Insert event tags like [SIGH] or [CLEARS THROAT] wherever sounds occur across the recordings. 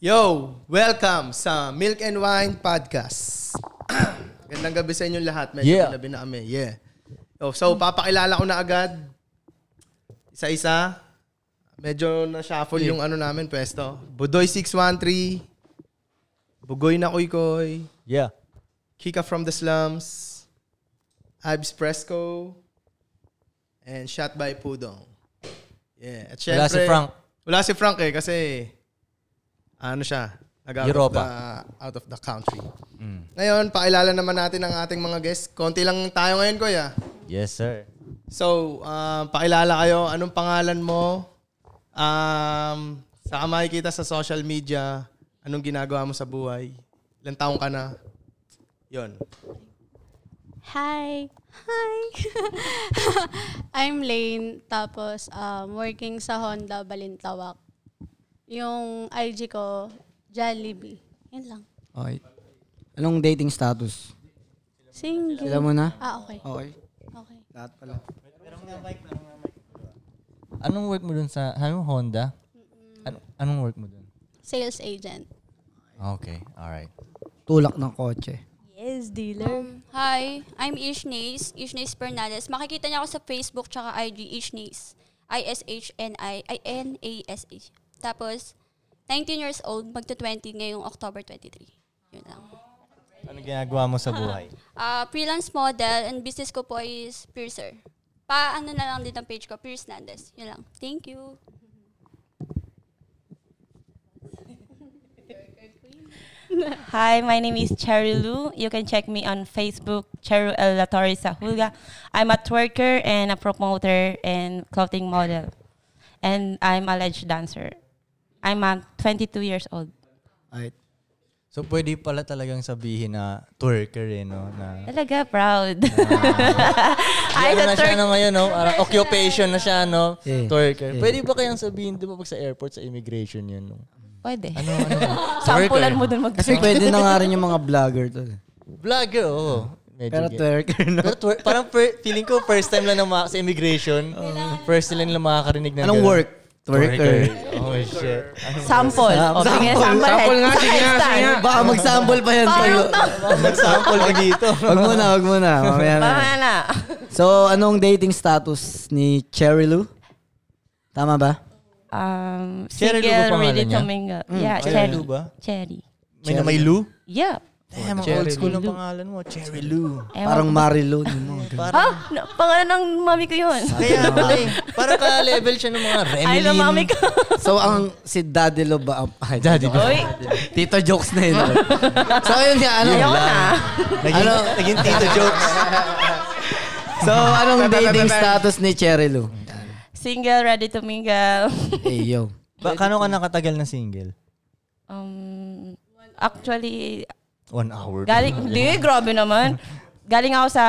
Yo! Welcome sa Milk and Wine Podcast. [CLEARS THROAT] Gandang gabi sa inyong lahat. Medyo Yeah. gabi na kami. Yeah. Oh, so, papakilala ko na agad. Isa-isa. Medyo na-shuffle yung ano namin, pwesto. Budoy 613. Bugoy na Koy Koy. Yeah. Kika from the Slums. Abs Fresco. And Shot by Pudong. Yeah. At Wala si syempre- Frank. Wala si Frank eh kasi ano siya, nag out of, Europa. the, out of the country. Ngayon, pakilala naman natin ang ating mga guests. Konti lang tayo ngayon, kuya. Yes, sir. So, um, pakilala kayo. Anong pangalan mo? Um, saka makikita sa social media. Anong ginagawa mo sa buhay? Ilang taong ka na? Yun. Hi! Hi! [LAUGHS] I'm Lane, tapos um, working sa Honda Balintawak. Yung IG ko, Jollibee. Yan lang. Okay. Anong dating status? Single. Sila mo na? Ah, okay. Okay. Okay. Lahat pala. Anong work mo dun sa, sabi mo Honda? Ano, anong work mo dun? Sales agent. Okay, alright. Tulak ng kotse. Yes, dealer. Hi, I'm Ishnace, Ishnace Fernandez. Makikita niya ako sa Facebook tsaka IG, Ishnace. I-S-H-N-I, I-N-A-S-H. Tapos, 19 years old, magto-20 ngayong October 23. Yun lang. Anong ginagawa mo sa buhay? Ah, freelance model and business ko po is piercer. Paano na lang din ang page ko, Pierce Fernandez. Yun lang. Thank you. Hi, my name is Cheryl Lu. You can check me on Facebook, Cheryl L. La Torre Sahulga. I'm a twerker and a promoter and clothing model. And I'm a ledge dancer. I'm a 22 years old. Alright. So, pwede pala talagang sabihin na twerker eh, no? Na, Talaga proud. [LAUGHS] Ay, I'm ano a na siya twerker. na ngayon, no? Parang occupation na siya, no? Eh, Twerker. eh. Pwede ba kayang sabihin, di ba pag sa airport, sa immigration yun, no? Pwede. [LAUGHS] Ano, ano? Sampulan mo dun mag Kasi pwede na nga rin yung [LAUGHS] mga vlogger to. Vlogger, oo. Oh. Medyo Pero gay. twerker, no? Pero twer- parang fir- feeling ko first time lang na ma- sa immigration, first time lang na makakarinig ng Anong ganun. work? Twerker. Oh, shit. Sample. O, bigyan sample. Sample nga, sige nga, sige Baka mag-sample pa yan. Mag-sample ka dito. Wag mo na, wag mo na. Mamaya na. na. So, anong dating status ni Cherry Lou? Tama ba? Um, Cheryl Lu ba single, pangalan ready to niya? Mm. mingle. Yeah, Cheryl Cherry. Lu ba? Cherry. May na may Lou? Yeah. Damn, ang Cherry old school ang pangalan mo. Cherry Lou. Ewan Parang ko. Marilu. di [LAUGHS] mo. Ha? Na- Pangalan ng mami ko yun. Kaya pala eh. Parang ka-level siya ng mga Remilin. [LAUGHS] Ay, ng mami ko. So, ang si Daddy Lo ba? Ah, Ay, Daddy Lo. Oy. Tito jokes na yun. so, yun nga. Ano? Ayoko na. Naging, Ano? naging tito jokes. So, anong dating status ni Cherry Lou? Single, ready to mingle. [LAUGHS] Hey, Eh, yo. Ba, kano ka nakatagal na single? um, actually, One hour. galing, di, grabe naman. Galing ako sa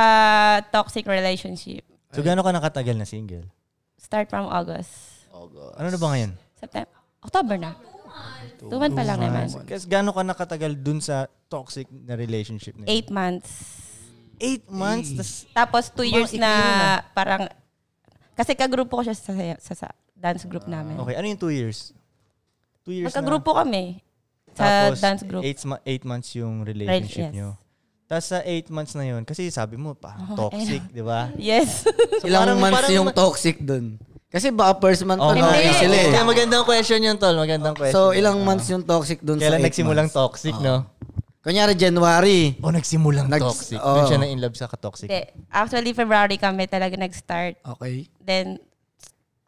toxic relationship. So, gano'n ka nakatagal na single? Start from August. Ano na ba ngayon? September. October na. Two months pa lang naman. Kasi gano'n ka nakatagal dun sa toxic na relationship na yun? Eight months. Eight months? Tas, Tapos two years ikli na yun, parang, kasi kagrupo ko siya sa, sa, sa dance group namin. okay, ano yung two years? Two years na. Magkagrupo kami sa Tapos, dance group. Eight, ma- eight months yung relationship Yes. nyo. Tapos sa eight months na yun, kasi sabi mo, pa, Oh, toxic, di [LAUGHS] ba? Yes. So, Ilang parang- months parang yung ma- toxic dun? Kasi baka first month pa Okay, okay Hindi. sila eh. Kaya magandang question yun, Tol. Magandang question. So, ilang months yung toxic dun Ah. Kailan sa eight nagsimulang months? toxic, no? Kunyari, January. O, Ah. Oh, nagsimulang Nag- toxic. Oo. Doon siya na in love sa ka-toxic. Hindi. Actually, February kami talaga nag-start. Okay. Then,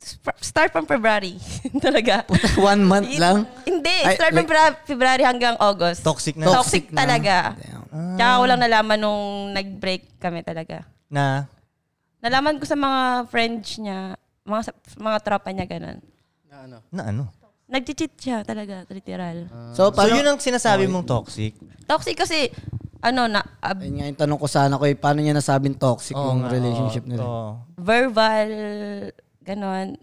sp- start from February. [LAUGHS] talaga. [LAUGHS] One month lang? Hindi. Ay, start from Febra- February hanggang August. Toxic na. Toxic, na. talaga. Damn. Tsaka ko lang nalaman nung nag-break kami talaga. Na, Nalaman ko sa mga friends niya, mga sa- mga tropa niya ganun. na ano? Nag-cheat siya talaga, literal. So, so, Oh, paano, yun ang sinasabi mong toxic. Toxic kasi, ano, na, ab- Ayun nga yung tanong ko sana ko eh, paano niya nasabing toxic Oo yung nga, relationship oo, nila? oo. verbal, ganun.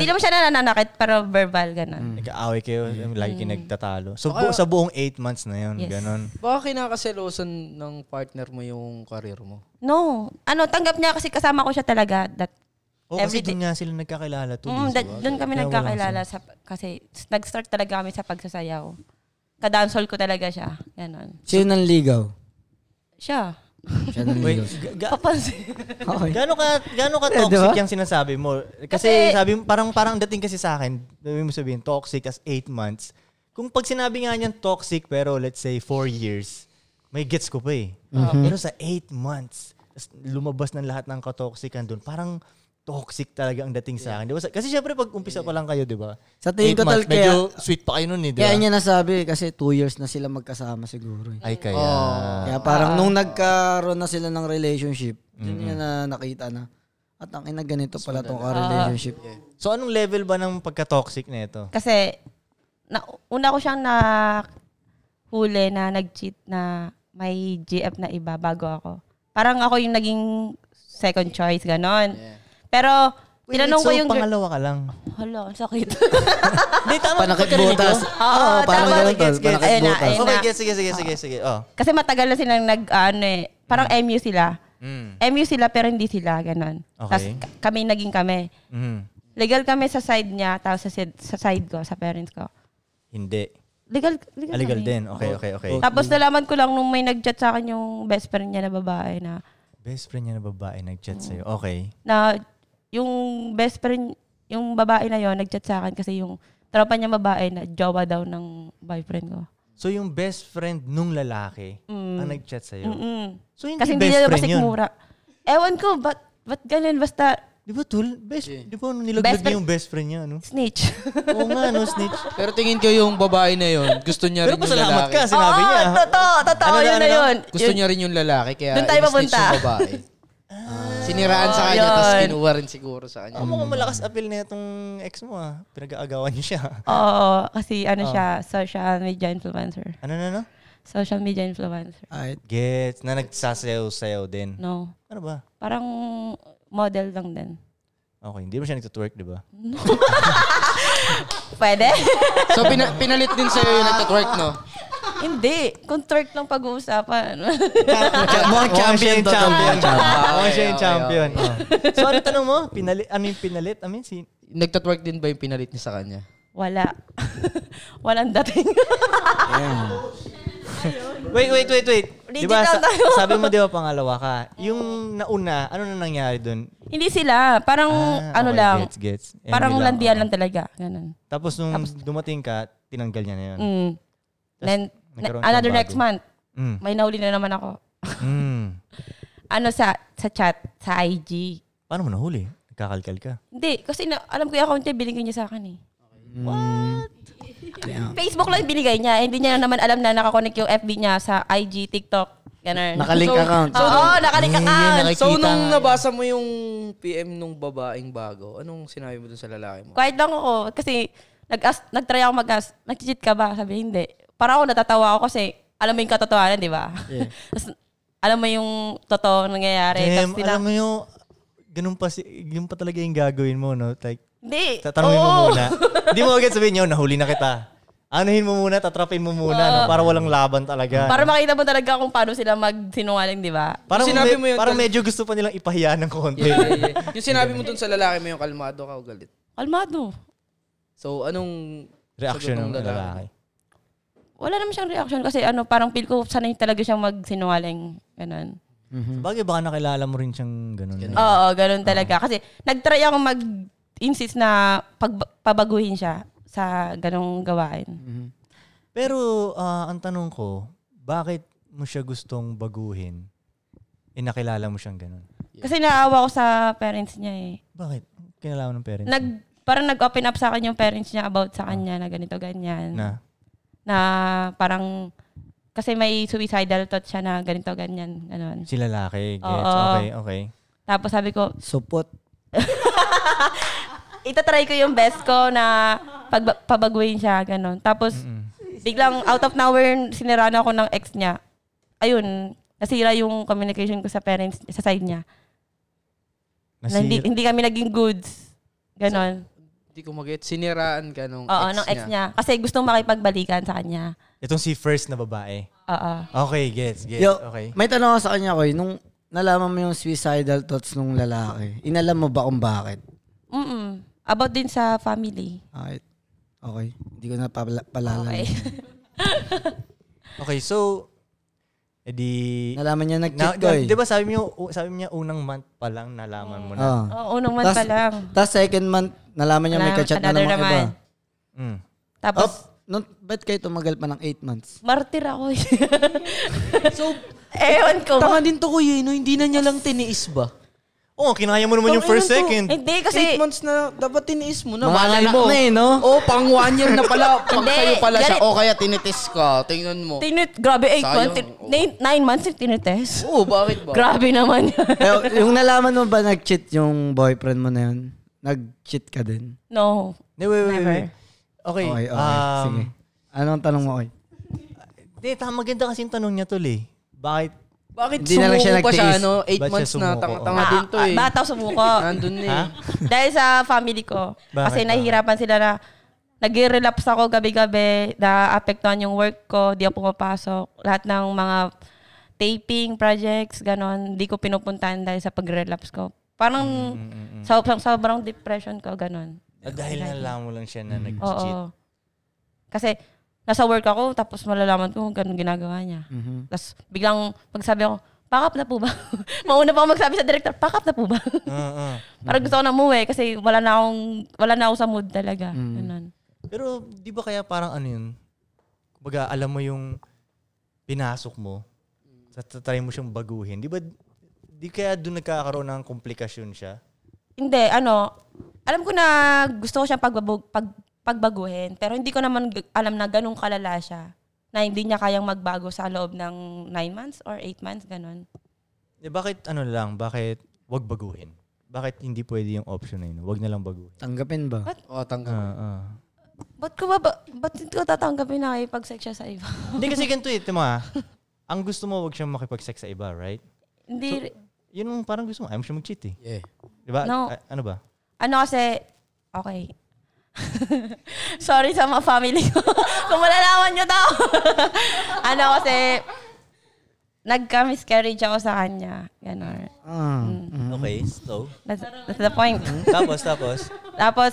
Ah. Mm. naman siya nananakit, pero verbal, ganun. Nag-aaway kayo, lagi kayo nagtatalo. So, bu- sa buong eight months na yun, Mm. Yes. ganon. Baka kinakaselosan ng partner mo yung karir mo. No. Ano, tanggap niya kasi kasama ko siya talaga that Oh, kasi everyday- doon nga sila nagkakilala to. Mm, di da- ba? doon kami Kaya wala nagkakilala sila. sa, kasi s- nag-start talaga kami sa pagsasayaw. Kadansol ko talaga siya. Ganon. Sino nang ligaw? Siya. Siya nang Wait, ligaw. ga- ga- Papansin. [LAUGHS] Okay. Gano'n ka, gano'n ka Eh, toxic diba? yung sinasabi mo? Kasi, Kasi- sabi mo, parang, parang dating kasi sa akin, sabi mo sabihin, toxic as 8 months. Kung pag sinabi nga niyan toxic, pero let's say 4 years, may gets ko pa eh. Mhm. Pero sa 8 months, tas lumabas ng lahat ng katoxican doon, parang toxic talaga ang dating sa akin. Di ba? Sa- Kasi syempre pag umpisa pa lang kayo, di ba? Sa Eight tingin ko tol, months, medyo kaya, sweet pa kayo nun eh, di ba? kaya niya nasabi kasi two years na sila magkasama siguro. Eh. Ay, kaya. Kaya Ah. parang nung nagkaroon na sila ng relationship, yun niya na nakita na. At ang ina ganito pala tong ka-relationship. So, anong level ba ng pagka-toxic na ito? Kasi, na, una ko siyang nahuli na nag-cheat na may GF na iba bago ako. Parang ako yung naging second choice, ganon. Pero, Wait, tinanong so, ko yung... girl- pangalawa ka lang. Hala, ang [LAUGHS] sakit. Hindi, tama. Panakitbutas. Oo, [LAUGHS] Oo, parang tama. ganun tol. Ah, Gets, gets. Ayun na, Panakitbutas. ayun. Okay, na. sige, sige, sige, sige. Oh. Kasi matagal na silang nag, ano eh, parang Hmm. MU sila. Mm. MU sila pero hindi sila, ganon. Okay. Tapos k- kami naging kami. Mm. Legal kami sa side niya, tapos sa, sid- sa side ko, sa parents ko. Hindi. Legal, legal, Illegal kami. Ah, din. Hmm. Okay, okay, okay. Tapos nalaman ko lang nung may nag-chat sa akin yung best friend niya na babae na Best friend niya na babae nag-chat sa'yo. Okay. na yung best friend yung babae na yon nag-chat sa akin kasi yung tropa niya babae na jowa daw ng boyfriend ko. So yung best friend nung lalaki ang nag-chat sa'yo. Mm. So hindi Kasi hindi best niya friend yun. masikmura. Ewan ko, ba't, ba't ganun? Basta Di ba, Tul? Best, Di ba Best nilaglag niya friend- yung best friend [LAUGHS] niya, ano? snitch. Oo nga, no, snitch. Pero tingin ko yung babae na yun, gusto niya rin Pero yung pasalamat lalaki. ka, sinabi Oo, niya. totoo, totoo, Ano na, yun na ano na? [LAUGHS] yun. Gusto Yun. niya rin yung lalaki, kaya Doon tayo in-snitch papunta. yung babae. Ah, Siniraan sa kanya, Yun. tapos kinuha rin siguro sa kanya. Ako mukhang malakas appeal na itong ex mo, ah. Pinag-aagawan niya siya. Oo, kasi Oh. ano siya, social media influencer. Ano na, no? Social media influencer. Ay, Gets, na nagsasayaw-sayaw din. No. Ano ba? Parang model lang din. Okay, hindi mo siya nagtutwerk, di ba? Pwede? So, pina- pinalit din sa'yo yung nagtatwerk, no? Hindi. Contract lang pag-uusapan. [LAUGHS] Mukhang champion to. Champion. Ah, Mukhang siya yung okay, champion. Oh. So ano tanong mo? Pinalit, ano yung pinalit? I mean, si... Nagtatwerk din ba yung pinalit niya sa kanya? Wala. [LAUGHS] Walang dating. [LAUGHS] Wait, wait, wait, wait. Di ba, Digital sa- tayo. sabi mo di ba pangalawa ka? Yung nauna, ano na nangyari dun? Hindi sila. Parang Ah, ano okay, lang. Gets, gets. Emily Parang lang, landian oh. lang talaga. Ganun. Tapos nung dumating ka, tinanggal niya na yun. Mm. Tas Then, nagkaroon siya another bago. next month, Mm. may nahuli na naman ako. Mm. Ano sa sa chat, sa IG. Paano mo nahuli? Nagkakalkal ka. Hindi, kasi na, alam ko yung account niya, binigay niya sa akin eh. What? Facebook lang yung binigay niya. Hindi niya naman alam na nakakonect yung FB niya sa IG, TikTok. Ganun. Nakalink account. Ah. Ah. Oo, ah, nakalink account. Ah, So, nung nabasa mo yung PM nung babaeng bago, anong sinabi mo dun sa [LAUGHS] lalaki mo? Quiet lang ako kasi nag-ask, nag-try ako mag-ask, nag-cheat ka ba? Sabi, hindi. Para ako natatawa ako kasi alam mo yung katotohanan, di ba? [LAUGHS] Tapos, alam mo yung totoo nangyayari. Damn, Tapos sila, alam mo yung... Ganun pa, si, yun pa talaga yung gagawin mo, no? Like, hindi. Tatanungin mo Oo. muna. Hindi mo agad sabihin yun, nahuli na kita. Anuhin mo muna, tatrapin mo muna, no? para walang laban talaga. Para makita mo talaga kung paano sila magsinungaling, di ba? parang, Sinabi me- mo yun, parang tal- medyo gusto pa nilang ipahiya ng konti. Yeah, yeah, yeah. Eh, yung sinabi mo dun sa lalaki mo yung kalmado ka o galit. Kalmado. So, anong Reaction sagot ng lalaki. Wala naman siyang reaction kasi ano, parang feel ko sanay talaga siyang magsinungaling. Ganun. Bagay, baka nakilala mo rin siyang ganun. Oo, ganun talaga. Kasi nag-try ako mag-insist na pag- pabaguhin siya sa ganong gawain. Pero ah, ang tanong ko, bakit mo siya gustong baguhin? Eh, nakilala mo siyang ganun. Kasi naawa ko sa parents niya eh. Bakit? Kinalaman ng parents? Nag, parang nag-open up sa akin yung parents niya about sa kanya na ganito, ganyan. na. Na parang, kasi may suicidal thought siya na ganito, ganyan. Ganun. Si lalaki. Gets. Oo. Okay, okay. Tapos sabi ko, supot. itatry ko yung best ko na pagba- pabaguhin siya, ganun. Tapos, biglang out of nowhere, sinira na ako ng ex niya. Ayun, nasira yung communication ko sa parents, sa side niya. Na hindi, Nasira- hindi kami naging goods. Ganon. Hindi ko mag Siniraan ka nung Oo, ex, ng ex niya. niya. Kasi gustong makipagbalikan sa kanya. Itong si first na babae. Oo. Okay, gets, gets. Yo, okay. may tanong ako sa kanya ko, nung nalaman mo yung suicidal thoughts nung lalaki, inalam mo ba kung bakit? Mm-mm. About din sa family. Alright. Okay. Hindi ko na pala- palala. Okay. Okay, so, edi... Nalaman niya Na, nag-cheat ko eh. di ba sabi mo, sabi niya unang month pa lang nalaman mo na. Oo. [LAUGHS] Oo, unang month Ah. Tas- pa lang. Tapos second month, nalaman niya may Wala, kachat na another namang iba. naman. Mm. Tapos, Up, nun, ba't kayo tumagal pa ng 8 months? martir ako. [LAUGHS] so, ewan ko. Tama din to kuya, no? hindi na niya lang tiniis ba? Oo, kinaya mo naman yung first Tangina to. second. Hindi kasi, Eight months na, dapat tiniis mo na. Mga Malay anak mo. na eh, [LAUGHS] no? Oo, pang one year na [LAUGHS] pala. pag Hindi, sa'yo pala siya, ganit- o kaya tinitis ka. Tingnan mo. tinit, grabe, eight Sayang. months, Oo. nine, nine months yung tinitest. Oo, bakit ba? Grabe naman yun. Pero yung nalaman mo ba nag-cheat yung boyfriend mo na yun? Nag-cheat ka din? [LAUGHS] no. Wait, wait, wait, Never. wait. Okay. Okay, okay. um, Sige. Anong tanong mo, Oy? Hindi, tama maganda kasi yung tanong niya tol eh. Bakit? Bakit Hindi na lang siya sumuko pa siya, nagtiis. no? Eight Ba't siya months na, sumuko? tanga-tanga Ah, din to eh. ah, Bata ako sumuko. Nandun eh. Ha? Dahil sa family ko. Bakit kasi ba? nahihirapan sila na nag-relapse ako gabi-gabi, naapektuhan yung work ko, di ako pumapasok. Lahat ng mga taping, projects, ganon, di ko pinupuntahan dahil sa pag-relapse ko. Mm, Parang sobrang, sobrang depression ko, ganon. Ah, dahil nalaman mo lang siya na Mm. nag-cheat. Oo. Kasi nasa work ako, tapos malalaman ko ganun ginagawa niya. Mm-hmm. Tapos biglang magsabi ako, pack up na po ba? [LAUGHS] Mauna pa ako magsabi sa director, pack up na po ba? [LAUGHS] Ah, ah. Parang gusto ko na umuwi kasi wala na akong, wala na ako sa mood talaga. Ganun. Pero di ba kaya parang ano yun? Kumbaga, alam mo yung pinasok mo, sa sa- try mo siyang baguhin. Di ba, di kaya doon nagkakaroon ng komplikasyon siya? Hindi, ano, alam ko na gusto ko siyang pagbabog, pag, pagbaguhin, pero hindi ko naman g- alam na ganun kalala siya na hindi niya kayang magbago sa loob ng 9 months or 8 months, ganun. Eh, bakit ano lang, bakit wag baguhin? Bakit hindi pwede yung option na yun? Wag na lang baguhin. Tanggapin ba? Oo, tangka. Ah, ah. Ba't ko ba, ba ba't hindi ko tatanggapin na kayo pag-sex siya sa iba? [LAUGHS] Hindi kasi ganito eh, tama. Ang gusto mo, wag siyang makipag-sex sa iba, right? hindi, Yun ang parang gusto mo. Ayaw mo siya mag-cheat eh. Yeah. Di ba? No. A- ano ba? ano kasi, okay. [LAUGHS] Sorry sa mga family ko. [LAUGHS] Kung malalaman nyo to. [LAUGHS] ano kasi, nagka-miscarriage ako sa kanya. Ganon. Ah. Mm. Okay, so. That's, that's the point. tapos, tapos. Tapos,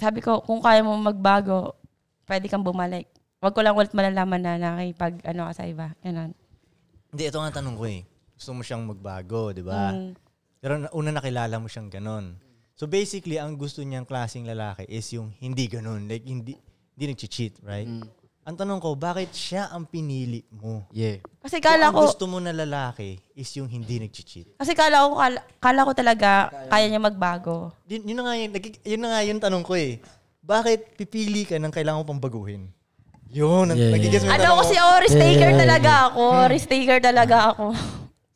sabi ko, kung kaya mo magbago, pwede kang bumalik. Wag ko lang ulit malalaman na nakipag ano ka sa iba. Ganon. Hindi, ito nga tanong ko eh. Gusto mo siyang magbago, di ba? Pero na- una nakilala mo siyang ganon. So basically, ang gusto niyang klaseng lalaki is yung hindi ganon. Like, hindi, hindi nag-cheat, right? Ang tanong ko, bakit siya ang pinili mo? Yeah. Kasi Kung kala ang ko, gusto mo na lalaki is yung hindi nag-cheat. kasi kala ko, kala, kala ko talaga kaya niya magbago. Yun, yun, na nga yung, nagki- yun na nga yung tanong ko eh. Bakit pipili ka ng kailangan mo pang baguhin? Yun, yeah, nagigis mo yung tanong Ano kasi ako, risk taker talaga ako. Risk taker talaga ako. [LAUGHS]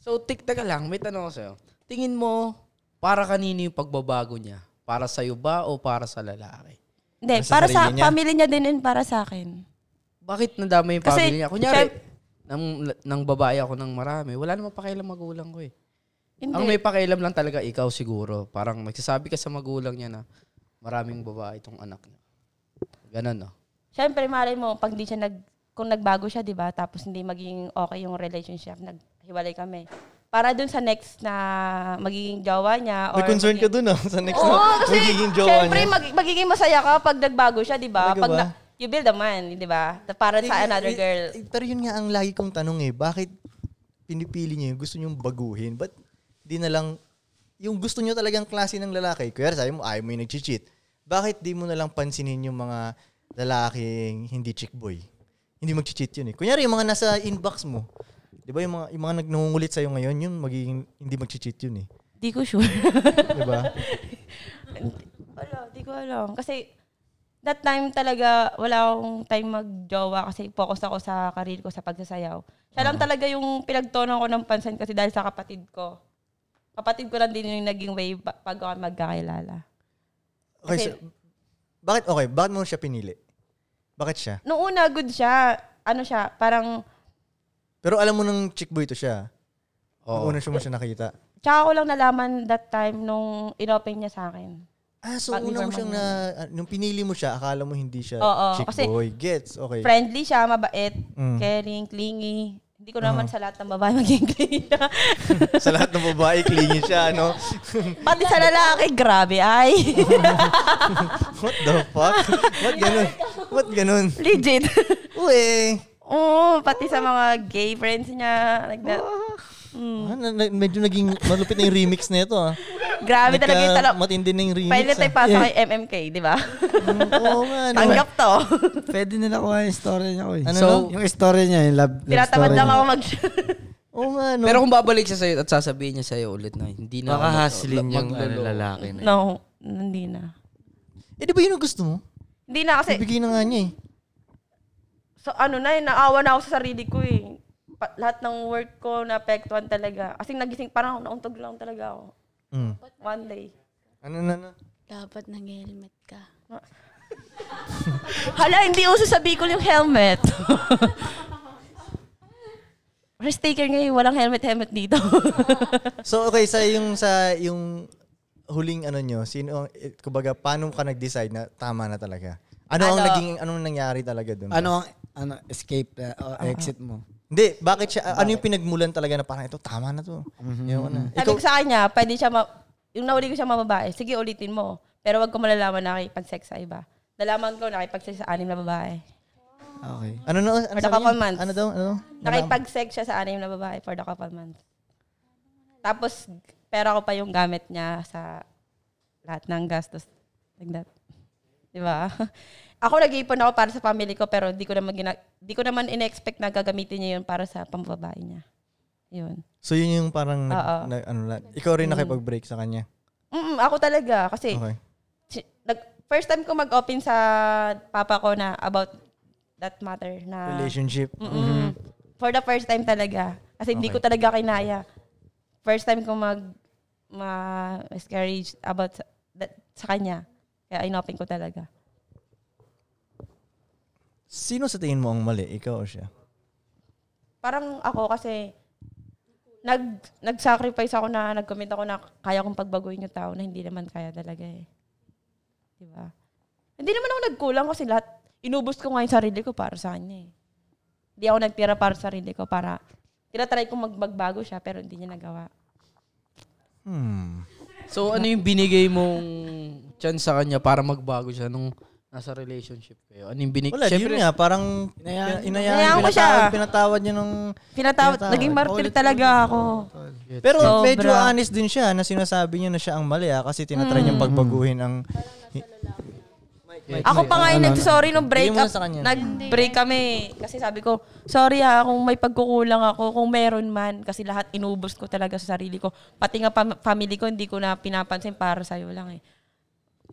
So, tik taka lang, may tanong ako sa'yo. Tingin mo, para kanino yung pagbabago niya? Para sa'yo ba o para sa lalaki? Para Hindi, sa para sa sarili niya? family niya din yun para sa akin. Bakit nadama yung Kasi, family niya? Kunyari, syem- nang, nang babae ako ng marami, wala namang pakialam magulang ko eh. Hindi. Ang may pakialam lang talaga ikaw siguro. Parang nagsasabi ka sa magulang niya na maraming babae itong anak niya. Ganun, no? Siyempre, malay mo, pag di siya nag, kung nagbago siya, di ba, tapos hindi maging okay yung relationship, naghiwalay kami. Para dun sa next na magiging jowa niya. Or Nag-concern ka magiging- dun ah, sa next Oo, na kasi magiging jowa syempre, niya. mag- magiging masaya ka pag nagbago siya, di ba? Talaga Pag ba? na, you build a man, di ba? Para sa another Eh, girl. eh, Pero yun nga ang lagi kong tanong eh, bakit pinipili niyo yun? Gusto niyo baguhin? Ba't di na lang, yung gusto niyo talagang klase ng lalaki, kaya sabi mo, ayaw mo yung nag-cheat. Bakit di mo na lang pansinin yung mga lalaking hindi chick boy? Hindi mag-cheat yun eh. Kunyari yung mga nasa inbox mo, di ba yung mga, yung mga nagnungulit sa'yo ngayon, yun magiging hindi mag-cheat yun eh. Di ko sure. Di [LAUGHS] ba? Wala, di ko alam. Kasi that time talaga, wala akong time mag-jowa kasi focus ako sa karir ko, sa pagsasayaw. Siya Ah. lang talaga yung pinagtonan ko ng pansin kasi dahil sa kapatid ko. Kapatid ko lang din yung naging way ba- pag ako magkakilala. Okay, so, bakit, okay, bakit mo siya pinili? Bakit siya? Noong una, good siya. Ano siya, parang, Pero alam mo ng chick boy to siya. Oo. Una siya mo siya nakita. tsaka ko lang nalaman that time nung inopen niya sa akin. Ah, so Pag una mo Superman siyang na, ah, nung pinili mo siya, akala mo hindi siya Oo, chick kasi- boy. Gets, okay. Friendly siya, mabait, Mm. Ah. caring, clingy. Hindi ko naman sa lahat ng babae [LAUGHS] maging [LAUGHS] clean. sa lahat ng babae, clingy siya, ano? Pati sa lalaki, grabe ay. [LAUGHS] What the fuck? What ganun? What ganun? Legit. Uwe! Oo, pati sa mga gay friends niya. Like that. Mm. Ah, na- na- medyo naging malupit na yung remix na ito, ah. Grabe talaga yung Nagka- talap. Matindi na yung remix, Pwede tayo ah. [LAUGHS] pasok kay MMK, di ba? Oo nga, ano? Tanggap to. Pwede nila kuha yung story niya ko eh. Ano so, no? yung story niya, yung love, love [LAUGHS] Tinatamad story lang niya. ako mag... Oo nga, ano? Pero kung babalik siya sa'yo at sasabihin niya sa'yo ulit na hindi Baka na ako mag- haslin yung ano, maglolo. lalaki na. yun. no, hindi na. Eh, di ba yun ang gusto mo? Hindi na kasi, Ibigay na nga niya, eh. so, ano na eh, naawa na ako sa sarili ko eh. Pa- lahat ng work ko naapektuhan talaga. Kasi nagising, parang nauntog lang talaga ako. Mm. One day. Ano na na? Dapat nag-helmet ka. Hala, hindi uso sa Bicol yung [LAUGHS] helmet. Risk taker ngayon, walang helmet-helmet dito. So, okay, sa yung, sa yung huling ano nyo, sino, ang- eh, kumbaga, paano ka nag-decide na tama na talaga? Ano, ang Ano? naging, anong nangyari talaga dun? Ano ang ano, escape uh, o exit mo? Hindi, bakit siya, ano yung pinagmulan talaga na parang ito, tama na to. Yung ano. Mm-hmm. Sabi ko sa kanya, pwede siya, ma- yung nahuli ko siya mababae, sige ulitin mo. Pero wag ko malalaman na nakikipag-sex sa iba. Nalaman ko nakipag-sex sa anim na babae. Okay. Ano na? Ano For the sabi niya? couple months. Ano daw? Ano? daw? Nakipag-sex siya sa anim na babae for the couple months. Tapos, pera ko pa yung gamit niya sa lahat ng gastos. Like that. Di ba? [LAUGHS] Ako nag-iipon ako para sa family ko pero di ko naman gina- di ko naman in-expect na gagamitin niya yun para sa pambabae niya. Yun. So yun yung parang nag- Oo. nag- ano na. Ikaw rin nakipag-break sa kanya. Mm, ako talaga kasi Okay. si- nag- first time ko mag-open sa papa ko na about that matter na Relationship. ah. Mm-hmm. Mm-mm. For the first time talaga. Kasi hindi ko talaga kinaya. First time ko mag ma-miscarriage about sa, that, sa kanya. Kaya inopen ko talaga. Sino sa tingin mo ang mali? Ikaw o siya? Parang ako kasi nag nag-sacrifice ako na nag-commit ako na kaya kong pagbaguhin yung tao na hindi naman kaya talaga eh. 'Di ba? Hindi naman ako nagkulang kasi lahat inubos ko nga yung sarili ko para sa kanya eh. Hindi ako nagtira para sa sarili ko para tinatry ko magbago siya pero hindi niya nagawa. Hmm. So ano yung binigay mong chance sa kanya para magbago siya nung nasa relationship kayo? Ano yung binigay? Wala, yun nga. Parang inayaan, Inayaan ko siya. pinatawad, pinatawad niya ng... Pinatawad, Pinatawad. naging martir talaga ako. Pero Sobra. medyo honest din siya na sinasabi niya na siya ang mali ah, kasi tinatry niyang pagbaguhin ang... Ako pa nga yung nag-sorry nung break Bigyan ano, mo up. na sa kanya. Nag-break kami. Kasi sabi ko, sorry ha kung may pagkukulang ako, kung meron man. Kasi lahat inubos ko talaga sa sarili ko. Pati nga pam- family ko, hindi ko na pinapansin para sa'yo lang eh.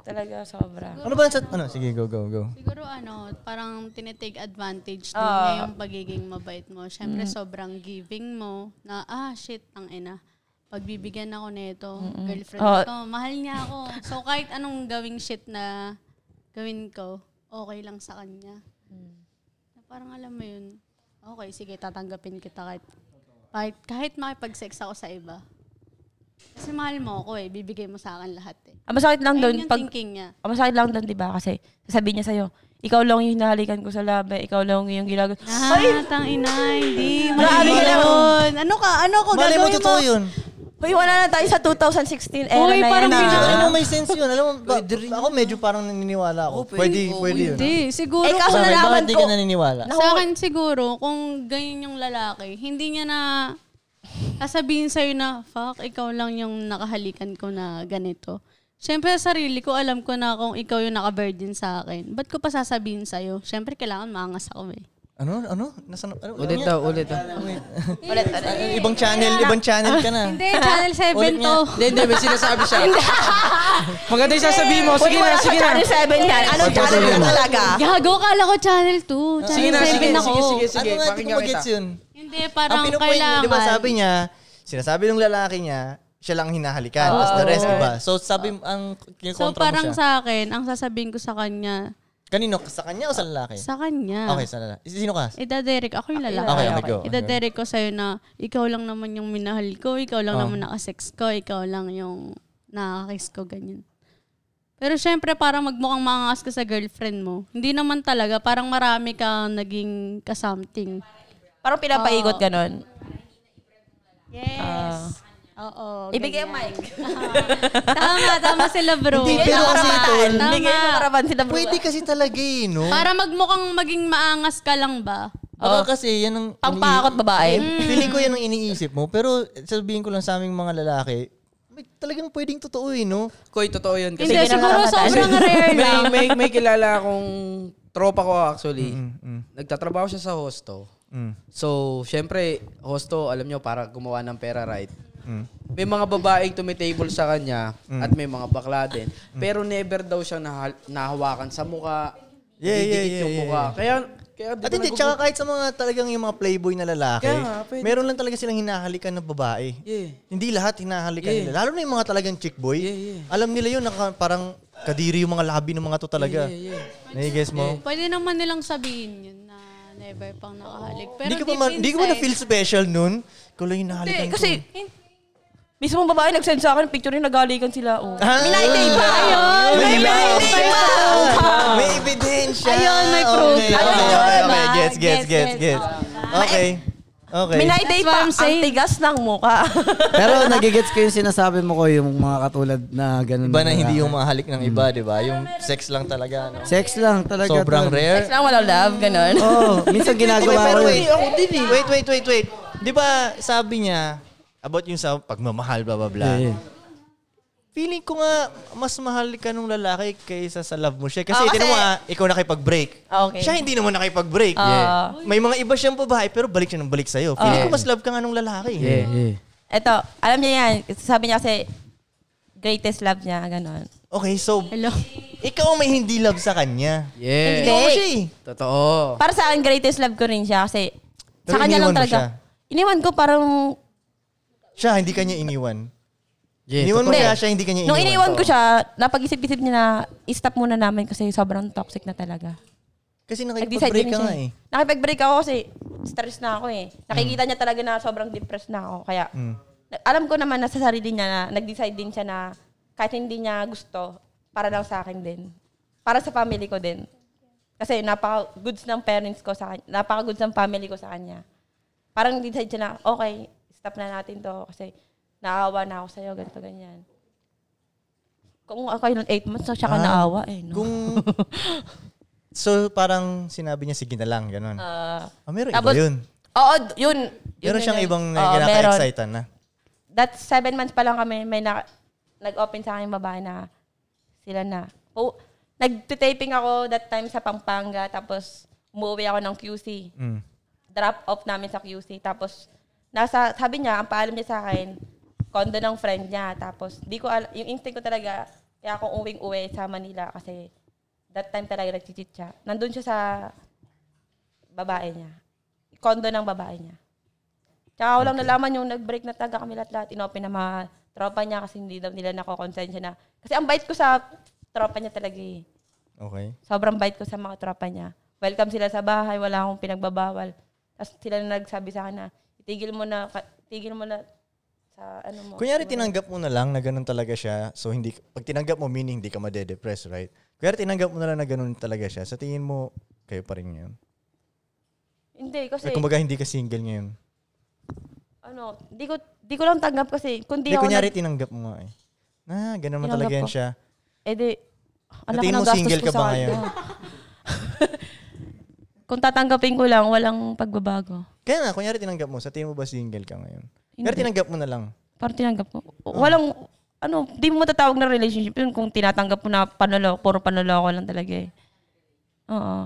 Talaga, sobra. Ano ba sa... Ano? Sige, go, go, go. Siguro ano, parang tinitake advantage din Ah. Mm. niya yung pagiging mabait mo. Siyempre, sobrang giving mo na, ah, shit, ang ina. Pagbibigyan ako nito, girlfriend Oh. ko, mahal niya ako. So, kahit anong gawing shit na gawin ko, okay lang sa kanya. Mm. Na parang alam mo yun, okay, sige, tatanggapin kita kahit, kahit, kahit makipag-sex ako sa iba. Kasi mahal mo ako eh, bibigay mo sa akin lahat eh. Ang Ah, masakit lang doon, Ayun yung pag, thinking niya. ang masakit lang doon, di ba? Kasi sasabihin niya sa'yo, ikaw lang yung nahalikan ko sa labi, ikaw lang yung ginagawa. Ah, tang ina, hindi. Grabe Mali ka naman. yun. Ano ka? Ano ko Mali gagawin mo, mo? totoo yun. Hoy, wala na tayo sa 2016 era Hoy, na yan. parang ano, ah. pinaka- Alam mo, may sense yun. Alam mo, ba- ako medyo parang naniniwala ako. Pwede, pwede yun. Hindi, siguro. Eh, kaso Bakit? nalaman Bakit di ka ko, naniniwala? sa akin siguro, kung ganyan yung lalaki, hindi niya na sasabihin sa'yo na, fuck, ikaw lang yung nakahalikan ko na ganito. Siyempre, sa sarili ko, alam ko na kung ikaw yung naka-virgin sa akin. Ba't ko pa sasabihin sa'yo? Siyempre, kailangan maangas ako eh. Ano? Ano? Nasaan? Ano? Ulit [LAUGHS] daw, ulit daw. ulit, ulit. Ah, ibang channel, ibang channel ka na. Hindi, Channel 7 to. Hindi, hindi. May sinasabi siya. Maganda yung sasabihin mo. Sige na, Wala sige na. sa Channel 7 yan. Anong channel na talaga? Gago, kala ko Channel Ah, 2. Channel Sige na, sige, 7 ako. sige, sige, sige. ano nga, di ko Pakinggan magets kita. yun. Hindi, Ang parang pinupoint niya, kailangan. di ba sabi niya, sinasabi ng lalaki niya, siya lang ang hinahalikan, tapos the rest iba. So sabi, ang So kinikontra mo parang siya. sa akin, ang sasabihin ko sa kanya, Kanino? Sa kanya o sa lalaki? sa kanya. Okay, sa lalaki. Sino ka? Idadirect ako yung lalaki. Ah, Okay, okay, go. Idadirect ko sa'yo na ikaw lang naman yung minahal ko, ikaw Oh. lang naman nakasex ko, ikaw lang yung nakakiss ko, ganyan. Pero syempre, parang magmukhang maangas ka sa girlfriend mo. Hindi naman talaga. Parang marami kang naging ka-something. Parang pinapaikot ganun. Ah. Yes. Oo. Ah. Ibigay [LAUGHS] ang ganyan. mic. tama, tama sila bro. Hindi, pero kasi tol, eh. Tama. Bigay ng karaban sila bro. pwede kasi talaga eh, no? Para magmukhang maging maangas ka lang ba? Baka kasi yan ang... Mm. Pampakot babae. Feeling ko yan ang iniisip mo. Pero sabihin ko lang sa aming mga lalaki, may talagang pwedeng totoo eh, no? Koy, totoo yun. Hindi, Kasi Sige na, siguro [LAUGHS] kakataas. sobrang rare may, lang. may, may kilala akong tropa ko actually. Mm, Nagtatrabaho siya sa hosto. So, syempre, hosto, alam nyo, para gumawa ng pera, right? May mga babaeng tumitable sa kanya Mm. at may mga bakla din. Pero never daw siya nahal- nahawakan sa mukha. Yeah, yeah, didikit yeah, yung yeah, mukha. yeah. Kaya, kaya di At ba hindi, nagugu- tsaka kahit sa mga talagang yung mga playboy na lalaki, Kaya nga, pwede. meron lang talaga silang hinahalikan na babae. Yeah. Hindi lahat hinahalikan Yeah. nila. Lalo na yung mga talagang chick boy. Yeah, yeah. Alam nila yun, naka, parang kadiri yung mga labi ng mga to talaga. Yeah, yeah. Nai-guess mo? Pwede naman nilang sabihin yun na never pang nakahalik. Pero Hindi deep ko ba, ma- inside, di ko ba na-feel special nun? Ikaw lang yung Hindi, nahalikan ko. kasi... Mismo ang babae nag-send sa akin, picture niya, nagalikan sila. Oh. Ah! Binaitay pa! Ayun! May Binaitay pa! May ebidensya. Ayun, may proof. Okay, Ayun, okay, yun, okay, okay. diba? Gets, gets, Gets, gets, gets. gets. Okay. Okay. Binaitay That's what pa ang I'm saying. tigas ng [LAUGHS] muka. Pero nagigets ko yung sinasabi mo ko yung mga katulad na ganun. Iba na na- hindi yung mahalik ng iba, di ba? Yung sex lang talaga, no? Sex lang talaga. Sobrang tol. rare. Kailangan wala love, ganun. Oh. Oo, [LAUGHS] minsan ginagawa ko yun. ako din eh. Wait, wait, wait, wait. Di ba sabi niya, about yung sa pagmamahal, blah, blah, blah. Yeah. Feeling ko nga, mas mahal ka nung lalaki kaysa sa love mo siya. Kasi, Oo, Oh, kasi- tinan mo nga, ikaw nakipag-break. Ah, okay. Siya hindi naman nakipag-break. Ah. May mga iba siyang babae, pero balik siya ng balik sa'yo. Feeling ko mas love ka nga nung lalaki. Yeah, yeah. Eto, alam niya yan. Sabi niya kasi, greatest love niya, ganun. Okay, so, Hello. ikaw ang may hindi love sa kanya. Yeah. Hindi. Ikaw mo siya eh. Totoo. Para sa akin, greatest love ko rin siya kasi Pero sa kanya iniwan lang mo talaga. Iniwan ko parang... Siya, hindi kanya iniwan. Yeah, iniwan mo totoo. siya, siya hindi kanya iniwan. Nung iniwan ko siya, napag-isip-isip niya na i-stop muna namin kasi sobrang toxic na talaga. Kasi Nag-decide nakipag-break din ka siya. nga eh. Nakipag-break ako kasi stress na ako eh. Nakikita niya talaga na sobrang depressed na ako. Kaya Mm. Hmm. na- alam ko naman na sa sarili niya na nag-decide din siya na kahit hindi niya gusto, para lang sa akin din. Para sa family ko din. Kasi napaka-goods ng parents ko sa kanya. Napaka-goods ng family ko sa kanya. Parang decide siya na, okay, stop na natin to kasi naawa na ako sa'yo, ganito, ganyan. Kung ako yun, eight months na siya ka Ah. naawa eh. No? [LAUGHS] Kung... so, parang sinabi niya, sige na lang, ganun. Ah, Ah, meron Tapos, iba yun. Oo, d- yun. Yun, Meron yun, siyang yun. ibang Oo, na kinaka-excitan na. meron. That seven months pa lang kami, may na, nag-open sa akin babae na sila na. Oh, nag-taping ako that time sa Pampanga, tapos umuwi ako ng QC. Mm. Drop off namin sa QC. Tapos, nasa, sabi niya, ang paalam niya sa akin, condo ng friend niya. Tapos, di ko al- yung instinct ko talaga, kaya ako uwing-uwi sa Manila kasi that time talaga nagchichit siya. Nandun siya sa babae niya. Condo ng babae niya. Tsaka walang nalaman yung nag-break na taga kami lahat-lahat. Inopen na mga tropa niya kasi hindi daw nila nakokonsensya na. Kasi ang bait ko sa tropa niya talaga eh. Okay. Sobrang bait ko sa mga tropa niya. Welcome sila sa bahay, wala akong pinagbabawal. Tapos sila na nagsabi sa akin na, itigil mo na, ka- itigil mo na sa ano mo. Kunyari tinanggap mo na lang na ganun talaga siya. So hindi pag tinanggap mo meaning hindi ka madedepress, right? Kunyari tinanggap mo na lang na ganun talaga siya. Sa tingin mo kayo pa rin yun. Hindi, Or kasi Eh, kumbaga hindi ka single ngayon. ano, di ko, di ko lang tanggap kasi. Kung di Hindi ako, kunyari nag- tinanggap mo nga eh. Na, ganun man Tinanggap talaga yan ko. siya. eh di, anak tingin ng mo gastos single ko ka ba sa ngayon? kanya. [LAUGHS] Kung tatanggapin ko lang, walang pagbabago. Kaya nga, kunyari tinanggap mo, sa tingin mo ba single ka ngayon? Kunyari Hindi. tinanggap mo na lang. Parang tinanggap ko. Walang, ano, di mo matatawag na relationship yun kung tinatanggap mo na panuloko, puro panuloko lang talaga eh. Oo.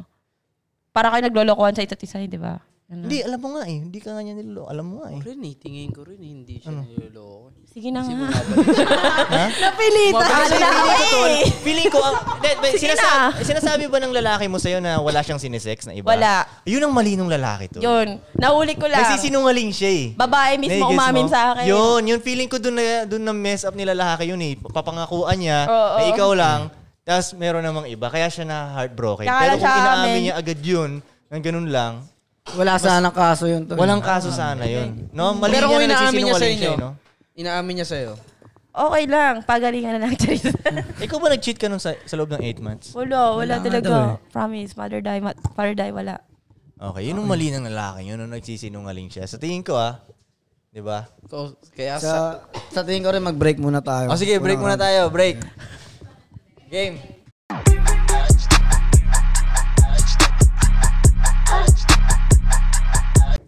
Para kayo naglolokohan sa isa't isa eh, di ba? Ano. Hindi, alam mo nga eh. Hindi ka nga niya nilolo. Alam mo nga eh. Ako rin eh, tingin ko rin hindi siya Ano? niloloko. Sige na [LAUGHS] nga. ha? Napilitan Kasi na feeling ko, tol, eh. feeling ko, ang, [LAUGHS] de- de- Sige sinasa- na. sinasabi ba ng lalaki mo sa'yo na wala siyang sinisex na iba? Wala. Yun ang mali nung lalaki to. Yun. Nahuli ko lang. Nagsisinungaling siya eh. Babae mismo Nai-gets umamin mo? sa akin. Yun, yun feeling ko dun na, dun na mess up nila lalaki yun eh. Papangakuan niya Oo. na ikaw lang, tapos meron namang iba. Kaya siya na heartbroken. Kaya Pero lang kung siya inaamin amin. niya agad yun, ng ganun lang, Wala sanang kaso yun tol. walang kaso sana yun. No? Mali Pero niya kung na inaamin niya sa nagsisinungaling inyo, siya eh, no? inaamin niya sa'yo. Okay lang. Pagalingan na lang. [LAUGHS] Charis. Ikaw ba nag-cheat ka nun sa, sa loob ng 8 months? wala, wala talaga. Promise. Mother die, ma- father die, wala. Okay, yun yung mali ng lalaki. Yun yung nagsisinungaling siya. Sa tingin ko ah, di ba? So, kaya sa... Sa, sa tingin ko rin, mag-break muna tayo. O Ah, sige, break muna tayo. Break. Game.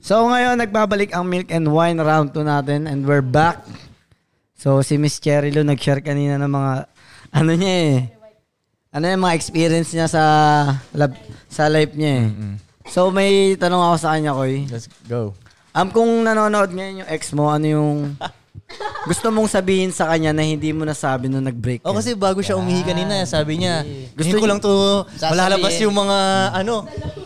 So ngayon, nagbabalik ang milk and wine round 2 natin and we're back. So si Miss Cherry Lou nag-share kanina ng mga, ano niya eh, ano yung mga experience niya sa lab, sa life niya eh. So may tanong ako sa kanya, Koy. Let's go. Um, kung nanonood ngayon yung ex mo, ano yung [LAUGHS] gusto mong sabihin sa kanya na hindi mo nasabi nung nag-break O kayo? Oh, kasi bago siya umihi kanina, sabi niya, gusto Gusto ko lang to Sasabihin. malalabas yung mga ano.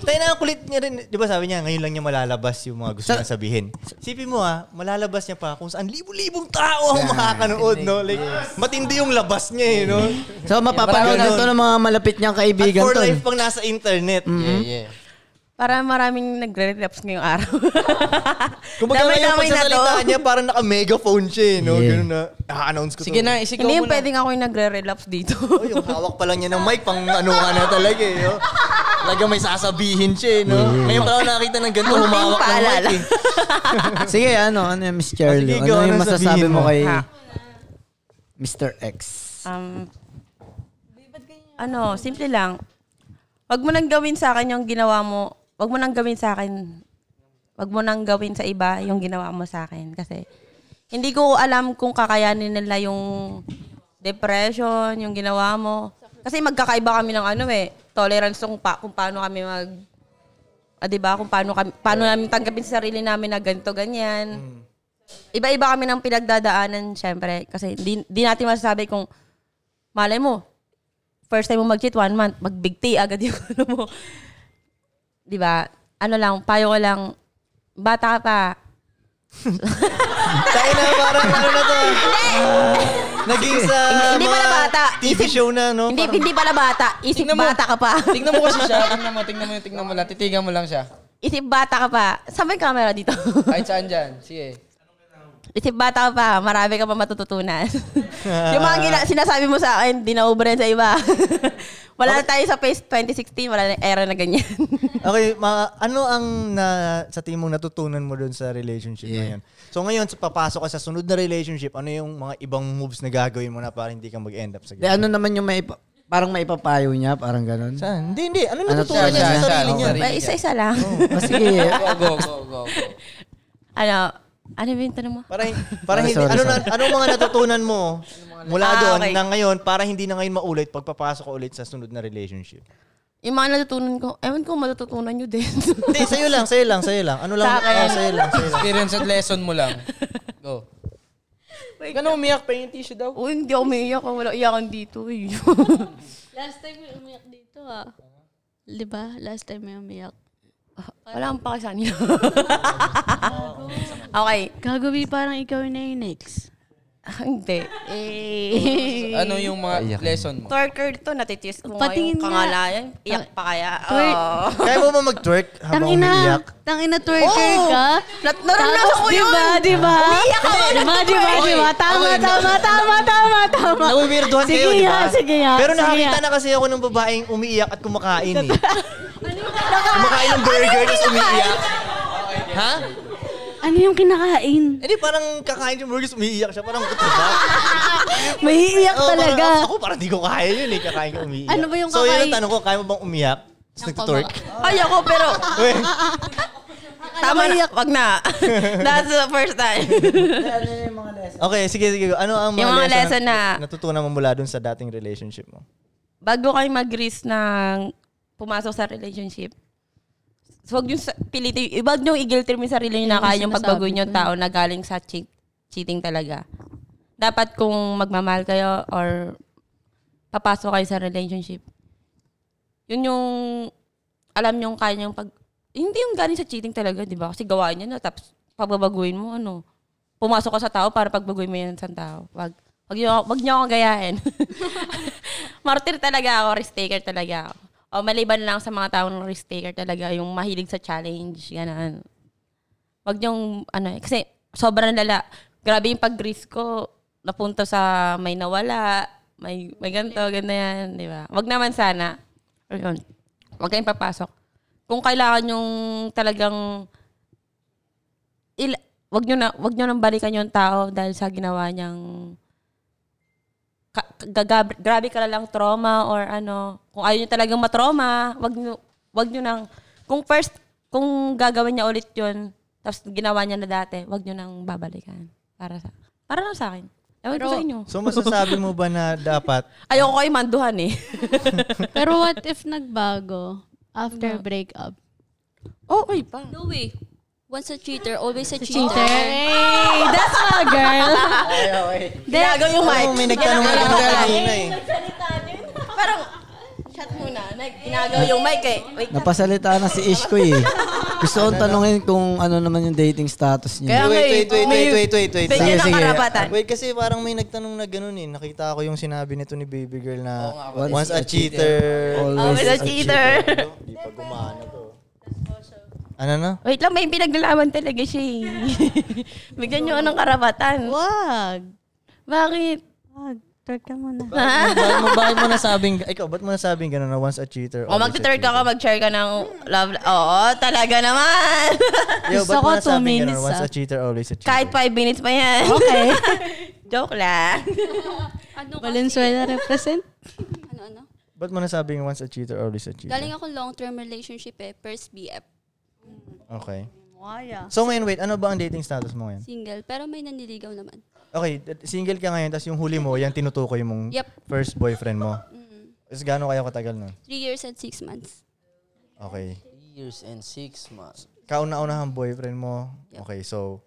Tayo na ang kulit niya rin. Di ba sabi niya, ngayon lang niya malalabas yung mga gusto Sa- niya sabihin. Sipin mo ha, malalabas niya pa kung saan libu-libong tao ang makakanood, no? Like, matindi yung labas niya, eh, [LAUGHS] no? So mapapanood Parang na to ng mga malapit niyang At kaibigan for to. eh. life pang nasa internet. Yeah, yeah. Para maraming nagre-relapse ngayong araw. [LAUGHS] Kung baga Damay-damay yung na to. pagsasalita niya, parang naka-megaphone siya, eh, no? Yeah. Ganun na, ah-announce ko Sige to. na, isigaw mo Hindi Ano yung na. pwedeng ako yung nagre-relapse dito. Oh, yung hawak pa lang niya ng mic, pang ano ka na talaga eh. No? Talaga may sasabihin siya eh, no? Ngayon pa ako nakakita ng ganito, Munting humawak ng mic paalala. eh. [LAUGHS] Sige, ano, ano yung Miss sige, Cherry Lou? ikaw, Ano yung ano masasabi sabihin mo mo? kay [LAUGHS] Ha. Mr. X? Um, ano, simple lang. Huwag mo nang gawin sa akin yung ginawa mo. Huwag mo nang gawin sa akin. Huwag mo nang gawin sa iba yung ginawa mo sa akin. Kasi hindi ko alam kung kakayanin nila yung depression, yung ginawa mo. Kasi magkakaiba kami ng ano eh, tolerance kung, pa, kung paano kami mag... Ah, 'di ba? Kung paano kami paano namin tanggapin sa sarili namin na ganito ganyan. Iba-iba kami ng pinagdadaanan, syempre. Kasi di, di natin masasabi kung malay mo, first time mo mag-cheat, one month, mag-big tea agad yung [LAUGHS] ano mo. Di ba? Ano lang, payo ko lang, bata ka pa. Tayo na, parang ano na to. ah, naging sa Hindi mga pala bata. TV show na, no? hindi, hindi pala bata. Isip Tingnan mo. bata ka pa. Tingnan mo kasi siya. Tingnan mo, tingnan mo, yung tingnan mo lang. Titigan mo lang siya. [LAUGHS] Isip bata ka pa. Saan ba yung camera dito? Kahit saan dyan. Sige. [LAUGHS] Isip bata ka pa. Marami ka pa matututunan. Ah. yung mga gina- sinasabi mo sa akin, di na uberin sa iba. [LAUGHS] wala na tayo sa phase 2016. Wala na yung era na [LAUGHS] ganyan. Okay, ma- ano ang na, sa tingin mong natutunan mo doon sa relationship na yun? So ngayon, sa papasok ka sa sunod na relationship, ano yung mga ibang moves na gagawin mo na para hindi ka mag-end up sa Di, ganyan? ano naman yung may, parang maipapayo niya, parang ganun. Saan? Hindi, hindi. Ano Ano natutunan siya, niya siya, sa sarili siya, niya? okay. Ba, isa-isa lang. Oh. Ah, sige. Go, go, go, go. go. ano, ano ba yung tanong mo? Para [LAUGHS] para hindi sorry, ano na, anong mga natutunan mo mula Ah, doon okay. na ngayon para hindi na ngayon maulit pagpapasok ko ulit sa sunod na relationship. Yung mga natutunan ko, ewan ko matututunan nyo din. [LAUGHS] Hindi, sa'yo lang, sa'yo lang, sa'yo lang. Ano lang, Sa oh, akin. sa'yo lang, sa'yo lang. Experience at lesson mo lang. Go. Wait, Ganun umiyak pa yung tissue daw. Uy, hindi ako umiiyak. Wala iyakan dito. eh. [LAUGHS] Last time may umiyak dito ah. Di ba? Last time may umiyak. Wala akong pakisa niyo. [LAUGHS] okay. Gagabi parang ikaw na yung next. Ah, Hindi. Eh. Ano yung mga lesson mo? Twerker to, natitwist mo Patingin Patingin yung nga. kangalayan. Iyak pa kaya. Twer- Oh. Kaya mo ba mag-twerk habang Tangina, umiiyak? tangina twerker Oo. ka. Nat- naranasan ko yun. Diba, diba? Umiiyak ako Diba, ng diba, twerk. diba? Tama, Okay, tama, tama, tama, tama. Nawiwirduhan Sige kayo, di nga, diba? ba? sige nga, Pero sige nakakita nga. na kasi ako ng babaeng umiiyak at kumakain eh. kumakain ng burger tapos umiiyak. Ha? Ano yung kinakain? Eh di parang kakain yung burger tapos umiiyak siya. Parang, what the fuck? Mahiiyak Oo, parang Ah, talaga. Ako, parang di ko kaya yun eh. Kakain ko umiiyak. Ano ba yung So yun ang kakain- tanong ko, kaya mo bang umiyak? Tapos nag-twerk? Ayoko, pero Uy, tama na. Wag na. [LAUGHS] That's the first time. [LAUGHS] okay, sige, sige. Ano ang mga, Yung mga lesson na- natutunan mo mula dun sa dating relationship mo? Bago kayo mag-risk ng pumasok sa relationship, huwag nyo pilitin, huwag nyo i-guilty mo yung sarili nyo na Yun yung kaya nyo sinasabi pagbaguhin ko yung tao na galing sa cheat- cheating talaga. Dapat kung magmamahal kayo or papasok kayo sa relationship, yun yung alam nyo kaya nyo pag... Hindi yung galing sa cheating talaga, di ba? Kasi gawain niya na tapos pagbabaguhin mo, ano, pumasok ka sa tao para pagbaguhin mo yan sa tao. Wag, wag nyo, wag nyo akong gayahin. [LAUGHS] Martyr talaga ako, risk taker talaga ako. O maliban lang sa mga taong risk taker talaga, yung mahilig sa challenge, ganun. Wag nyo, ano, eh, kasi sobrang lala. Grabe yung pag-risk ko, napunta sa may nawala, may, may ganito, ganyan, di ba? Wag naman sana. Or yun, wag kayong papasok. kung kailangan yung talagang il- wag nyo na wag nyo nang balikan yung tao dahil sa ginawa niyang ka, ka- gaga- grabe ka lang trauma or ano kung ayaw nyo talagang matrauma wag nyo wag nyo nang kung first kung gagawin niya ulit yun tapos ginawa niya na dati wag nyo nang babalikan para sa para lang sa akin Ewan ko sa inyo. So masasabi mo ba na [LAUGHS] dapat Ayoko kayo manduhan eh. Pero what if nagbago after breakup? [LAUGHS] oh, okay pa. No way. Once a cheater, always a cheater. Cheater? Hey, that's my girl. Ginagaw yung mic. Oh, may nagtanong ka ng kanina eh. Parang, chat muna. Nag- Ginagaw yung mic eh. Wait. Napasalita na si Ish ko eh. Gusto kong tanungin kung ano naman yung dating status niya. Kaya- Wait, wait, wait, wait, wait, wait, wait. Bigyan ng karapatan. Wait, kasi parang may nagtanong na ganun eh. Nakita ko yung sinabi nito ni Baby Girl Oo na nga, once a cheater. Always Always a cheater. Di pa gumana to. Ano na? Wait lang, may pinaglalaban talaga siya [LAUGHS] eh. Bigyan nyo ng karapatan. Wag. Bakit? Wag. Twerk ka muna. bakit, mo, bakit mo nasabing, ikaw, ba't mo nasabing ganun na once a cheater? O always a magte-third Oh, ka cheater? ka, mag-share ka ng love. Oo, talaga naman. [LAUGHS] Yo, Gusto ba't mo ko two nasabing ganun, minutes, once ah. a cheater, always a cheater? Kahit 5 minutes pa yan. Okay. [LAUGHS] Joke [LAUGHS] lang. Ano kasi? Valenzuela represent. Ano, ano? Ba't mo nasabing once a cheater, always a cheater? Galing akong long-term relationship eh. First BF. Okay. ah? Waya. So ngayon, wait, ano ba ang dating status mo ngayon? Single. Pero may naniligaw naman. Okay, d- single ka ngayon, tapos yung huli mo, yung tinutukoy mong Yep. first boyfriend mo. Mm. Tapos gaano kayo katagal nun? Three years and six months. Okay. Years and six months. Kauna-unahang boyfriend mo. Yep. Okay, so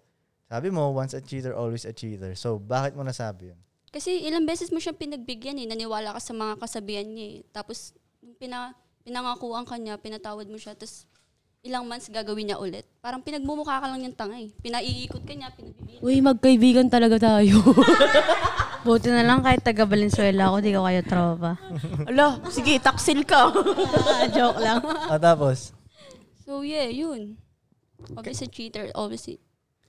sabi mo, once a cheater, always a cheater. So bakit mo nasabi yun? Kasi ilang beses mo siyang pinagbigyan eh. Naniwala ka sa mga kasabihan niya eh. Tapos, nung pina, pinangakuan ka niya, pinatawad mo siya. Tapos, ilang months gagawin niya ulit. Parang pinagmumukha ka lang niyang tanga eh. Pinaiikot ka niya, pinabibili. Uy, magkaibigan talaga tayo. Buti na lang kahit taga Valenzuela ako, di ko kayo tropa. [LAUGHS] Ala, sige, taksil ka. [LAUGHS] Joke lang. [LAUGHS] Ah, tapos? So yeah, yun. Always a cheater, always a,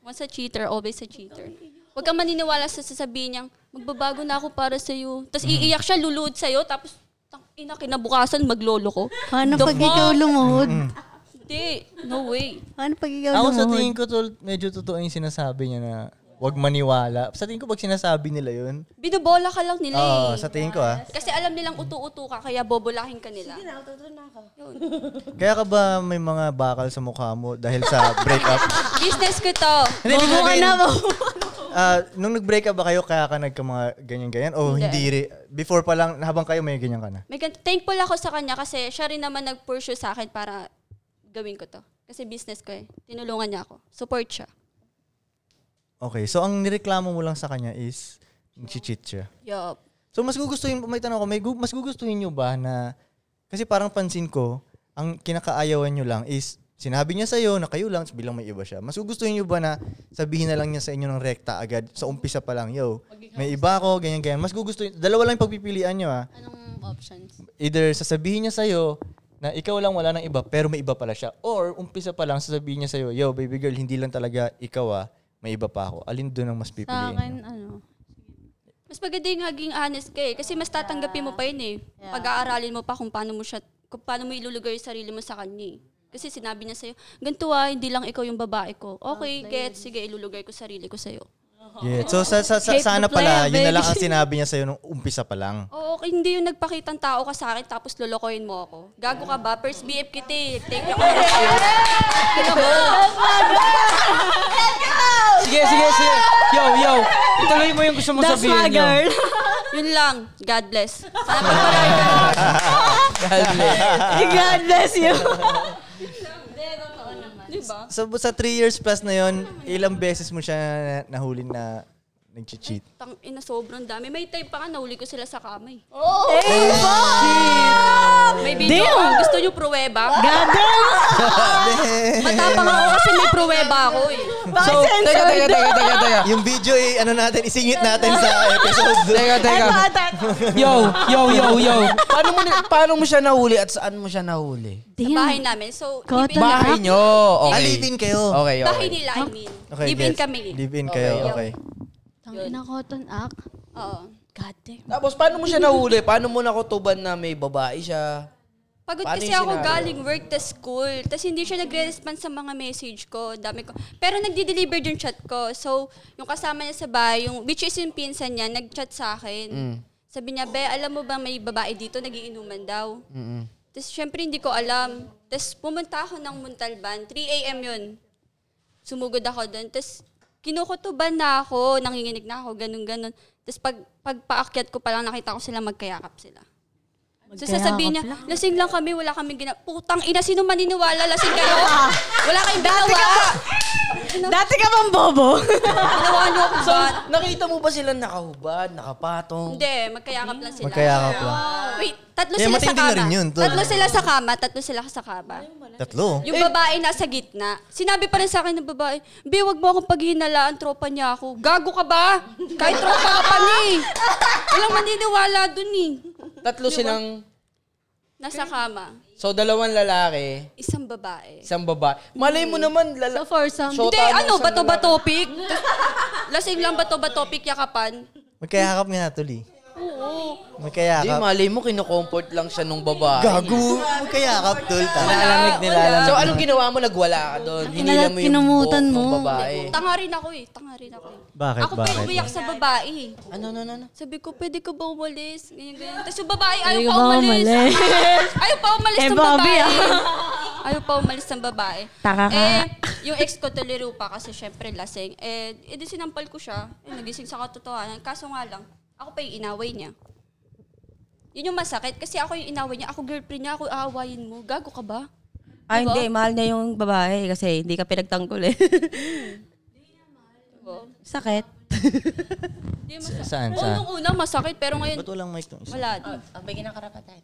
once a cheater, always a cheater. Huwag kang maniniwala sa sasabihin niyang, magbabago na ako para sa'yo. Tapos iiyak siya, lulood sa'yo, tapos tang- ina, kinabukasan, maglolo ko. Paano The pag ikaw fuck? lumuhod? Hindi, no way. Paano Ano pag ikaw Ako sa lumuhod? tingin ko, tol, medyo totoo yung sinasabi niya na wag maniwala. Sa tingin ko, pag sinasabi nila yun, Binubola ka lang nila Oo, eh. sa tingin ko ah. Kasi alam nilang utu-utu ka, kaya bobolahin ka nila. Kaya ka ba may mga bakal sa mukha mo dahil sa breakup? [LAUGHS] Business ko [LAUGHS] to. ano. Hindi, ibig sabihin, [LAUGHS] ah, nung nag-break up ba kayo, kaya ka nagka mga ganyan-ganyan? O hindi, rin? Before pa lang, habang kayo, may ganyan ka na? May gan- thankful ako sa kanya kasi siya rin naman nag-pursue sa akin para gawin ko to. Kasi business ko eh. Tinulungan niya ako. Support siya. Okay, so ang nireklamo mo lang sa kanya is, nag-cheat siya. Yup. So mas gugustuhin, may tanong ko, may gu- mas gugustuhin nyo ba na, kasi parang pansin ko, ang kinakaayawan nyo lang is, sinabi niya sa'yo na kayo lang, bilang may iba siya. Mas gugustuhin nyo ba na sabihin na lang niya sa inyo ng rekta agad, sa umpisa pa lang, yo, may iba ako, ganyan-ganyan. Mas gugustuhin, dalawa lang yung pagpipilian nyo ah. Anong options? either sasabihin niya sa'yo na ikaw lang wala nang iba pero may iba pala siya or umpisa pa lang sasabihin niya sa'yo yo baby girl hindi lang talaga ikaw ah may iba pa ako alin doon ang mas Sa pipiliin akin, mo? ano? Mas maganda yung naging honest ka eh. Kasi mas tatanggapin mo pa yun eh. Pag-aaralin mo pa kung paano mo siya, kung paano mo ilulugar yung sarili mo sa kanya eh. Kasi sinabi niya sa'yo, ganito ah, hindi lang ikaw yung babae ko. Okay, get, sige, ilulugay ko sarili ko sa'yo. Yeah. so sa, sa, sa- Hate sana the player, pala yun na lang baby. ang sinabi niya sa'yo nung umpisa pa lang Oo, okay, hindi yung nagpakitang tao ka sa akin tapos lolokohin mo ako. Gago ka ba? First BF kita eh. Take ako ng risk. Ano mo? Sige, sige, sige. Yo, yo. Ituloy mo yung gusto mo That's sabihin my nyo. [LAUGHS] girl. [LAUGHS] Yun lang. God bless. Sana pagpalain ka lang. God bless [LAUGHS] you. Diba? so sa three years plus na yon ilang beses mo siya na- nahulin na nag-cheat Tang ina, sobrang dami. May time pa ka, nahuli ko sila sa kamay. May video ako. Gusto nyo pruweba? [LAUGHS] Matapang ako kasi may pruweba ako eh. So, teka, teka, teka, teka, teka. yung video eh ano natin isingit natin sa episode Teka, teka. [LAUGHS] Yo, yo, yo, yo. Paano mo, ni- paano mo siya nahuli at saan mo siya nahuli? Sa bahay namin. So, Cotton. live-in Ba- kami. Bahay nyo. Ah, Okay. live-in kayo Okay, Bahay okay. nila, I mean. okay live-in gets. kami. live-in kayo okay, Okay. Tangina cotton act. Oo. God damn. Tapos, paano mo siya nahuli? Paano mo nakutuban na may babae siya? Pagod Paano kasi yung ako scenario? galing work to school. Tapos hindi siya nagre-respond sa mga message ko. Dami ko. Pero nagdi-deliver yung chat ko. So, yung kasama niya sa bahay, yung, which is yung pinsan niya, nag-chat sa akin. Mm. Sabi niya, Be, alam mo ba may babae dito nagiinuman daw? Mm-mm. Tapos syempre hindi ko alam. Tapos pumunta ako ng Muntalban. 3 a.m. yun. Sumugod ako doon. Tapos kinukutuban na ako. Nanginginig na ako. Ganun, ganun. Tapos pag, pagpaakyat ko pa lang, nakita ko sila magkayakap sila. So sasabihin niya, lasing lang kami, wala kaming gina... Putang ina, sino maniniwala? Lasing kayo? wala kayong ginawa. [LAUGHS] Dati ka bang bobo? Ginawa niyo ako So, ba? nakita mo ba sila nakahubad, nakapatong? Hindi, magkayakap lang sila. Magkayakap lang. Wait, tatlo Eh, sila sa matindi na kama. rin yun, tol. Tatlo sila sa kama, tatlo sila sa kama. Tatlo. Yung babae nasa gitna. Sinabi pa rin sa akin ng babae, Be, wag mo akong paghihinalaan, tropa niya ako. Gago ka ba? Kahit tropa ka pa ni. Walang maniniwala dun eh. Tatlo silang, Nasa kama. so dalawang lalaki, Isang babae. isang babae. Malay mo naman, lala- So foursome. Shota Hindi, mo ano, isang bato ba lalaki. topic? Lasing lang bato ba topic yakapan? Magkayakap nga, tuloy. Oo. Hindi, Magkayakap. malay mo, kinukomfort lang siya nung babae. Gago. Magkayakap, tol. Tama. Nalalamig nila. wala. alam. So, anong ginawa mo? Nagwala ka doon. Hinila mo yung buhok kinumutan ng mo. babae. Tanga rin ako eh. Tanga rin ako eh. Bakit? Ako pa Bakit? yung umiyak sa babae. Ano, ano, ano? ano? Sabi ko, pwede ka ba umalis? Ganyan, ganyan. Tapos yung babae, ayaw Ayaw pa ba umalis. umalis? [LAUGHS] ayaw pa umalis Eh, ng Bobby, babae. ah. ayaw pa umalis ng babae. Taka ka. [LAUGHS] Eh, yung ex ko tuliro pa kasi syempre lasing. Eh, edi sinampal ko siya. Eh, nagising sa katotohanan. Kaso nga lang, ako pa yung inaway niya. Yun yung masakit kasi ako yung inaway niya. Ako girlfriend niya, ako aawayin mo. Gago ka ba? Ay, Diba? hindi. Mahal niya yung babae kasi hindi ka pinagtanggol eh. Diba? [LAUGHS] Sakit. Di masakit. Saan? Oh, Saan? nung una masakit pero ngayon Ba't walang mic nung isa? wala din. Oh, Bigyan ng karapatan.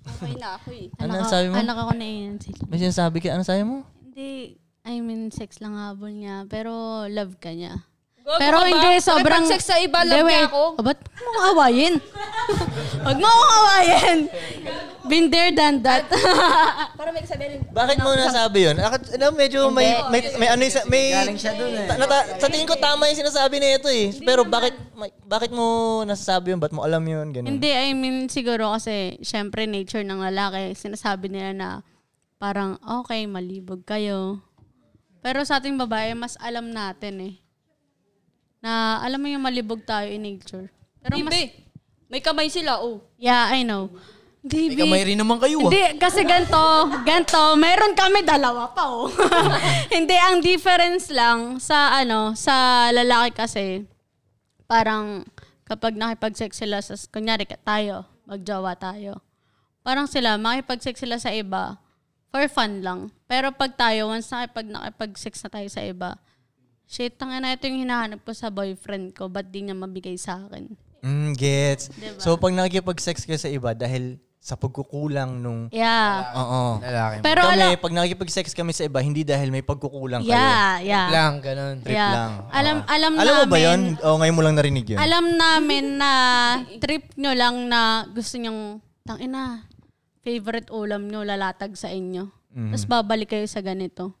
Okay na ako eh. Ano Anak ang ako- sabi mo? Anak ako na yun. sila. May sinasabi ka? Ano sabi mo? Hindi, I mean, sex lang habol niya. Pero love ka niya. Gago Pero ka ba? hindi, sobrang... Nakipag-sex sa iba, Hindi, love niya wait. ako. O, ba't mo akong awayin? [LAUGHS] Huwag mo akong awayin! Been there, done that. [LAUGHS] Bakit mo nasabi yun? Ako, alam, medyo may, may, may ano yung, sa- may, Galing siya dun eh. Ta- nata- sa tingin ko tama yung sinasabi na ito eh. Pero bakit, may- bakit mo nasasabi yun? Ba't mo alam Mm. yun? Ganun. Hindi, I mean, siguro kasi, syempre, nature ng lalaki, sinasabi nila na parang, okay, malibog kayo. Pero sa ating babae, mas alam natin eh. Na, alam mo yung malibog tayo in nature. Pero Hindi, mas, be. May kamay sila, oh. yeah, I know. May Hindi, be. kamay rin naman kayo, ah. Hindi, kasi ganto, ganto, meron kami dalawa pa oh. [LAUGHS] Hindi, ang difference lang sa ano, sa lalaki kasi, parang kapag nakipag-sex sila, sa, kunyari ka- tayo, magjowa tayo, parang sila, makipag-sex sila sa iba, for fun lang. Pero pag tayo, once nakipag, nakipag-sex na tayo sa iba, shit, tanga na ito yung hinahanap ko sa boyfriend ko, ba't di niya mabigay sa akin? Mm, gets. So, pag nakikipag-sex ka sa iba dahil sa pagkukulang nung... Yeah. Oo. Lalaki. Pero kami, alam, pag nakikipag-sex kami sa iba, hindi dahil may pagkukulang kayo. yeah, yeah. Lang, ganun. Trip Yeah. lang. Alam, alam, Alam mo namin, ba yun? O, ngayon mo lang narinig yun. Alam namin na trip nyo lang na gusto nyong, tangina, favorite ulam nyo, lalatag sa inyo. Mhm. Tapos babalik kayo sa ganito.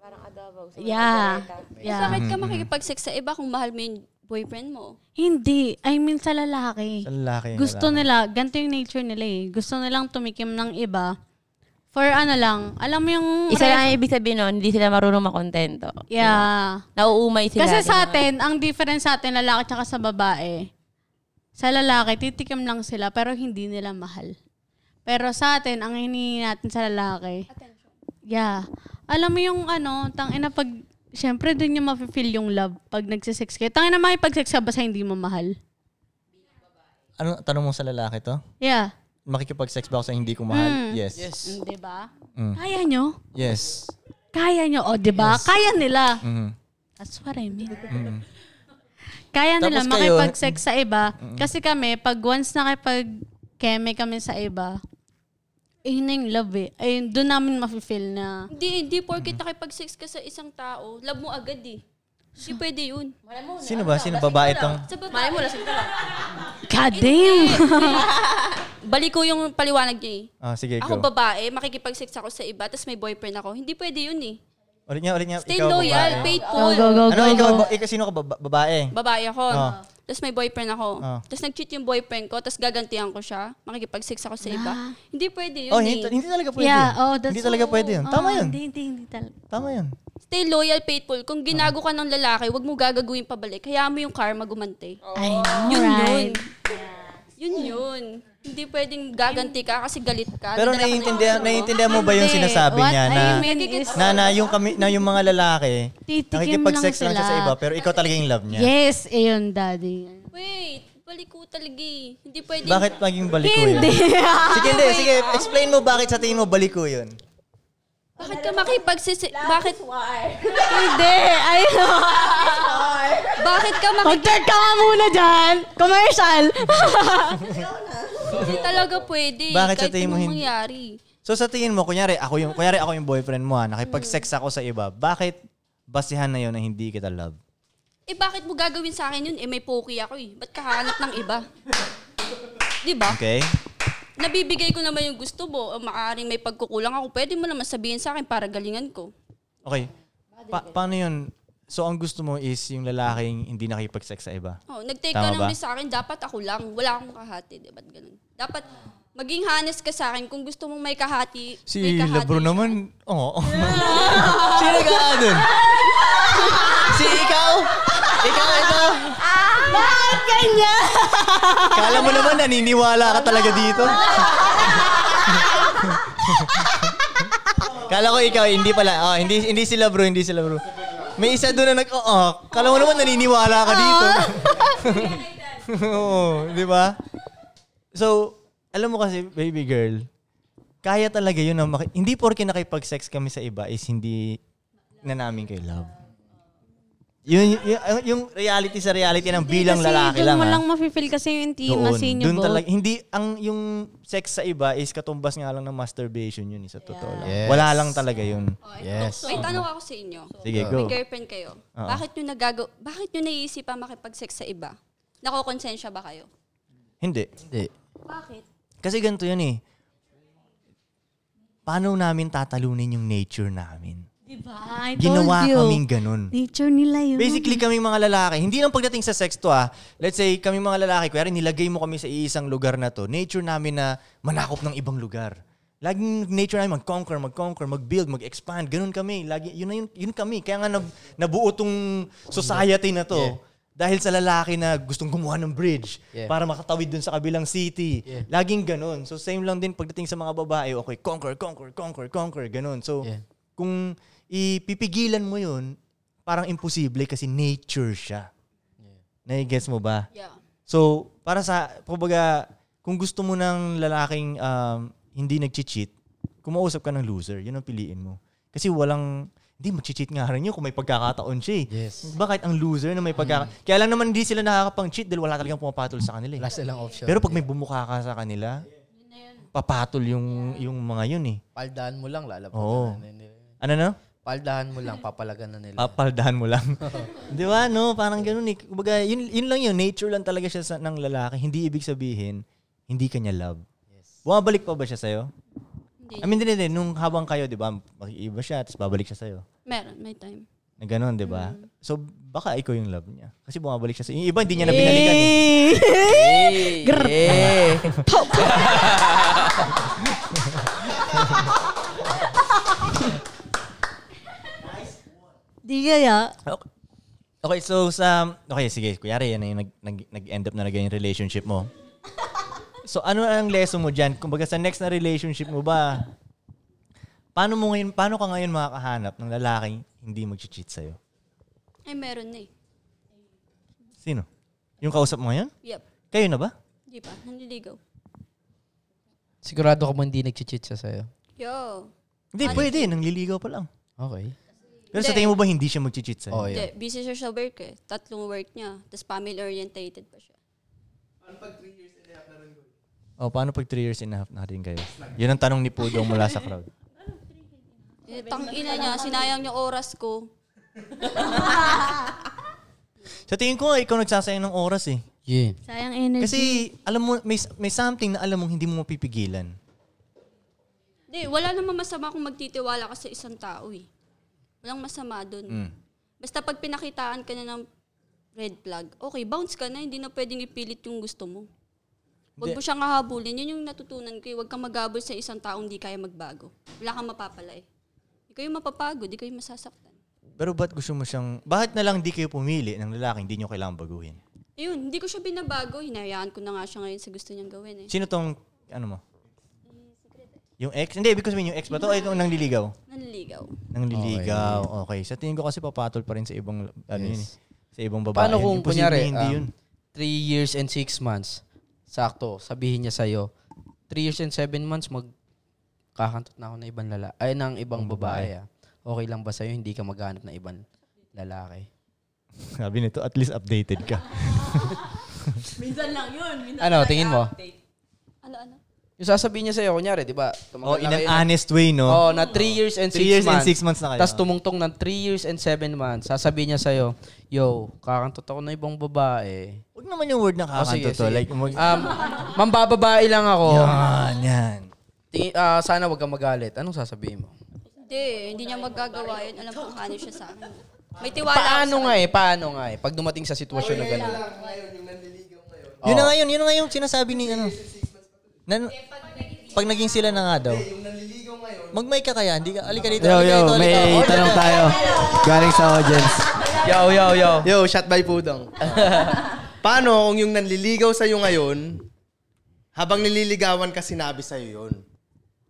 Parang adobo. Yeah. yeah. Bakit ka makikipag-sex sa iba kung mahal mo yung boyfriend mo? Hindi. I mean, sa lalaki. Sa lalaki. Gusto nila, ganito yung nature nila eh. Gusto nilang tumikim ng iba for ano lang. Alam mo yung... Isa lang ang ibig sabihin nun, hindi sila marunong makontento. Yeah. Nauumay sila. Kasi sa atin, ang difference sa atin, lalaki tsaka sa babae, sa lalaki, titikim lang sila pero hindi nila mahal. Pero sa atin, ang hinihingi natin sa lalaki, yeah. Alam mo yung ano, tangina pag, syempre dun yung mafe-feel yung love pag nagsisex kayo. Tangina makipag-sex ka ba sa hindi mo mahal? Ano, tanong mo sa lalaki to? Yeah. Makikipag-sex ba ako sa hindi ko mahal? Yes. Yes. Mm, Diba? Mm. Kaya nyo? Yes. Kaya nyo. O, diba? Kaya nila. Mhm. That's what I mean. Kaya nila Mm. Tapos kayo- Mm. makipag-sex sa iba. Kasi kami, pag once nakipag-keme kami sa iba, ayun na yung love eh. Ayun, doon namin mafe-feel na Hindi, hindi porkit nakipag-sex ka sa isang tao, love mo agad eh. Hindi pwede yun. Sino ba? Sino babae tong? Sa babae. mo, lasing ka lang. God damn! [LAUGHS] Balik ko yung paliwanag niya eh. Ah, sige, Ako go. babae, makikipag-sex ako sa iba, tapos may boyfriend ako. Hindi pwede yun eh. Ulit niya, ulit niya. Stay Ikaw, loyal, babae. ah. faithful. Go, go, go, Ano, go, ikaw, go. ba- ikaw, sino ka? Ba- babae? Babae ako. Ah. Tapos Tapos may boyfriend ako. Ah. Tapos nag-cheat yung boyfriend ko, tapos gagantihan ko siya. Makikipag-sex ako sa iba. Ah. Hindi pwede yun Oh, eh. hindi, hindi talaga pwede. Yeah, yun. oh, that's hindi talaga oo. pwede yun. Tama Oo, yun. Hindi, hindi, hindi talaga. Tama yun. Stay loyal, faithful. Kung ginago ka ng lalaki, wag mo gagaguhin pabalik. Hayaan mo yung karma gumante. Ay, Yun alright. yun. Yun yun. Hindi pledeng gaganti ka kasi galit ka. Pero Dadala ka ng naiintindihan, emotion mo. naiintindihan mo ba yung Ano? Hindi. sinasabi What niya I na, mean is- na, na yung, kami, na yung mga lalaki, Titikim nakikipag-sex lang lang siya sa sila. iba, pero ikaw talaga yung love niya. Yes, ayun, daddy. Wait, balik ko talaga eh. Hindi pwedeng... Bakit maging baliko yun? sige, [LAUGHS] hindi. Sige, explain mo bakit sa tingin mo baliko yun. Bakit ka makipagsisi... Bakit... Hindi, ayun. [LAUGHS] Bakit ka makik... Mag-check ka nga muna dyan. Commercial. Hindi talaga pwede. Bakit sa kahit tingin mo anong hindi? mangyari. So sa tingin mo, kunyari ako yung, kunyari ako yung boyfriend mo, ha, nakipag-sex ako sa iba, bakit basihan na yun na hindi kita love? Eh bakit mo gagawin sa akin yun? Eh may pokey ako eh. Ba't kahanap ng iba? Di ba? Okay? Nabibigay ko naman yung gusto mo. O maaring may pagkukulang ako. Pwede mo naman sabihin sa akin para galingan ko. Okay. Pa- paano yun? So ang gusto mo is yung lalaking hindi nakipag-sex sa iba? Oh, nag-take Tama ka ng ba? risk sa akin, dapat ako lang. Wala akong kahati. Di ba't ganun? Dapat maging honest ka sa akin kung gusto mong may kahati. may Si kahati Labro siya. naman, oo. [LAUGHS] Oh. Sino ka dun? si ikaw? Ikaw, ikaw? Bakit ganyan? Kala mo naman naniniwala ka talaga dito. Kala ko ikaw, hindi pala. Oh, hindi, hindi sila bro, hindi sila bro. May isa doon na nag, oo. kala mo naman naniniwala ka dito. Ah. Oo, di ba? So, alam mo kasi, baby girl, kaya talaga yun. Na maki- hindi porke nakipag-sex kami sa iba is hindi na namin kayo love. Yun, yun- yung reality sa reality ng bilang lalaki lang. Doon mo ha? lang mafe-feel kasi yung intimacy niyo Doon both. talaga, hindi, ang yung sex sa iba is katumbas nga lang ng masturbation yun, eh, sa totoo lang. Yes. Wala lang talaga yun. Yes. May tanong ako sa inyo. Sige, go. May girlfriend kayo. Bakit nyo nagago... Bakit nyo naiisipan makipag-sex sa iba? Nakokonsensya ba kayo? Hindi. Hindi. Bakit? Kasi ganito yun eh. Paano namin tatalunin yung nature namin? Diba? I told Ginawa you. kaming ganun. Nature nila yun. Basically, kami mga lalaki, hindi lang pagdating sa sex to ah. Let's say, kami mga lalaki, kaya nilagay mo kami sa iisang lugar na to. Nature namin na manakop ng ibang lugar. Laging nature namin mag-conquer, mag-conquer, mag-build, mag-expand. Ganun kami. Lagi, yun na yun, yun kami. Kaya nga nab- nabuo tong society na to. Dahil sa lalaki na gustong gumawa ng bridge Yeah. para makatawid dun sa kabilang city. Yeah. Laging ganun. So same lang din pagdating sa mga babae, okay, conquer, conquer, conquer, conquer, ganun. So Yeah. kung ipipigilan mo yun, parang imposible kasi nature siya. Nai-guess mo ba? Yeah. So, para sa, kumbaga, kung gusto mo ng lalaking um, hindi nag-cheat, kumausap ka ng loser. Yun ang piliin mo. Kasi walang, hindi, mag-cheat nga rin yun kung may pagkakataon siya eh. Yes. Bakit ang loser na may pagkaka... Kaya lang naman hindi sila nakakapang-cheat dahil wala talagang pumapatol sa kanila eh. Wala silang option. Pero pag may bumuka ka sa kanila, papatol yung yung mga yun eh. Paldahan mo lang, lalabas Oo. na nila. Ano na? Paldahan mo lang, papalagan na nila. Papaldahan mo lang. [LAUGHS] Di ba? No, parang ganun eh. Kumbaga, yun, yun lang yun. Nature lang talaga siya sa, ng lalaki. Hindi ibig sabihin, hindi kanya love. Bumabalik pa ba siya sa'yo? Hindi. I mean, hindi, hindi. Nung habang kayo, di ba, makiiba siya, tapos babalik siya sa'yo. Meron, may time. Na ganun, di ba? So, baka ikaw yung love niya. Kasi bumabalik siya sa'yo. Yung iba, hindi niya na binalikan eh. Hey! Yeah. Di kaya. Okay. Okay, so sa... Okay, sige. Kuyari, yan na yung nag, nag, nag-end up na na ganyan yung relationship mo. So ano ang lesson mo dyan? Kumbaga sa next na relationship mo ba, paano mo ngayon, paano ka ngayon makakahanap ng lalaking hindi mag-cheat sa'yo? Ay, meron na eh. Sino? Yung kausap mo ngayon? Yep. Kayo na ba? Hindi pa. Nanliligaw. Sigurado ka mo hindi nag-cheat siya sa'yo. Yo. Hindi, pwede. Nangliligaw pa lang. Okay. Pero sa Hindi. tingin mo ba hindi siya mag-cheat sa'yo? Oh, Hindi, yeah. busy siya sa work eh. Tatlong work niya. Tapos family-orientated pa siya. Oh, paano pag 3 years and a half na rin kayo? Yun ang tanong ni Pudong mula sa crowd. Eh, tangina niya. Sinayang niya oras ko. Sa tingin ko, ikaw nagsasayang ng oras eh. Yeah. Sayang energy. Kasi Mm-hmm. alam mo, may, may something na alam mong hindi mo mapipigilan. Hindi, wala namang masama kung magtitiwala ka sa Mm. Mm. isang tao eh. Walang masama doon. Basta pag pinakitaan ka na ng red flag. Okay, bounce ka na, hindi na pwedeng ipilit yung gusto mo. Huwag mo siyang hahabulin. Yun yung natutunan ko. eh. Huwag kang maghabol sa isang taong di kaya magbago. Wala kang mapapala eh. Di kayo mapapagod, di kayo masasaktan. Pero ba't gusto mo siyang, bakit na lang di kayo pumili ng lalaki, hindi nyo kailangang baguhin? Ayun, hindi ko siya binabago. Hinayaan ko na nga siya ngayon sa gusto niyang gawin eh. Sino tong, ano mo? Yung ex? Hindi, because mean yung ex ba to? Ay, itong nangliligaw. Nanligaw. Nangliligaw, okay. Sa tingin ko kasi papatol pa rin sa ibang, ano yun eh, sa ibang babae. Paano yun. kung Imposible, kunyari, Hindi um, yun. [LAUGHS] three years and six months, sakto, sabihin niya sa'yo, three years and seven months, magkakantot na ako ng ibang lala ay, ng ibang babae. ah. Okay lang ba sa'yo, hindi ka maghanap ng ibang lalaki? Sabi nito, at least updated [LAUGHS] ka. Minsan lang yun. Minsan Ano, tingin mo? Ano, ano? Yung sasabihin niya sa'yo, kunyari, di ba? oh, tumagal na in an kayo ng- honest way, no? Oh, na 3 years and 6 Three years and months. six months na kayo. Tapos tumungtong ng 3 years and 7 months. Sasabihin niya sa'yo, yo, kakantot ako ng ibang babae. Huwag naman yung word na Oh, sige, kakanto sige. to. oh. Like, mag- um, mambababae lang ako. yan, yan. Tingin, ah, sana wag kang magalit. Anong sasabihin mo? Hindi, hindi niya magagawa yun. Alam kong ano siya sa akin. May tiwala ako sa Paano nga eh? Paano nga eh? Pag dumating sa sitwasyon na gano'n. Yun na nga yun, yun na nga yung sinasabi ni ano. Na, pag naging sila na nga daw. Magmay ka kaya, hindi ka, alika dito, Yo, alika dito, yo, alika. may tanong tayo. Galing sa audience. Yo, yo, yo. Yo, shot by [LAUGHS] Pudong. Paano kung yung nanliligaw sa'yo ngayon, habang nililigawan ka, sinabi sa'yo yun?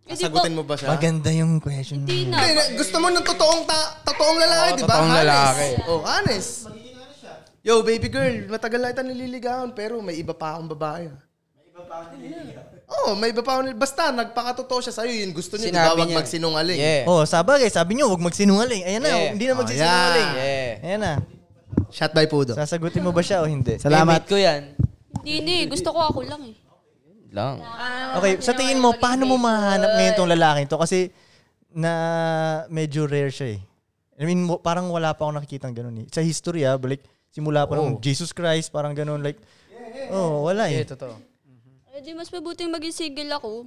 Eh, di Sasagutin mo ba siya? Maganda yung question. Hindi na. Hindi, na- gusto mo ng totoong ta- totoong lalaki, Oo, di ba? totoong Honest. lalaki. Oh, honest. Yo, baby girl, matagal na kita nililigawan pero may iba pa akong babae. Oo, oh, may iba pa akong nililigawan. Basta, nagpakatotoo siya sa'yo. Yun, gusto niya, di ba? Huwag magsinungaling. Yeah. Oh, sabagay, sabi nyo, huwag magsinungaling. Ayan na, Yeah. hindi na Oh, magsisinungaling. yeah. Ayan na. Shot by Pudo. Sasagutin mo ba siya o hindi? Salamat. Eh, mate ko yan. Hindi na eh. Gusto ko ako lang eh. Lang. Okay, sa tingin mo, paano mo mahanap ngayon tong lalaking to? Kasi na medyo rare siya eh. I mean, mo- parang wala pa akong nakikita ng ganun eh. Sa history ah, balik, simula pa nung Jesus Christ, parang ganun. Like, oh, wala eh. Eh, totoo. Eh, di mas mabuting maging sigil ako.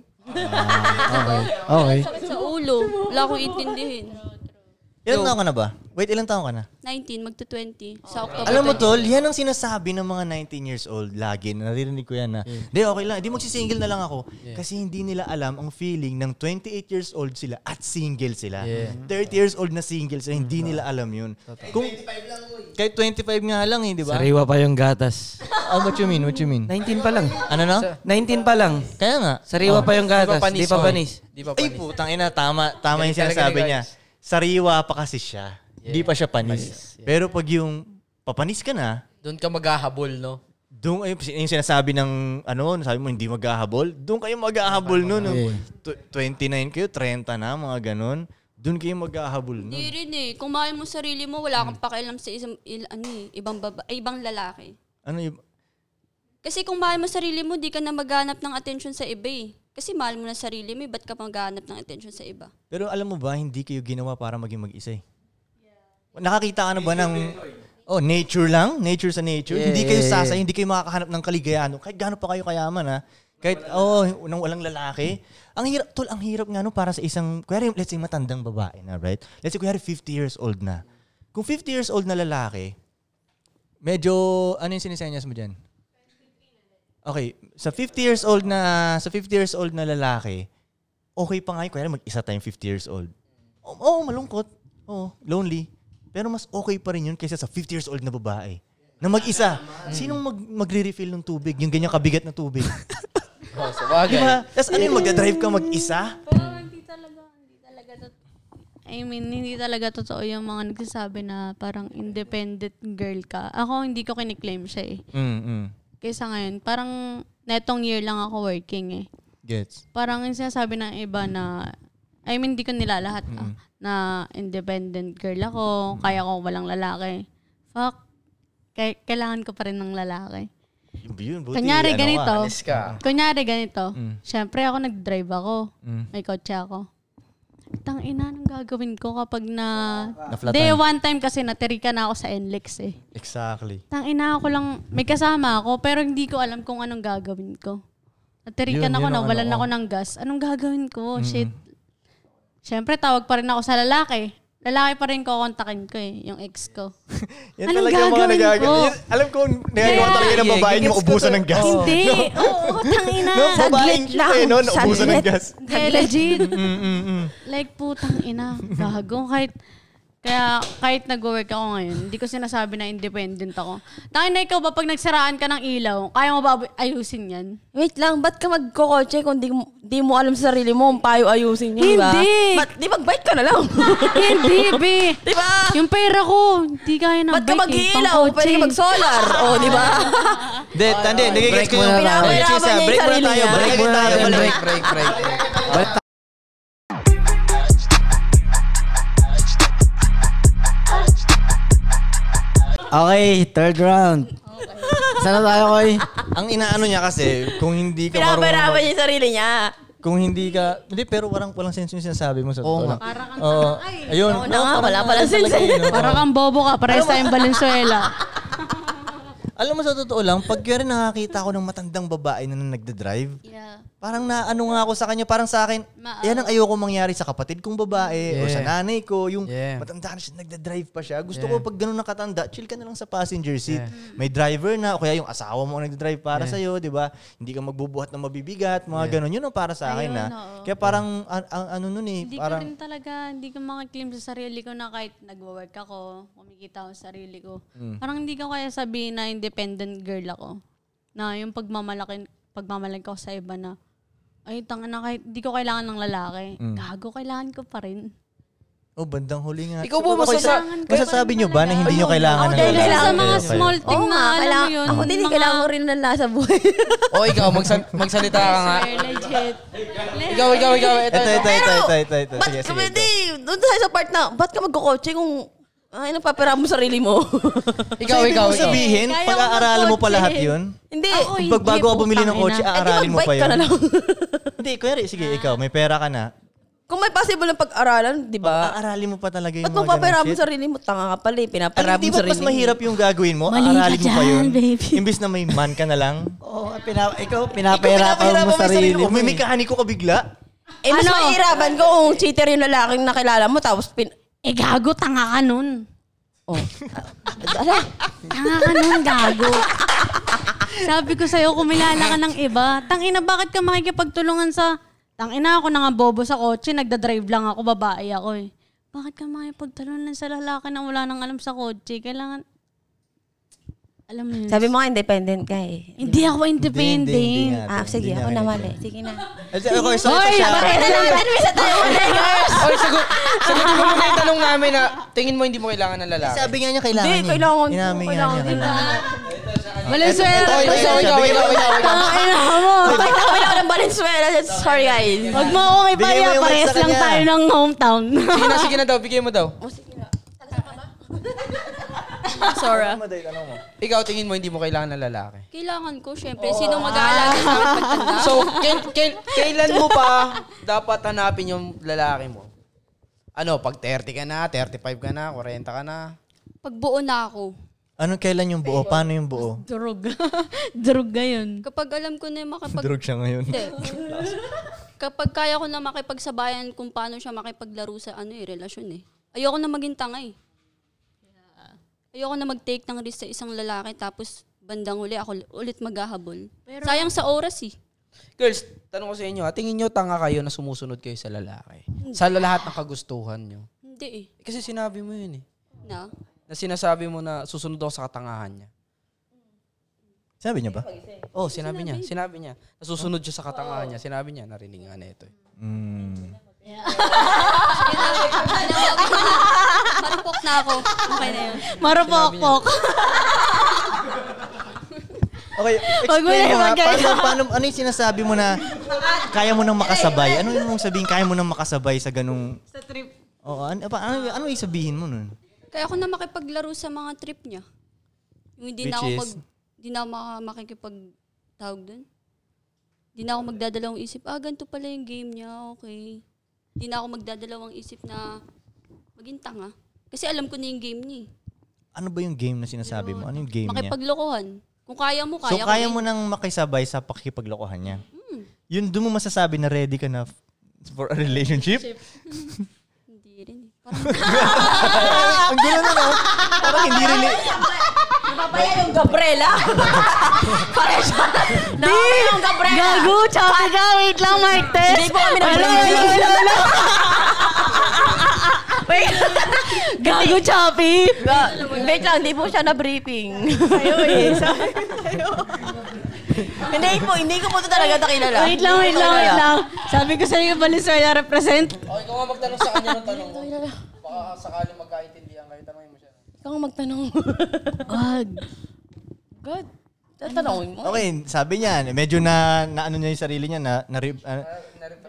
Okay. Sakit sa ulo. Wala akong intindihin. Ilan taong ka na ba? Wait, ilan taong ka na? 19, magto-20. Sa October. Alam mo, Tol, yan ang sinasabi ng mga 19 years old lagi. Naririnig ko yan na, di, okay lang. Di, magsisingle na lang ako. Kasi hindi nila alam ang feeling ng 28 years old sila at single sila. 30 years old na single sila, hindi nila alam yun. Kung, kahit 25 nga lang, eh, di ba? Sariwa pa yung gatas. [LAUGHS] Oh, what you mean? What you mean? 19 pa lang. Ano na? 19 pa lang. Kaya nga. Sariwa pa yung gatas. Di pa panis. Di pa Ay, panis. putang ina, tama, tama yung Ganun talaga sinasabi ni niya. guys. Sariwa pa kasi siya. Hindi pa siya panis. Pero pag yung papanis ka na, Doon ka maghahabol, no? Doon ay yung sinasabi ng ano, sabi mo hindi maghahabol. Doon kayo maghahabol noon. Tw- 29 kayo, 30 na, mga ganun. Doon kayo maghahabol noon. Hindi rin eh. Kung mahal mo sarili mo, wala kang pakialam sa isang, il, ano eh, ibang, baba, ay, ibang lalaki. Ano yung Kasi kung mahal mo sarili mo, di ka na maghanap ng attention sa iba eh. Kasi mahal mo na sarili mo, eh, ba't ka pa maghanap ng attention sa iba? Pero alam mo ba, hindi kayo ginawa para maging mag-isa eh. Nakakita ka na ba ng... Oh, nature lang? Nature sa nature? hindi kayo sasay, hindi kayo makakahanap ng kaligayahan. Kahit gaano pa kayo kayaman ha. Kahit, oh, nang walang lalaki. Ang hirap, tol, ang hirap nga no para sa isang, kuya let's say matandang babae na, right? Let's say kuya 50 years old na. Kung 50 years old na lalaki, medyo, ano yung sinisenyas mo dyan? Okay, sa 50 years old na, sa 50 years old na lalaki, okay pa nga yun. Kaya mag-isa tayong 50 years old. Oo, oh, malungkot. Oo, lonely. Pero mas okay pa rin yun kaysa sa 50 years old na babae. Na mag-isa. Sinong mag magre-refill ng tubig? Yung ganyang kabigat na tubig. Oh, sa Di bagay. ba? Tapos ano yun, magdadrive ka mag-isa? Pero hindi talaga, hindi talaga totoo. I mean, hindi talaga totoo yung mga nagsasabi na parang independent girl ka. Ako, hindi ko kiniklaim siya eh. Mm, mm. Kaysa ngayon, parang netong year lang ako working eh. Gets. Parang yung sinasabi ng iba na, I mean, hindi ko nilalahat ah, na independent girl ako, kaya ko walang lalaki. Fuck, kay- kailangan ko pa rin ng lalaki. Yun, buti. ano ka. Kunyari Mm. ganito. Alis ka. Kunyari ganito. Siyempre ako nag-drive ako. May kotse ako. Tang ina, anong gagawin ko kapag na... Na-flatan. Day one time kasi natirika na ako sa NLEX eh. Exactly. Tang ina ako lang, may kasama ako pero hindi ko alam kung anong gagawin ko. Natirika Yun, na ako, yun ang nawalan ano, ako oh. ng gas. Anong gagawin ko? Shit. Siyempre, tawag pa rin ako sa lalaki. lalaki pa rin kokontakin ko eh, yung ex ko. Yan Anong talaga yung mga gagawin nagagawa. ko? Yan, alam ko, nagagawa Kaya- talaga ng babae yung maubusan ng gas. Hindi. [LAUGHS] Oo, tangina. Oh, No, babae Saglit lang. eh, no, naubusan ng Saglit. gas. Hindi, legit. Like, putang ina. Gago. Kahit, kaya kahit nag-work ako ngayon, hindi ko sinasabi na independent ako. Tangin na ikaw ba pag nagsiraan ka ng ilaw, kaya mo ba ab- ayusin [LAUGHS] yan? Wait lang, ba't ka magkokotse kung di, mo- di mo alam sa sarili mo ang payo ayusin yun, ba? Hindi. Ba't di magbike ka na lang? hindi, be. di ba? Yung pera ko, hindi kaya ng Ba't ka bike. eh, mag-iilaw? pangkotse. Pwede ka mag-solar. [LAUGHS] O, di ba? Hindi, hindi. Nagigets break ko yung muna tayo. Which is, ah, Pinapahirapan niya Break yung muna sarili tayo. niya. Break muna tayo. Break, Break. break, break, break. Balik tayo. Okay, third round. Saan na tayo, Koy? Ang inaano niya kasi, kung hindi ka marunong Pinapahirapan mag- niya yung sarili niya. kung hindi ka, hindi, pero walang, walang sense yung sinasabi mo sa Oo totoo nga. lang. Oo. ayun. Ano Oo na nga, wala palang [LAUGHS] sense. Para kang bobo ka, Ano pares tayong [LAUGHS] Valenzuela. Alam mo sa totoo lang, pag yun nakakita ako ng matandang babae na nagda-drive, Yeah. parang naano nga ako sa kanya, parang sa akin, Ma- yan ang ayoko mangyari sa kapatid kong babae o sa Yeah. nanay ko, yung Yeah. matanda na siya, nagda-drive pa siya. Gusto Yeah. ko pag ganun nakatanda, chill ka na lang sa passenger seat. Mm. May driver na, o kaya yung asawa mo ang nagda-drive para sa'yo, di ba? Hindi ka magbubuhat ng mabibigat, mga ganun. Yun ang para sa akin, Ayun, na. oo. Kaya parang, an- ang ano nun eh, Hindi parang, ko rin talaga, hindi ko makaklaim sa sarili ko na kahit nagwo-work ako, kumikita ako sa sarili ko. Hmm. Parang hindi ko kaya sabihin na independent girl ako. Na yung pagmamalaki, pagmamalaki ko sa iba na, ay, tanga na kahit hindi ko kailangan ng lalaki. Hmm. Gago, kailangan ko pa rin. oh, bandang huli nga. Ikaw ba Siguro kayo- masasa- masasabi nyo ba na hindi nyo kailangan ng dahil Ah, lalaki? kailangan sa mga Kayo- small thing Oo na, nga, alam mo yun. kailangan. Ako din, eh, mga- kailangan ko rin ng lasa [LAUGHS] buhay. O Oh, ikaw, magsan- magsalita ka nga. Sir, legit. Ikaw, ikaw, ikaw. Ito, Ito, ito, ito, ito, ito, ito. Ba't Sige, ka sige. go. hindi? Doon tayo sa part na, ba't ka magkokotse kung ah, ay, nagpapira mo sarili mo? [LAUGHS] Ikaw, ikaw, Ibig ikaw. sabihin, Kaya pag-aaralan mo pa mag-kotse. lahat yun? hindi. Ako, Eh, Pag bago ka bumili ng putang kotse, Eh, ina. di aaralin mo pa magbike yun? ka na lang. [LAUGHS] Hindi, kunyari, sige, ikaw, may pera ka na. Kung may possible ng pag-aralan, di ba? Aaralin mo pa talaga yung Ba't mga mo papira mo ganun shit. sarili mo? Tanga ka pala eh, Alam, pinapira mo di ba sarili mas mahirap yung gagawin mo? Mali ka Aaralin mo pa dyan, yun? baby. Imbis na may man ka na lang? Oo, pina- ikaw, pinapahirapan Pinapahirapan mo sarili mo. May eh. mekaniko ka bigla? Eh, mas Ano? mahirapan ko kung cheater yung lalaking nakilala mo tapos pin... Eh, gago, tanga ka nun. [LAUGHS] Oh. Ala, Tanga ka nun, gago. Sabi ko sa'yo, kumilala ka ng iba. Tangina, bakit ka makikipagtulungan sa... Tangina, ako na nga bobo sa kotse, nagda-drive lang ako, babae ako eh. Bakit ka makikipagtulungan sa lalaki na wala nang alam sa kotse? Kailangan... Alam mo yun. sabi mo nga independent ka eh. hindi ako independent. Hindi, hindi, hindi nga. Ah, sige, Hindi ako nga na mali. Sige na. Eh, Okay, so ito Hoy, siya. Pakita natin, misa tayo ulit. Oy, sagot. Sagot mo muna yung tanong namin na tingin mo hindi mo kailangan ng lalaki. Sabi nga niya kailangan Hindi, niya. kailangan ko, Inamin nga kailangan ko, niya, kailangan. Valenzuela, Oy, ikaw, ikaw, ikaw, ikaw, ikaw, ikaw. tangina mo. Pakita ko lang ng Valenzuela. Sorry, guys. Huwag mo akong Bigay mo ipaya, yung mic parehas sa lang kanya. tayo ng hometown. Sige na, sige na daw. Bigay mo daw. Sora. Ikaw, tingin mo hindi mo kailangan ng lalaki. Kailangan ko, syempre. Sinong Ah. mag-aalaga sa akin pagtanda? So, kin, kin, kailan mo pa dapat hanapin yung lalaki mo? Ano, pag 30 ka na, 35 ka na, 40 ka na. Pagbuo na ako. Anong kailan yung buo? Paano yung buo? [LAUGHS] Drug. Drug ngayon. Kapag alam ko na yung makipag... Drug siya ngayon. Hindi. Kapag kaya ko na makipagsabayan kung paano siya makipaglaro sa ano eh, relasyon eh. Ayoko na maging tanga eh. Ayoko na mag-take ng risk sa isang lalaki tapos bandang uli ako ulit maghahabol. Sayang sa oras eh. Girls, tanong ko sa inyo, ha, tingin nyo tanga kayo na sumusunod kayo sa lalaki? Sa lahat ng kagustuhan nyo? Hindi eh. Eh, Kasi sinabi mo yun eh. Na? Na sinasabi mo na susunod ako sa katangahan niya. Sabi niya ba? Oh, sinabi, niya. Sinabi niya. Na susunod siya sa katangahan niya. Sinabi niya, narinig nga na ito. eh. Mm. Marupok na ako. Okay na yun. Marapokpok. Okay, Wag mo explain na mo nga, ibagay. paano, paano, ano yung sinasabi mo na kaya mo nang makasabay? Ano yung mong sabihin, kaya mo nang makasabay sa ganung... Sa trip. Oo, ano, pa- ano, ano yung sabihin mo nun? Kaya ako na makipaglaro sa mga trip niya. Yung hindi na ako Which mag, is? hindi na ako maka- makikipag tawag doon. Hindi na ako magdadalawang isip, ah, ganito pala yung game niya, okay. Hindi na ako magdadalawang isip na maging tanga. Kasi alam ko na yung game niya. eh. Ano ba yung game na sinasabi mo? Ano yung game niya? Makipaglokohan. Kung kaya mo, So, kaya ko kaya rin. mo nang makisabay sa pakikipaglokohan niya. Yun, doon mo masasabi na ready ka na f- for a relationship? Hindi rin. eh. [LAUGHS] Ang gulo na, no? Parang hindi relate. Napapaya yung Gabriela. Pare siya. Napapaya yung Gabriela. Gago, choppy ka. Wait lang, mic test. Hindi po kami nag Wala, Ano, wala, wala, wala. Wait. Gago, choppy. Wait lang, hindi po siya na-briefing. Sa'yo [LAUGHS] eh. Hindi po, hindi ko po ito talaga nakilala. Wait lang, wait lang, wait lang. Sabi ko sa iyo, Valenzuela represent. Okay, ikaw nga magtanong sa kanya ng tanong ko. Baka sakaling magkaintindihan kayo, tanongin mo siya. Ikaw ang magtanong. Wag. God. Tatanungin mo. Okay, sabi niya, medyo na, na ano niya yung sarili niya, na, na, uh,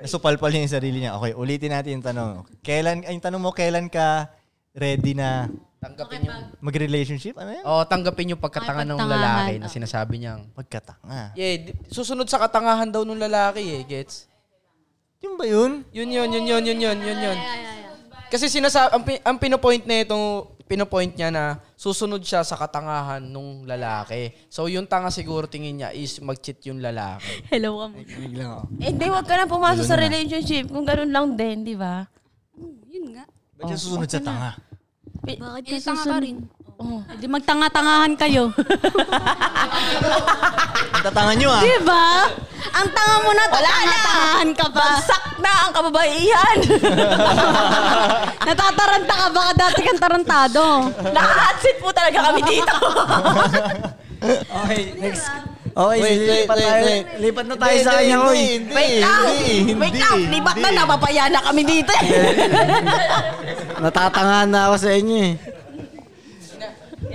nasupalpal niya yung sarili niya. Okay, ulitin natin yung tanong. Kailan, ay, yung tanong mo, kailan ka ready na Tanggapin yung... mag-relationship? Ano yan? Oo, tanggapin yung pagkatanga Ay, ng pagtangahan, lalaki na oo. sinasabi niyang. Pagkatanga. Yeah, di- susunod sa katangahan daw nung lalaki eh, gets? Yun ba yun? Yun yun, yun yun, yun yun, yun yun. Kasi sinasabi, ang, pi- ang pinopoint na ito, pinopoint niya na susunod siya sa katangahan nung lalaki. So yung tanga siguro tingin niya is mag-cheat yung lalaki. Hello ka mo. Eh, di, wag ka na pumasok sa relationship kung ganun lang din, di ba? Yun nga. Ba't yung susunod sa tanga? Bakit Eh, tanga ka rin. Hindi Oh, eh, magtanga-tangahan kayo. [LAUGHS] Ang tatangan nyo ah. Di ba? Ang tanga mo na, tatanga-tangahan ka pa. Sak na ang kababaihan. [LAUGHS] Natataranta ka, baka dati kang tarantado. Nakahatsit po talaga kami dito. Okay, next. Okay, lipat tayo. Lipat na tayo sa Hindi, kanya, oy. hindi, Wait lang. Wait lang. Libat na napapaya na kami dito eh. Natatanga na ako sa inyo eh.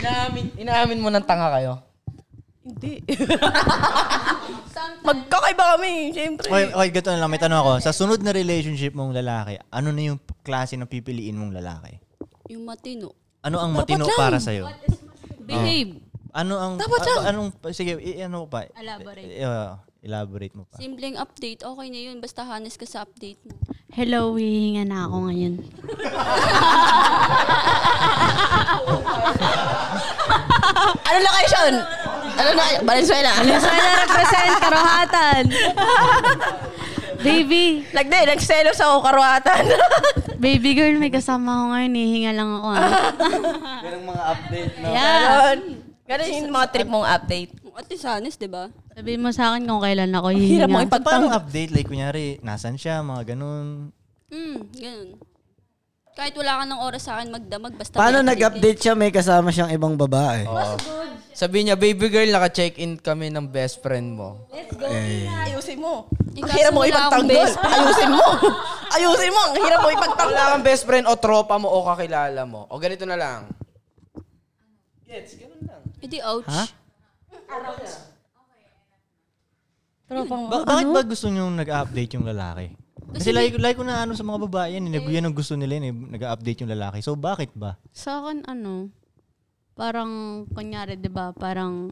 Inaamin, inaamin mo ng tanga kayo? Hindi. [LAUGHS] Magkakaiba kami, siyempre. Okay, okay, ganito na lang. May tanong ako. Sa sunod na relationship mong lalaki, ano na yung klase ng pipiliin mong lalaki? [LAUGHS] Yung matino. Ano ang matino lang. para sa'yo? Behave. Ano ang... Dapat a- lang. anong, sige, i- ano pa? Elaborate. I- uh, elaborate mo pa. Simpleng update. Okay na yun. Basta honest ka sa update mo. Hello, hihinga na ako ngayon. Ano location? Ano na kayo? Valenzuela. Valenzuela represent, karuhatan. Baby, Nagde, nagselos ako karuatan. baby girl, may kasama ko ngayon. Hihinga lang ako. ah. Ganang mga update na. Yeah. Ganon. Ganon Ganun yung mga trip mong update. At least honest, di ba? Sabihin mo sa akin kung kailan ako Hirap mo Paano hihinga. ipagtanggap. update? Like, kunyari, nasan siya? Mga ganun. Hmm, ganun. Kahit wala ka ng oras sa akin magdamag, basta... Paano may nag-update siya may kasama siyang ibang babae? Oh. Oo. Sabi niya, baby girl, naka-check-in kami ng best friend mo. Eh, Ayusin mo. Eh, Ang kaso hirap mo wala ipagtanggol. akong best. Ayusin mo. Ayusin mo. Ang hirap mo ipagtanggol. Wala kang best friend o tropa mo o kakilala mo. O ganito na lang. Gets, ganun lang. Eh di, ouch. Ba- bakit ba gusto nyo nag-update yung lalaki? Kasi like, like ko na ano sa mga babae yan, eh, nag- yan ang gusto nila yun, eh, nag-update yung lalaki. So bakit ba? Sa akin, ano, parang, kunyari, di ba, parang,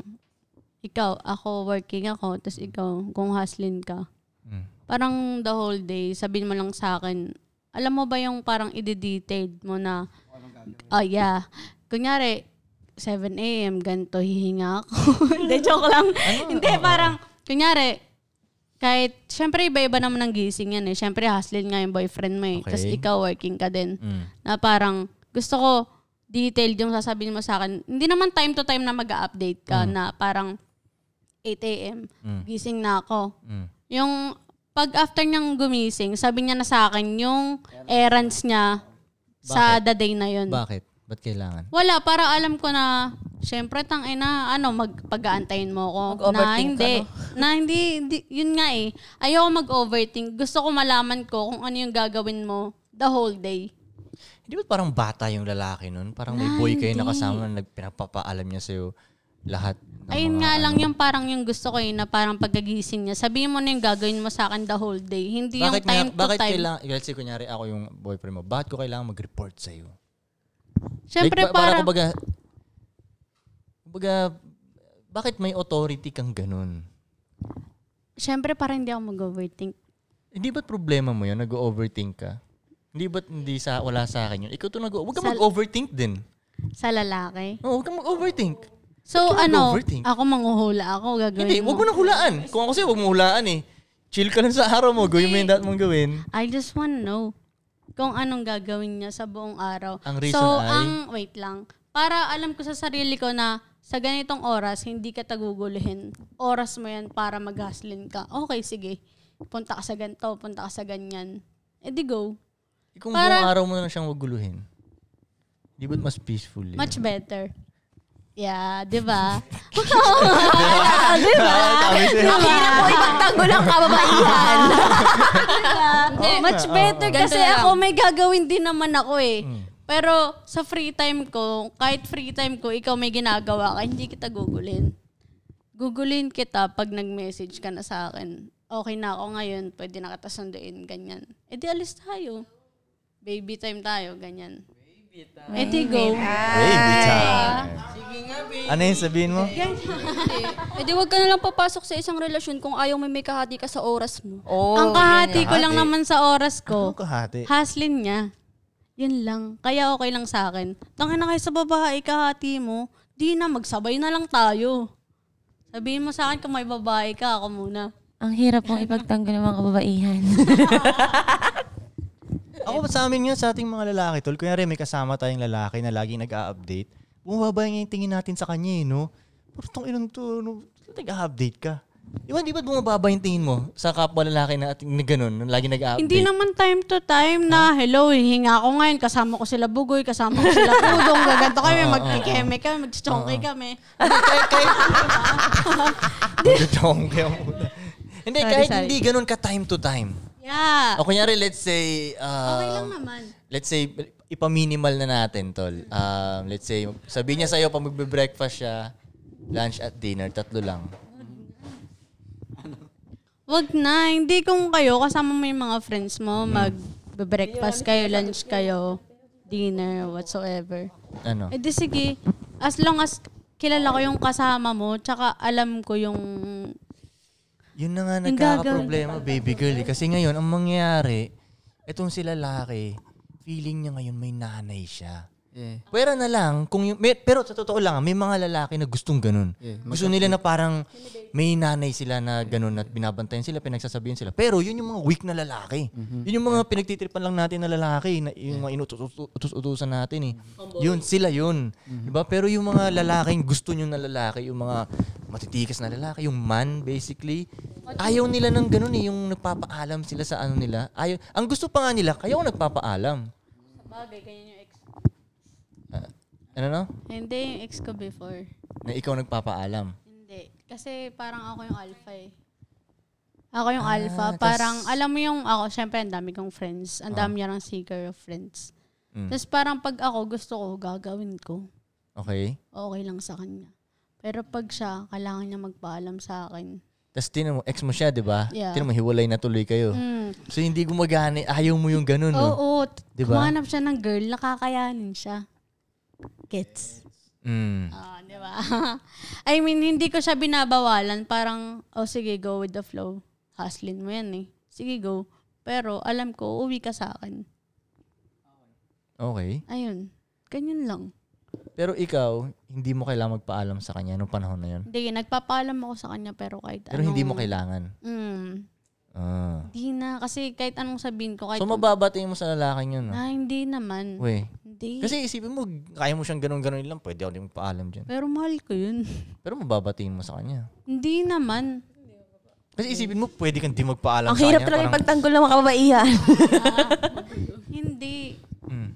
ikaw, ako, working ako, tapos ikaw, kung hustling ka. Mm. Parang the whole day, sabihin mo lang sa akin, alam mo ba yung parang i-detail mo na, oh yeah, kunyari, 7 a.m., ganito, hihinga ako. [LAUGHS] Hindi, joke lang. Hindi, parang, kunyari, kahit, syempre, iba-iba naman ang gising yan eh. Syempre, hustling nga yung boyfriend mo eh. Okay. Tapos ikaw, working ka din Mm. na parang gusto ko detailed yung sasabihin mo sa akin. Hindi naman time to time na mag-update ka na parang 8 a.m. Mm. Gising na ako. Mm. Yung pag after niyang gumising, sabi niya na sa akin yung errands niya sa the day na yun. Bakit? Ba't kailangan? Wala, para alam ko na, syempre, tang ina, ano, magpag-aantayin mo ko. Na Mag-overthink hindi. [LAUGHS] na hindi, hindi- yun nga eh. Ayoko mag-overthink. Gusto ko malaman ko kung ano yung gagawin mo the whole day. Hindi ba parang bata yung lalaki nun? Parang Ah, may boy kayo nakasama na nagpinapapaalam niya sa'yo lahat. ng Ayun mga nga lang ano. yung parang yung gusto ko yun na parang pagkagising niya. Sabihin mo na yung gagawin mo sa akin the whole day. Hindi Bakit, yung time nga, bakit to time. kailangan, let's say kunyari ako yung boyfriend mo, bakit ko kailangan mag-report sa'yo? Siyempre ba- parang, kumbaga, kumbaga, bakit may authority kang ganun? siyempre parang hindi ako mag-overthink. Hindi ba't problema mo yun? Nag-overthink ka? Hindi ba't hindi sa, wala sa akin yun? Ikaw to nag Huwag kang Sa- mag-overthink din. Sa lalaki. Oo, huwag kang mag-overthink. So Bakit ka ano, mag-overthink? ako manghuhula ako, gagawin Hindi, mo. huwag mo nang hulaan. Kung ako sa'yo, huwag mo hulaan eh. Chill ka lang sa araw mo. Gawin mo yung dapat mong gawin. I just wanna know kung anong gagawin niya sa buong araw. Ang reason so, ay- ang, wait lang, para alam ko sa sarili ko na sa ganitong oras, hindi ka taguguluhin. Oras mo yan para mag ka. Okay, sige. Punta ka sa ganito, punta ka sa ganyan. Eh di go. Eh, Kung Para- buong araw mo na lang siyang waguluhin, di ba't mas peaceful yun? Much better. Yeah, di ba? Oo nga, di ba? Sabi siya. Ang hirap mo ipagtanggol ang kababaihan. diba? Hindi. Much better Ganito kasi na lang. ako may gagawin din naman ako eh. Pero sa free time ko, kahit free time ko, ikaw may ginagawa ka, hindi kita gugulin. Gugulin kita pag nag-message ka na sa akin. Okay na ako ngayon, pwede na kita sunduin, ganyan. E di alis tayo. Baby time tayo, ganyan. Baby time. E di go. Baby time. Sige nga, Ano yung sabihin mo? Eh di wag ka na lang papasok sa isang relasyon kung ayaw may may kahati ka sa oras mo. Ang kahati ko lang Kahati. naman sa oras ko, Anong kahati? haslin niya. Yun lang. Kaya okay lang sa akin. Tangin na kayo sa babae, kahati mo. Di na, magsabay na lang tayo. Sabihin mo sa akin kung may babae ka, ako muna. Ang hirap pong ipagtanggol ng mga kababaihan. Ako sa amin nga, sa ating mga lalaki, tol, kunyari may kasama tayong lalaki na laging nag-a-update, bumababa nga yung tingin natin sa kanya eh, no? Pero tong inang to, no, nag-a-update ka. Di ba, di ba bumababa yung tingin mo sa kapwa lalaki na, at- na ganun, na laging nag-a-update? Hindi naman time to time na, hello, hihinga ako ngayon, kasama ko sila Bugoy, kasama ko sila Pudong, gaganto kami, Oo, oo, magkikeme kami, magchichongke kami. Dudong kaya muna. Hindi, Sorry, kahit sorry. hindi ganun ka time to time. Yeah. O kunyari, let's say, uh, Okay lang naman. let's say, ipaminimal na natin, tol. Um, let's say, sabihin niya sa'yo, pag magbe-breakfast siya, lunch at dinner, tatlo lang. Wag na, hindi kung kayo, kasama mo yung mga friends mo, Mm. mag-breakfast kayo, lunch kayo, dinner, whatsoever. Ano? Eh di sige, as long as kilala ko yung kasama mo, tsaka alam ko yung... Yun na nga Yung gagawin. nagkakaproblema, baby girl. eh. Kasi ngayon, ang mangyayari, itong si lalaki, feeling niya ngayon may nanay siya. Yeah. Pwera na lang, kung yung, may- pero sa totoo lang, may mga lalaki na gustong ganun. Yeah, Gusto nila na parang may nanay sila na ganun at binabantayan sila, pinagsasabihan sila. Pero yun yung mga weak na lalaki. Yun yung mga pinagtitripan lang natin na lalaki, na, yung mga inutos-utusan natin eh. Yun, sila yun. Diba? Pero yung mga lalaking gusto nyo na lalaki, yung mga matitikas na lalaki, yung man basically, ayaw nila ng ganun eh, yung nagpapaalam sila sa ano nila. Ayaw, ang gusto pa nga nila, kaya ako nagpapaalam. Bagay, ganyan yung ex. Ano no? Hindi, yung ex ko before. Na ikaw nagpapaalam. Hindi. Kasi parang ako yung alpha eh. Ako yung Ah, alpha. tas- Ah. Parang, alam mo yung ako, syempre ang dami kong friends. Ang dami niya ng seeker of friends. Mm. Tapos parang pag ako, gusto ko, gagawin ko. Okay? Okay lang sa kanya. Pero pag siya, kailangan niya magpaalam sa akin. Tapos tinan mo, ex mo siya, di ba? Yeah. Tinan mo, hiwalay na tuloy kayo. Mm. So hindi gumagana, ayaw mo yung ganun, no? Ano? Oo. t- Diba? Kumanap siya ng girl, nakakayanin siya. Gets. Mm. Ah, di ba? [LAUGHS] I mean, hindi ko siya binabawalan. Parang, oh sige, go with the flow. Hustlin mo yan eh. Sige, go. Pero alam ko, uwi ka sa akin. Okay. Ayun. Ganyan lang. Pero ikaw, hindi mo kailangan magpaalam sa kanya nung panahon na yun. Hindi, nagpapaalam ako sa kanya pero kahit Pero hindi mo kailangan. Mm, Ah. di na. Kasi kahit anong sabihin ko, kahit... So mababatiin mo sa lalaking yun, Ah. no? na, hindi naman. Uy. Hindi. Kasi isipin mo, kaya mo siyang ganun-ganun lang, pwede ako din magpaalam dyan. pero mahal ko yun. [LAUGHS] Pero mababatiin mo sa kanya. hindi naman. Kasi isipin mo, pwede kang di magpaalam Ang sa hirap kanya. talaga parang- ipagtanggol ng mga kababaihan. Hindi. Mm.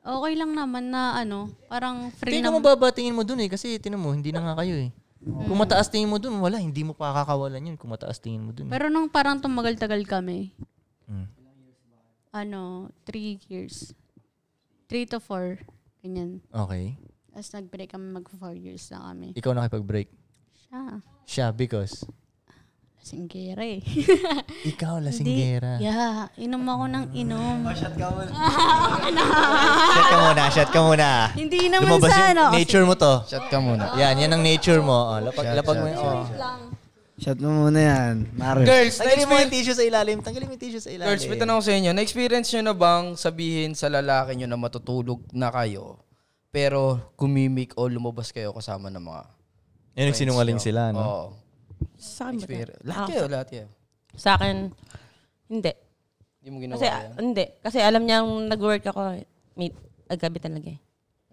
Okay lang naman na ano, parang free Tingin ko na. mababatingin mo dun eh. Kasi tinan mo, hindi na nga kayo eh. Kung Hmm. mataas tingin mo dun, wala. Hindi mo pakakawalan yun kung mataas tingin mo dun. eh. Pero nung parang tumagal-tagal kami, Mm. ano, three years. Three to four. Ganyan. Okay. As nag-break kami, mag-four years na kami. Ikaw nakipag-break. Siya, Siya because lasinggera [LAUGHS] eh. ikaw Hindi. lasinggera. Yeah, inom ako ng inom. Shot ka muna, shot ka muna. Hindi naman Lumabas sa yung ano. Ah. nature mo to. Shot ka muna. Yan, yan ang nature mo. Oh, lapag, lapag mo. yun. Oh. Shot mo muna yan. Mare. Girls, Tanggalin mo yung na-experience, tissue sa ilalim. Tanggalin mo yung tissue sa ilalim. girls, may tanong ko sa inyo. Na-experience nyo na bang sabihin sa lalaki nyo na matutulog na kayo, pero gumimik o lumabas kayo kasama ng mga Yan nagsinungaling sila, no? Oo. Sa akin Ano ba? Ah, Experience. Lahat kayo, lahat kayo. Sa akin, hindi. Hindi mo ginawa Kasi, ah, yan? hindi. Kasi alam niya nung nag-work ako, may, agabi talaga eh.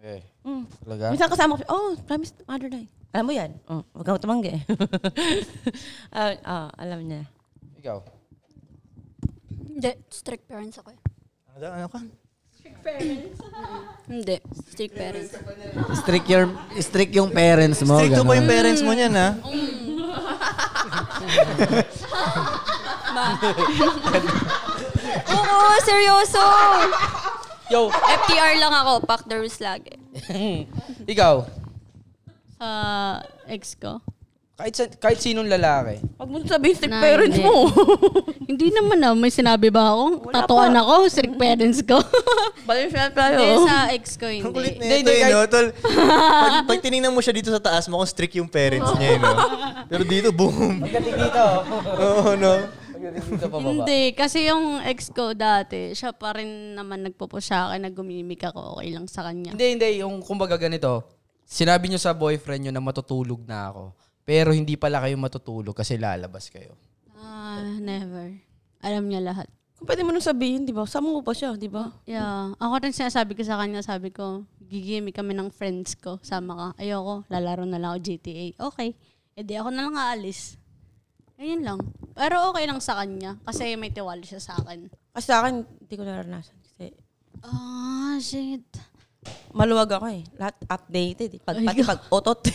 Okay. Mm. Talaga? Minsan kasama ko, oh, promise mother day. Alam mo yan? Oh, huwag kang tumanggi. [LAUGHS] Ah, ah, alam niya. Ikaw? [LAUGHS] Hindi, strict parents ako eh. Ano, daw, ano ka? Strict parents? Hindi, strict parents. Strict, your, strict yung parents mo. Oh. Stricto Oh, ganun. ba yung parents mo niyan, ah. ha? Oo, seryoso! Yo! FTR lang Oh, ako, pack the rules lagi. Ikaw? Sa ex ko. Kahit, sa, kahit sinong lalaki. Huwag mo sabihin strict Na, parents hindi. mo. [LAUGHS] hindi naman na. May sinabi ba akong tatuan ako? Strict parents [LAUGHS] ko. Balik siya Hindi, tayo. sa ex ko hindi. Ang kulit na Hindi, ito, hindi, eh, no? kahit- Tol, pag, pag tinignan mo siya dito sa taas, mukhang strict yung parents niya, eh, no? Pero dito, boom. Pagdating dito. Oo, no? Pagdating dito pa baba. Hindi, kasi yung ex ko dati, siya pa rin naman nagpo siya akin na gumimik ako. Okay lang sa kanya. Hindi, hindi. Yung kumbaga ganito, sinabi nyo sa boyfriend nyo na matutulog na ako. Pero hindi pala kayo matutulog kasi lalabas kayo. Ah, never. Alam niya lahat. Kung pwede mo nang sabihin, di ba? Sama mo pa siya, di ba? Yeah. Ako rin sinasabi ko sa kanya, sabi ko, gigimik kami ng friends ko. Sama ka. Ayoko, lalaro na lang ako GTA. Okay. E di ako na lang aalis. Ayun lang. Pero okay lang sa kanya. Kasi may tiwala siya sa akin. Kasi sa akin, hindi ko naranasan. Kasi Ah, shit. [LAUGHS] maluwag ako eh. Lahat updated eh. Pag, pati [LAUGHS] pag otot.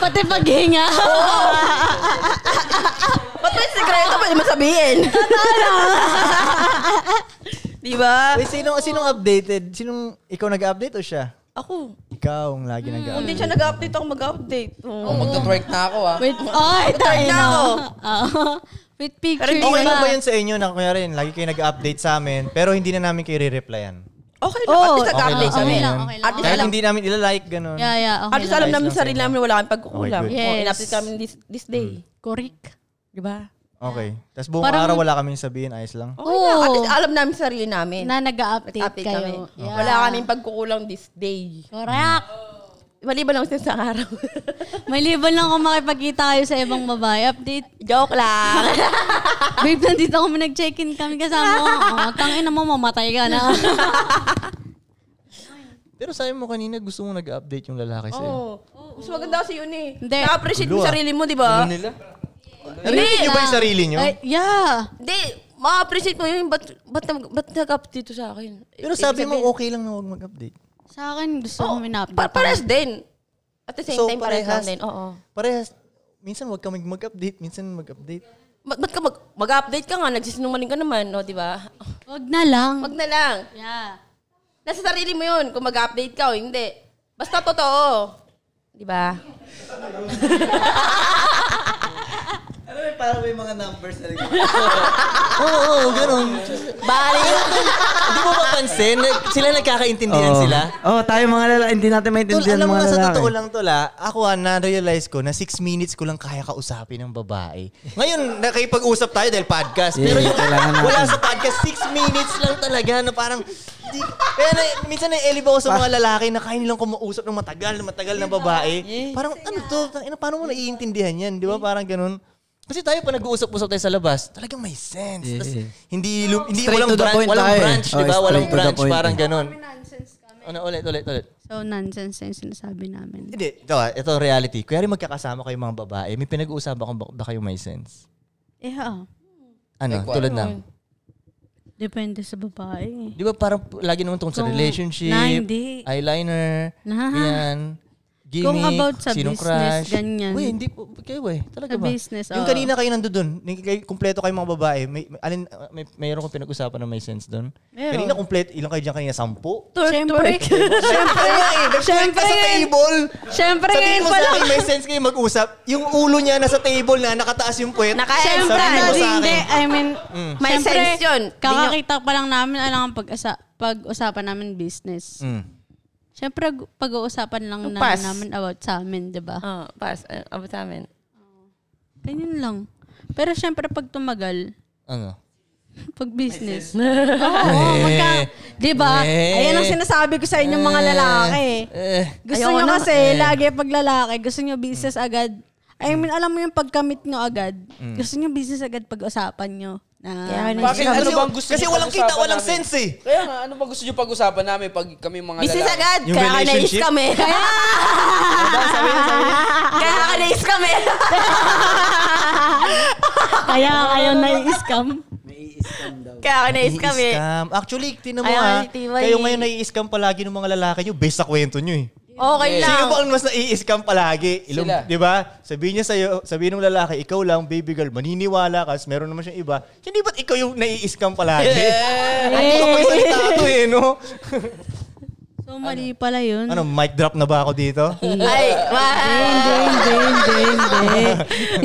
Pati paghinga. Ba't may sikreto pwede mo [LAUGHS] sabihin? di ba? Wait, sino, sinong updated? Sinong, ikaw nag-update o siya? Ako, Ikaw ang lagi kung di nag-update. siya nag-update, ako mag-update. Oo. Oh, magta-twerk na ako ah. Wait, ay, tayo na. Ah, With pictures Okay lang ba? ba yun sa inyo na kunyari, lagi kayo nag-update sa amin, pero hindi na namin kayo re-replyan? Okay lang, at least lang nag-update sa Okay kami. amin. lang, okay lang. At least Kahit alam- hindi namin ilalike, ganun. Yeah, yeah, okay At least alam Ayos namin lang sarili sa'yo. namin wala kami pagkukulang. Okay, good. Oh, Yes. Mm. in-update kami this, this day. Correct. Di ba? Okay. Tapos buong Parang- araw wala kaming sabihin, ayos lang. Okay lang. Oo. At least alam namin sarili namin. Na nag-update Update kami. Oh. Oh. kayo. Yeah. Wala kaming pagkukulang this day. Correct. Maliban lang sa isang araw. [LAUGHS] May liban lang kung makipagkita kayo sa ibang babae. Update. Joke [LAUGHS] lang. Babe, nandito kami nag-check-in kami kasama mo. Oh, tangin na mo, mamatay ka na. Pero sabi mo kanina, gusto mo nag-update yung lalaki sa'yo. Oo. Oh. Mas maganda kasi yun eh. Hindi. Na-appreciate mo Gulo, ah. sarili mo, di ba? Nila? Narinig niyo ba yung sarili niyo? Ay, yeah. Hindi. Ma-appreciate mo yun. Ba't, ba't, nag- ba't nag-update to sa akin? Pero sabi mo, okay lang na huwag mag-update. Sa akin, gusto ko may Pa- Parehas din. At the same So, time, parehas, parehas. lang din. Oo. Parehas, minsan huwag ka mag- mag-update, minsan mag-update. Ba't, ba't ka mag, mag-update ka nga? Nagsisinungaling ka naman, no? Di [LAUGHS] ba? Wag na lang. Wag na lang. Yeah. Nasa sarili mo yun kung mag-update ka o hindi. Basta totoo. Di Diba? ba? Parang may mga numbers na Oo, oo, ganun. Bali. Hindi mo mapansin, nag- sila nagkakaintindihan sila. Oh, tayo mga lalaki, hindi natin Tol, maintindihan alam mo mga nga sa lalaki. totoo lang tol ah, ako ah, na-realize ko na 6 minutes ko lang kaya kausapin ng babae. Ngayon, nakipag-usap tayo dahil podcast. Yeah, pero yung Eh, kailangan natin. wala sa podcast, 6 minutes lang talaga na parang... Di, kaya na, minsan na-elib ako sa mga lalaki na kaya nilang kumausap ng matagal na matagal na babae. Parang ano to, tang ina, paano mo naiintindihan yan? Di ba? Parang ganun. Kasi tayo pa nag-uusap-usap tayo sa labas, talagang may sense. Tas Yeah. hindi, lu- hindi Straight walang, to the bran- point walang tayo eh. branch, di Oh, ba? straight Walang to the branch, point parang eh. ganun. Ano, ulit, ulit, ulit. So, nonsense na yung sinasabi namin. Hindi, ito, ah, ito ang reality. Kaya magkakasama kayo mga babae, may pinag-uusapan kung ba- baka yung may sense. Yeah. Ano, Like what? tulad ng, Depende sa babae. di ba parang lagi naman tungkol sa Kung- relationship, na, hindi. eyeliner, Lahat. yan, gimmick, Kung about sa sinong business, crush. ganyan. Uy, hindi po, kayo eh, talaga Sa ba? business, yung oo. kanina kayo nandoon, kumpleto kayo mga babae, may, may, alin, ah, may, mayroon kong pinag-usapan na may sense doon? Meron. Kanina kumpleto, ilang kayo dyan kanina? Sampu? Twerk, Siyempre. Siyempre nga eh, nag-click ka sa table. Siyempre Sabihin ngayon mo pa sa lang. akin, may sense kayo mag-usap. Yung ulo niya nasa table na, nakataas yung puwet. Sabihin Naka-sense ka. mo sa akin. Mm. Hindi, I mean, May syempre, sense yun. Hindi nyo- Kakakita pa lang namin, alam ang pag-asa- pag-usapan namin business. Mm. Siyempre, gu- pag-uusapan lang Yung na, pass. namin about sa amin, di ba? Oo, pass. Uh, abot sa amin. Ganyan lang. Pero siyempre, pag tumagal, [LAUGHS] Ano? pag business. Oo, oo, magka- di ba? Eh. Ayan ang sinasabi ko sa inyong mga lalaki. Eh, Mm. Gusto nyo kasi, lagi pag lalaki, gusto nyo business agad. I mean, alam mo yung pagkamit nyo agad. Gusto nyo business agad pag-usapan nyo. Na Kaya may- Bakit? Ano Kasi- bang gusto kasi niyo walang kita, pag-usapan walang namin? sense eh. Kaya nga, ano ba gusto niyo pag-usapan namin pag kami mga Business lalaki? agad. Kaya ka nais kami. [LAUGHS] Kaya ka nais kami. Kaya kayo nai-scam. Kaya ka nais kami. Nai-scam. Actually, tinan mo Ayaw, ha, hindi ba kayo eh. ngayon nai-scam palagi ng mga lalaki nyo based sa kwento nyo eh. Okay lang. Sino ba ang mas nai-scam palagi? Ilong, Sila. Di ba? Sabihin niya sa'yo, sabihin ng lalaki, ikaw lang, baby girl, maniniwala ka, kasi meron naman siyang iba. Hindi ba't ikaw yung nai-scam palagi? [LAUGHS] Eh, Yeah. Ano Ang gusto ko yung salita to eh, no? So, mali pala yun. Ano, mic drop na ba ako [LAUGHS] dito? Ay, wow. Hindi, hindi, hindi, hindi.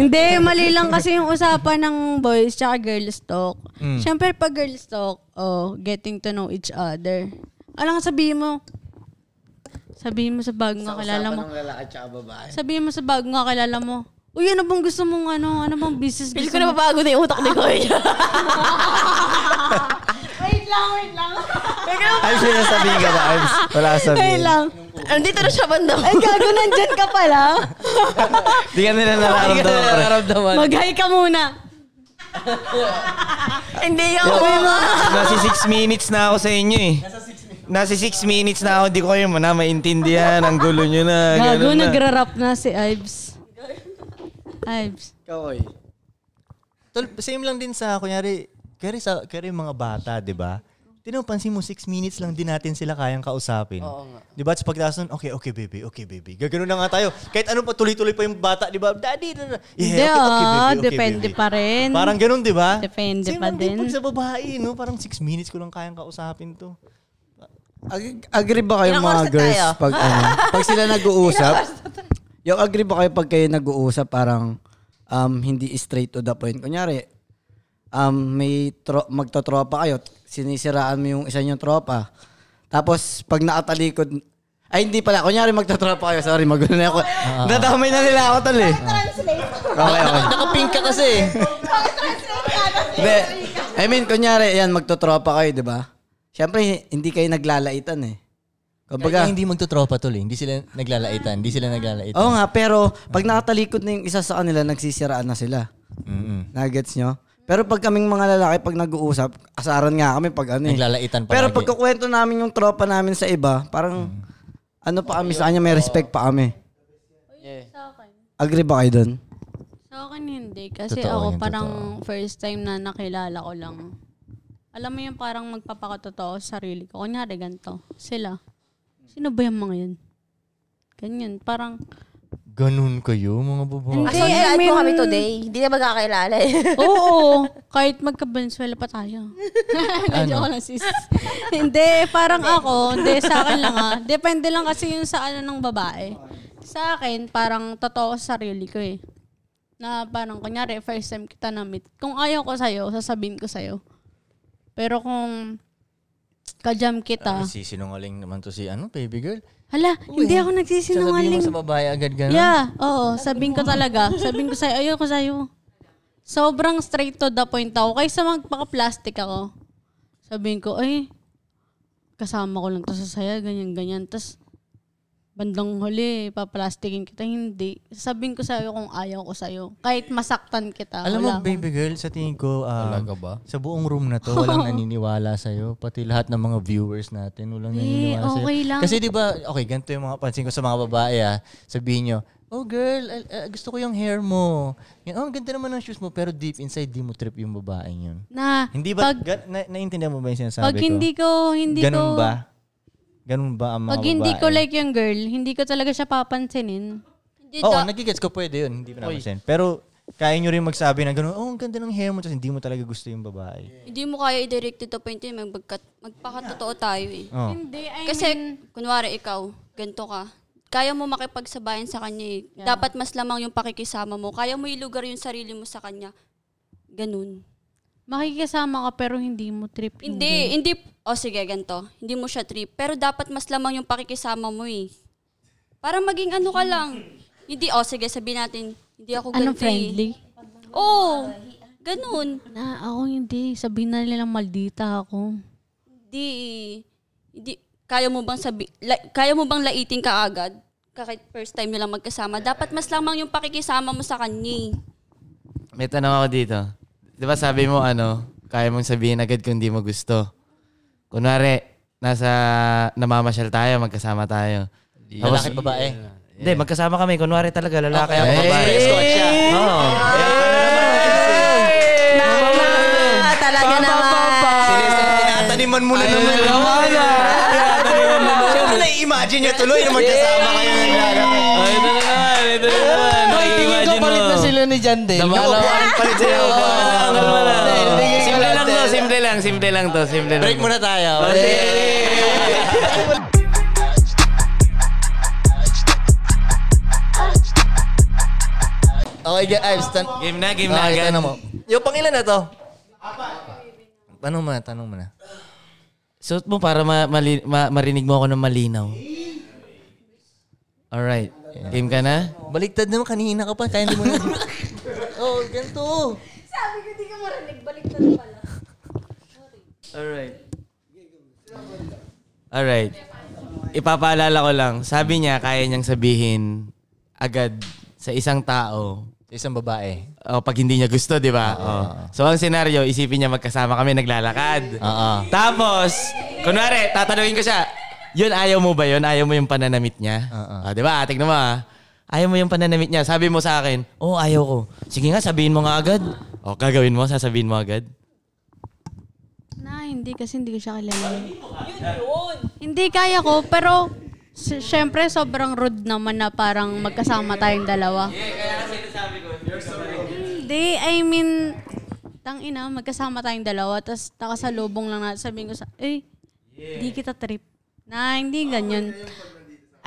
Hindi, mali lang kasi yung usapan ng boys tsaka girls talk. Mm. Siyempre, pag girls talk, oh, getting to know each other. Alam ka, sabihin mo, sabihin mo sa bagong kakilala mo, lalaki tsaka babae. sabihin mo sa bagong kakilala mo, Uy, ano bang gusto mong ano? Ano bang business gusto Feel ko na mabago na yung utak ni Koy. wait lang, wait lang. I'm sure nasabihin ka ba? I'm- Wala Ay sabihin. lang. Andito Ano, na siya banda. Ay, gago, nandyan ka [LAUGHS] pala. Di ka nila nararamdaman. pre. Mag-hi ka muna. [LAUGHS] Hindi ako. Nasa 6 minutes na ako sa inyo eh. Nasa 6 minutes na ako, di ko kayo na maintindihan. Ang gulo nyo na. Ah, Gago, ganun na. nagra-rap na si Ives. Ives. Ikaw, Tol, same lang din sa, kunyari, kaya sa, kaya yung mga bata, di ba? Tinan mo, pansin mo, six minutes lang din natin sila kayang kausapin. Oo nga. Di ba? Tapos pagtaas nun, okay, okay, baby, okay, baby. Gagano na nga tayo. Kahit ano pa, tuloy-tuloy pa yung bata, di ba? Daddy, na, na. Hindi, Yeah, okay, okay, ah, baby, okay, depende baby. pa rin. Parang ganun, di ba? Depende Same pa lang din. pag sa babae, no? Parang six minutes ko lang kayang kausapin to. Agree ba kayo Ilang mga oras na girls tayo? pag [LAUGHS] ano? Pag sila nag-uusap? yung agree ba kayo pag kayo nag-uusap parang um, hindi straight to the point? Kunyari, um, may tro- magtotropa kayo, sinisiraan mo yung isa niyong tropa. Tapos pag nakatalikod, ay hindi pala, kunyari magtotropa kayo, sorry, magulo na ako. Ah. Nadamay na nila ako tol eh. Okay, okay. Nakapink ka kasi. Hindi. I mean, kunyari, yan, magtotropa kayo, di ba? Siyempre, hindi kayo naglalaitan eh. Kumbaga, Kahit hindi magtutropa tuloy, hindi sila naglalaitan, hindi sila naglalaitan. Oo nga, pero pag nakatalikod na yung isa sa kanila, nagsisiraan na sila. Mm-mm. Nagets nyo? Pero pag kaming mga lalaki, pag nag-uusap, asaran nga kami pag ano eh. Naglalaitan palagi. Pero pagkukwento namin yung tropa namin sa iba, parang ano pa kami sa kanya, may respect pa kami. Sa akin. Agree ba kayo doon? Sa akin hindi. Kasi Totoo ako yun, parang first time na nakilala ko lang. Alam mo yung parang magpapakatotoo sa sarili ko. Kunyari ganito. Sila. Sino ba yung mga yun? Ganyan. Parang, Ganun kayo, mga babae. Hindi, Actually, I lahat po mean- kami today. Hindi na magkakilala [LAUGHS] eh. oo. Kahit magka-Venezuela pa tayo. [LAUGHS] Ano? Hindi ako lang sis. hindi, parang ako. Hindi, sa akin lang ah. Depende lang kasi yun sa ano ng babae. Sa akin, parang totoo sa sarili ko eh. Na parang, kunyari, first time kita na-meet. Kung ayaw ko sa'yo, sasabihin ko sa'yo. Pero kung kajam kita, Si sinungaling naman to si ano, baby girl. hala, hindi ako Sasabihin nagsisinungaling. mo sa babae agad ganun. Yeah, oo. Sabihin ko talaga. Sabihin ko sa'yo, ayoko sa'yo. Sobrang straight to the point ako. Kaysa magpaka-plastic ako. Sabihin ko, ay, kasama ko lang to sa saya, ganyan, ganyan. Tapos, bandang huli, paplastikin kita. Hindi. Sabihin ko sa'yo kung ayaw ko sa'yo. Kahit masaktan kita. Alam mo, wala akong- baby girl, sa tingin ko, um, sa buong room na to, walang naniniwala sa'yo. Pati lahat ng mga viewers natin, walang Eh, naniniwala sa'yo. okay lang. Kasi di ba, okay, ganito yung mga pansin ko sa mga babae, ah. Sabihin nyo, oh girl, I- I- gusto ko yung hair mo. Yan, oh, ang ganda naman ng shoes mo, pero deep inside, di mo trip yung babaeng yun. Na, Hindi ba, pag- ga- na, naiintindihan mo ba yung sinasabi Pag ko? hindi ko, hindi Ganun ko, ba? Ganun ba ang mga pag hindi ko babae? like yung girl, hindi ko talaga siya papansinin. Oo, oh, nagigets ko pwede yun. Hindi pa Oy. napansin. Pero kaya nyo rin magsabi na gano'n, oh, ang ganda ng hair mo, tapos hindi mo talaga gusto yung babae. Hindi mo kaya i-direct to the point yun. Magpagka, magpakatotoo tayo eh. Oo. Hindi, I Kasi, kunwari ikaw, ganito ka. Kaya mo makipagsabayan sa kanya eh. Dapat mas lamang yung pakikisama mo. Kaya mo ilugar yung sarili mo sa kanya. Ganun. Makikisama ka pero hindi mo trip. yung Hindi, girl. hindi. O sige, ganito. Hindi mo siya trip. Pero dapat mas lamang yung pakikisama mo eh. Para maging ano ka lang. Hindi, o sige, sabihin natin, hindi ako ganito Ano, friendly? Eh. Oo. ganun. Na, ako hindi. Sabihin na nila lang maldita ako. Hindi, hindi, kaya mo bang sabi, la- kaya mo bang laitin ka agad? Kahit first time nyo lang magkasama. Dapat mas lamang yung pakikisama mo sa kanya eh. May tanong ako dito. Di ba sabi mo ano, kaya mong sabihin agad kung di mo gusto. Kunwari, nasa namamasyal tayo, magkasama tayo. Lalaki, eh? babae? Hindi, magkasama kami. Kunwari talaga, lalaki Okay. ako babae. Hey! Escort siya. Oo. Ah, talaga Tinataniman mo na naman. Tinataniman mo na. Siyempre, nai-imagine niya tuloy na magkasama kayo. Ay, ito na naman. Ito na naman. Nakikimagine mo. oh. Palit na sila ni Jandel. Palit sa'yo. Simple lang to, simple lang, simple lang to, simple lang. Break to. muna tayo. Oh, Okay, ga- Ives. Tan- game na, game na Okay, agad. tanong mo. Yung pangilan na to? Tanong mo na, tanong mo na. Suot mo para ma- mali- ma- marinig mo ako ng malinaw. Alright. Game ka na? Baliktad naman kanina ka pa. Kaya hindi mo na. oh, ganito. Sabi ko, di ka marinig. Baliktad pala. Alright. Alright. Ipapaalala ko lang. Sabi niya, kaya niyang sabihin agad sa isang tao. Sa isang babae. Ah, O, pag hindi niya gusto, di ba? Oo. So, ang senaryo, isipin niya magkasama kami, naglalakad. Tapos, kunwari, tatanungin ko siya, yun, ayaw mo ba yun? Ayaw mo yung pananamit niya? Ah, di ba? Tignan mo ah. Ayaw mo yung pananamit niya. Sabi mo sa akin, oh, ayaw ko. Sige nga, sabihin mo nga agad. O, gagawin mo, sasabihin mo agad. Na, hindi kasi hindi ko siya kilala. Hindi, kaya ko. Pero, s- syempre, sobrang rude naman na parang magkasama tayong dalawa. Hindi, I mean, tang ina, magkasama tayong dalawa, tapos nakasalubong lang natin. Sabihin ko sa, eh, di kita trip. Na, hindi ganyan.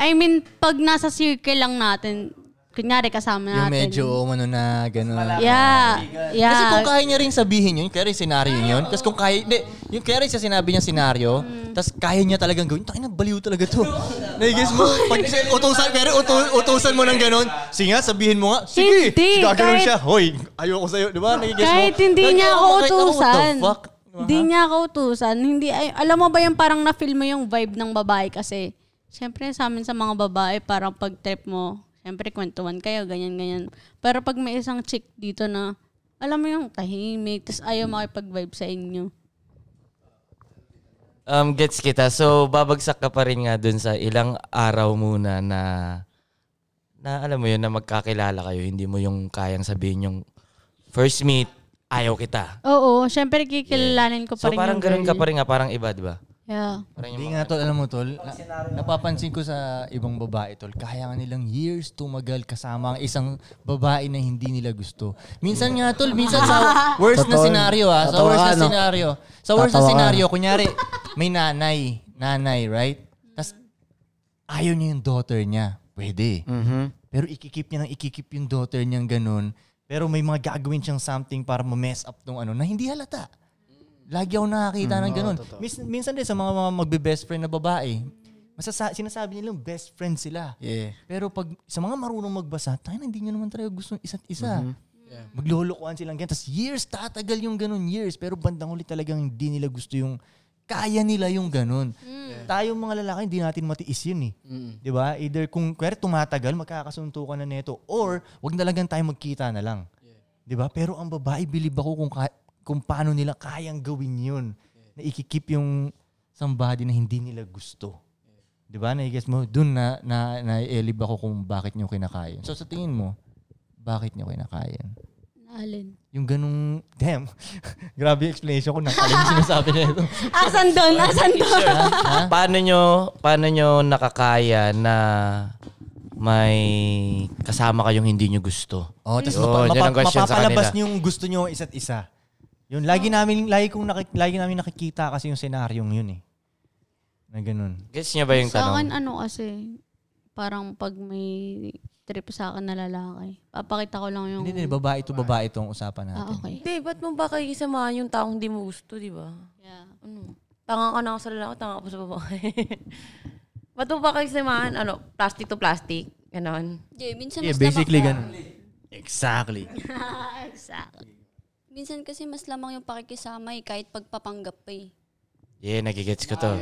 I mean, pag nasa circle lang natin, kunyari kasama Yung natin. medyo ano umano na, gano'n. Yeah, yeah. Kasi kung kaya niya rin sabihin yun, kaya rin senaryo yun. Kasi kung kaya, hindi, yung kaya rin siya sinabi niya senaryo, Mm. tas kaya niya talagang gawin, tayo na, baliw talaga [LAUGHS] to. Naigis mo, pag utusan, pero utu- utusan mo ng gano'n, sige nga, sabihin mo nga, sige, Hindi, gagano'n kahit- siya, hoy, ayoko sa'yo, di ba? Naigis mo. Kahit hindi Nag- niya ako kahit utusan. ano, What the fuck? Hindi niya ako utusan. Hindi, ay, alam mo ba yung parang na-feel mo yung vibe ng babae kasi syempre sa amin sa mga babae parang pag trip mo, syempre kwentuhan kayo, ganyan-ganyan. Pero pag may isang chick dito na, alam mo yung tahimik, tapos ayaw makipag-vibe sa inyo. Um, gets kita. So, babagsak ka pa rin nga dun sa ilang araw muna na, na alam mo yun, na magkakilala kayo. Hindi mo yung kayang sabihin yung first meet, ayaw kita. Oo, syempre kikilalanin ko pa So, rin parang yung ganun ka girl. pa rin nga, parang iba, di ba? Yeah. Hindi nga tol, alam mo tol, na- napapansin ko sa ibang babae tol, kaya nga nilang years tumagal kasama ang isang babae na hindi nila gusto. Minsan nga tol, minsan [LAUGHS] sa worst na Totoo. senaryo ah, sa Tatawa worst ka, na no? senaryo. Sa worst na Tatawa ka. senaryo, kunyari may nanay, nanay, right? Tapos ayaw niya yung daughter niya. Pwede. Mm-hmm. Pero ikikip niya nang ikikip yung daughter niyang ganun. Pero may mga gagawin siyang something para ma-mess up tong ano na hindi halata. Lagi ako nakakita ng ganun. Mis- minsan din sa mga, mga magbe-best friend na babae, masasa- sinasabi nilang best friend sila. Yeah. Pero pag sa mga marunong magbasa, tayo na, hindi nyo naman talaga gusto ng isa't isa. Mhm. Yeah. Maglulukuan silang ganyan. Tapos years, tatagal yung ganun years. Pero bandang huli talagang hindi nila gusto yung kaya nila yung ganun. Tayong mga lalaki, hindi natin matiis yun eh. Mm. Di ba? Either kung kaya tumatagal, magkakasuntukan na neto. Or, wag na lang gan tayo magkita na lang. Di ba? Pero ang babae, bilib ako kung, ka- kung paano nila kayang gawin yun. Na ikikip yung somebody na hindi nila gusto. Di ba? Na-guess mo, dun na, na, na-elib ako kung bakit nyo kinakaya. yun. So sa tingin mo, bakit nyo kinakaya? yun? Alin. Yung ganung, damn, [LAUGHS] grabe yung explanation ko, nakalim yung sinasabi na ito. [LAUGHS] Asan doon? Asan doon? Paano nyo, paano nyo nakakaya na may kasama kayong hindi nyo gusto? Oh, tapos Yun, mapa- yun Mm. ang mapa- question sa mapapalabas kanila. niyo yung gusto niyo isa't isa. Yun, lagi namin lagi kong naki- lagi namin nakikita kasi yung senaryong yun eh. Na ganun. Gets niya ba yung Sa akin, tanong? ano kasi, parang pag may trip sa akin na lalaki, papakita ko lang yung... Hindi, hindi, eh, babae to babae itong usapan natin. Ah, okay. Hindi, ba't mo ba kikisamahan yung taong hindi mo gusto, di ba? Yeah. Ano? Tanga ka na ako sa lalaki, tanga ka pa sa babae. [LAUGHS] ba't mo ba kikisamahan, ano, plastic to plastic? Ganon. Hindi, minsan Yeah, mas basically lamang- ganun. [LAUGHS] Exactly. exactly. Minsan kasi mas lamang yung pakikisama eh, kahit pagpapanggap pa eh. Yeah, nagigets ko to.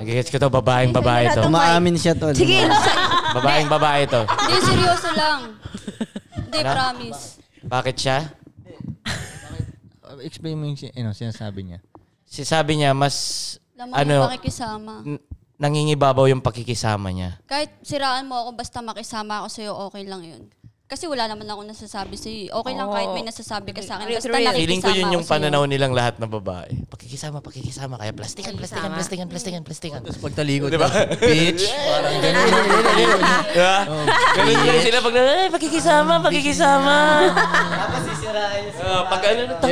Nagigets ko to, babaeng babae to. Umaamin siya tol. Sige, sa- Babaeng babae to. Hindi, seryoso lang. Hindi, Ano? promise. Bakit siya? explain mo yung si- ano, sinasabi niya. Sinasabi niya, mas, Lamang ano, pakikisama. n- nangingibabaw yung pakikisama niya. Kahit siraan mo ako, basta makisama ako sa'yo, okay lang yun. Kasi wala naman ako nasasabi sa'yo. eh. Okay lang Oo. kahit may nasasabi ka sa akin. Real, Basta real. nakikisama Feeling ko yun yung ako sa'yo. pananaw nilang lahat na babae. Pakikisama, pakikisama, kaya plastikan, Plastikan, plastikan, plastikan. plastikan, plastikan. Mm. Tapos pagtalikod Diba? na, [LAUGHS] bitch. Parang ganun. Diba? Ganun lang sila pag, eh, pakikisama, Ah, pakikisama. Tapos sisirain niya Ah, pag ano na to.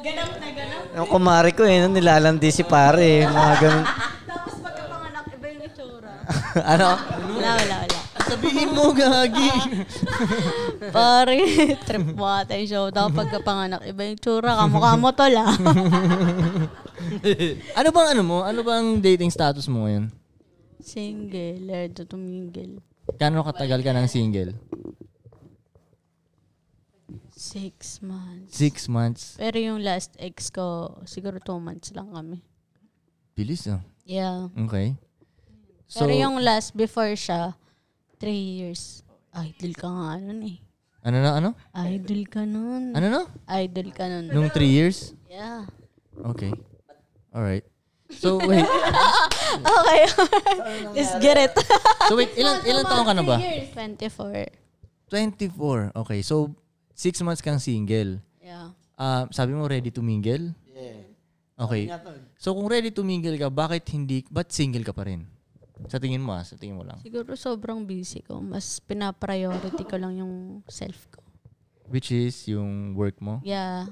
Ganap na ganap. Yung kumari ko eh, nung nilalandi si pare. eh, Mga ganun. [LAUGHS] Tapos pagkapanganak, iba yung itsura. [LAUGHS] ano? Wala, wala, wala. Sabihin mo, gagi. Pare, [LAUGHS] trip mo ata yung show. Tapos pagkapanganak, iba yung tsura. Kamukha mo to lang. [LAUGHS] ano bang ano mo? Ano bang dating status mo ngayon? Single, lerdo tumigil. Kano katagal ka ng single? Six months. Six months. Pero yung last ex ko, siguro two months lang kami. Bilis ah. Yeah. Okay. Pero yung last before siya, three years. Idol ka nga nun eh. ano na ano? Idol ka nun. Ano na? Idol ka nun. Nung three years? Yeah. [LAUGHS] Okay. Alright. So wait. okay. [LAUGHS] Let's get it. So wait, ilan- ilan taon ka na ba? 24. 24. Okay. So six months kang single. Yeah. Ah, sabi mo ready to mingle? Yeah. Okay. eh. So kung ready to mingle ka, bakit hindi ba't single ka pa rin? Sa tingin mo ah, sa tingin mo lang. Siguro sobrang busy ko. Mas pinapriority ko lang yung self ko. Which is yung work mo? Yeah.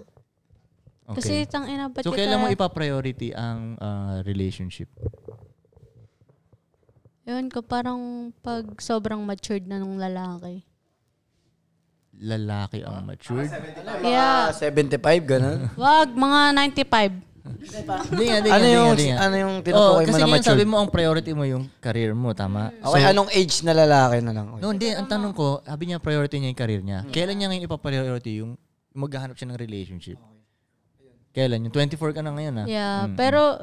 Okay. Kasi tang ina, ba't So di kailan ka- mo ipa-priority ang ah, relationship? Ewan ko, parang pag sobrang matured na nung lalaki. Lalaki Ah, ang matured? Yeah. 75, ganun. Wag, mga 95. Hindi nga, hindi nga, hindi Ano yung- nga, hindi nga. ano yung tinutukoy Oo, mo kasi na ngayon matured? sabi mo ang priority mo yung career mo, tama? Okay, So- anong age na lalaki na lang? No, hindi. Ang ano? tanong ko, sabi niya priority niya yung career Mm. niya. Kailan niya ngayon ipapriority yung maghahanap siya ng relationship? Kailan? Yung 24 ka na ngayon, ha? Yeah, Mm. pero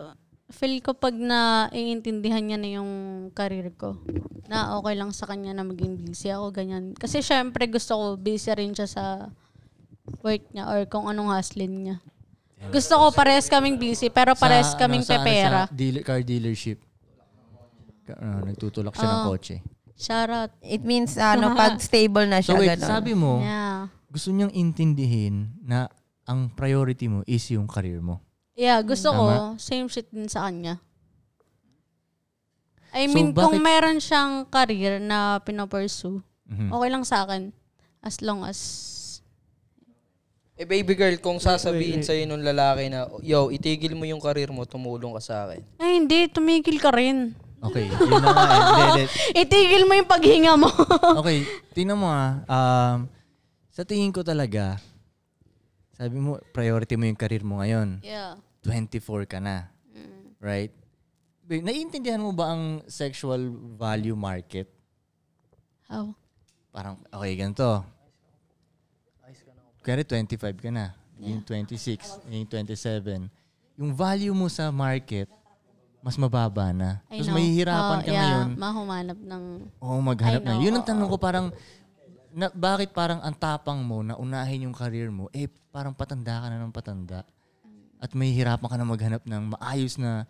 feel ko pag naiintindihan niya na yung career ko, na okay lang sa kanya na maging busy ako, ganyan. Kasi syempre gusto ko busy rin siya sa work niya or kung anong hustling niya. Gusto ko pares kaming busy, pero pares Sa, ano, kaming sa ano, pepera. Sa dealer, car dealership. Ka- ano, nagtutulak siya ng Oo. kotse. Shoutout. It means, ano, pag stable na So siya, wait, ganun. sabi mo, Yeah. gusto niyang intindihin na ang priority mo is yung career mo. Yeah, Tama. gusto ko same shit din sa kanya. I So, mean, kung bakit- meron siyang career na pinopursue, Mhm. okay lang sa akin. As long as... Eh, baby girl, kung sasabihin sa'yo nung lalaki na, yo, itigil mo yung karir mo, tumulong ka sa akin. Ay, eh, hindi. Tumigil ka rin. [LAUGHS] Okay, yun na nga. eh. Hindi, hindi. Itigil mo yung paghinga [LAUGHS] mo. okay, tingnan mo ah. Um, sa tingin ko talaga, sabi mo, priority mo yung career mo ngayon. Yeah. 24 ka na. Mm. Right? Ba- Naiintindihan mo ba ang sexual value market? How? Parang, okay, ganito. Kaya 25 ka na. Yung 26, yung 27. Yung value mo sa market, mas mababa na. I Tapos know. mahihirapan Oh, ka yeah, ngayon. Mahumanap ng... Oo, Oh, maghanap I know, na. Yun ang oo. tanong ko parang, na, bakit parang ang tapang mo na unahin yung career mo, eh parang patanda ka na ng patanda. At may hirapan ka na maghanap ng maayos na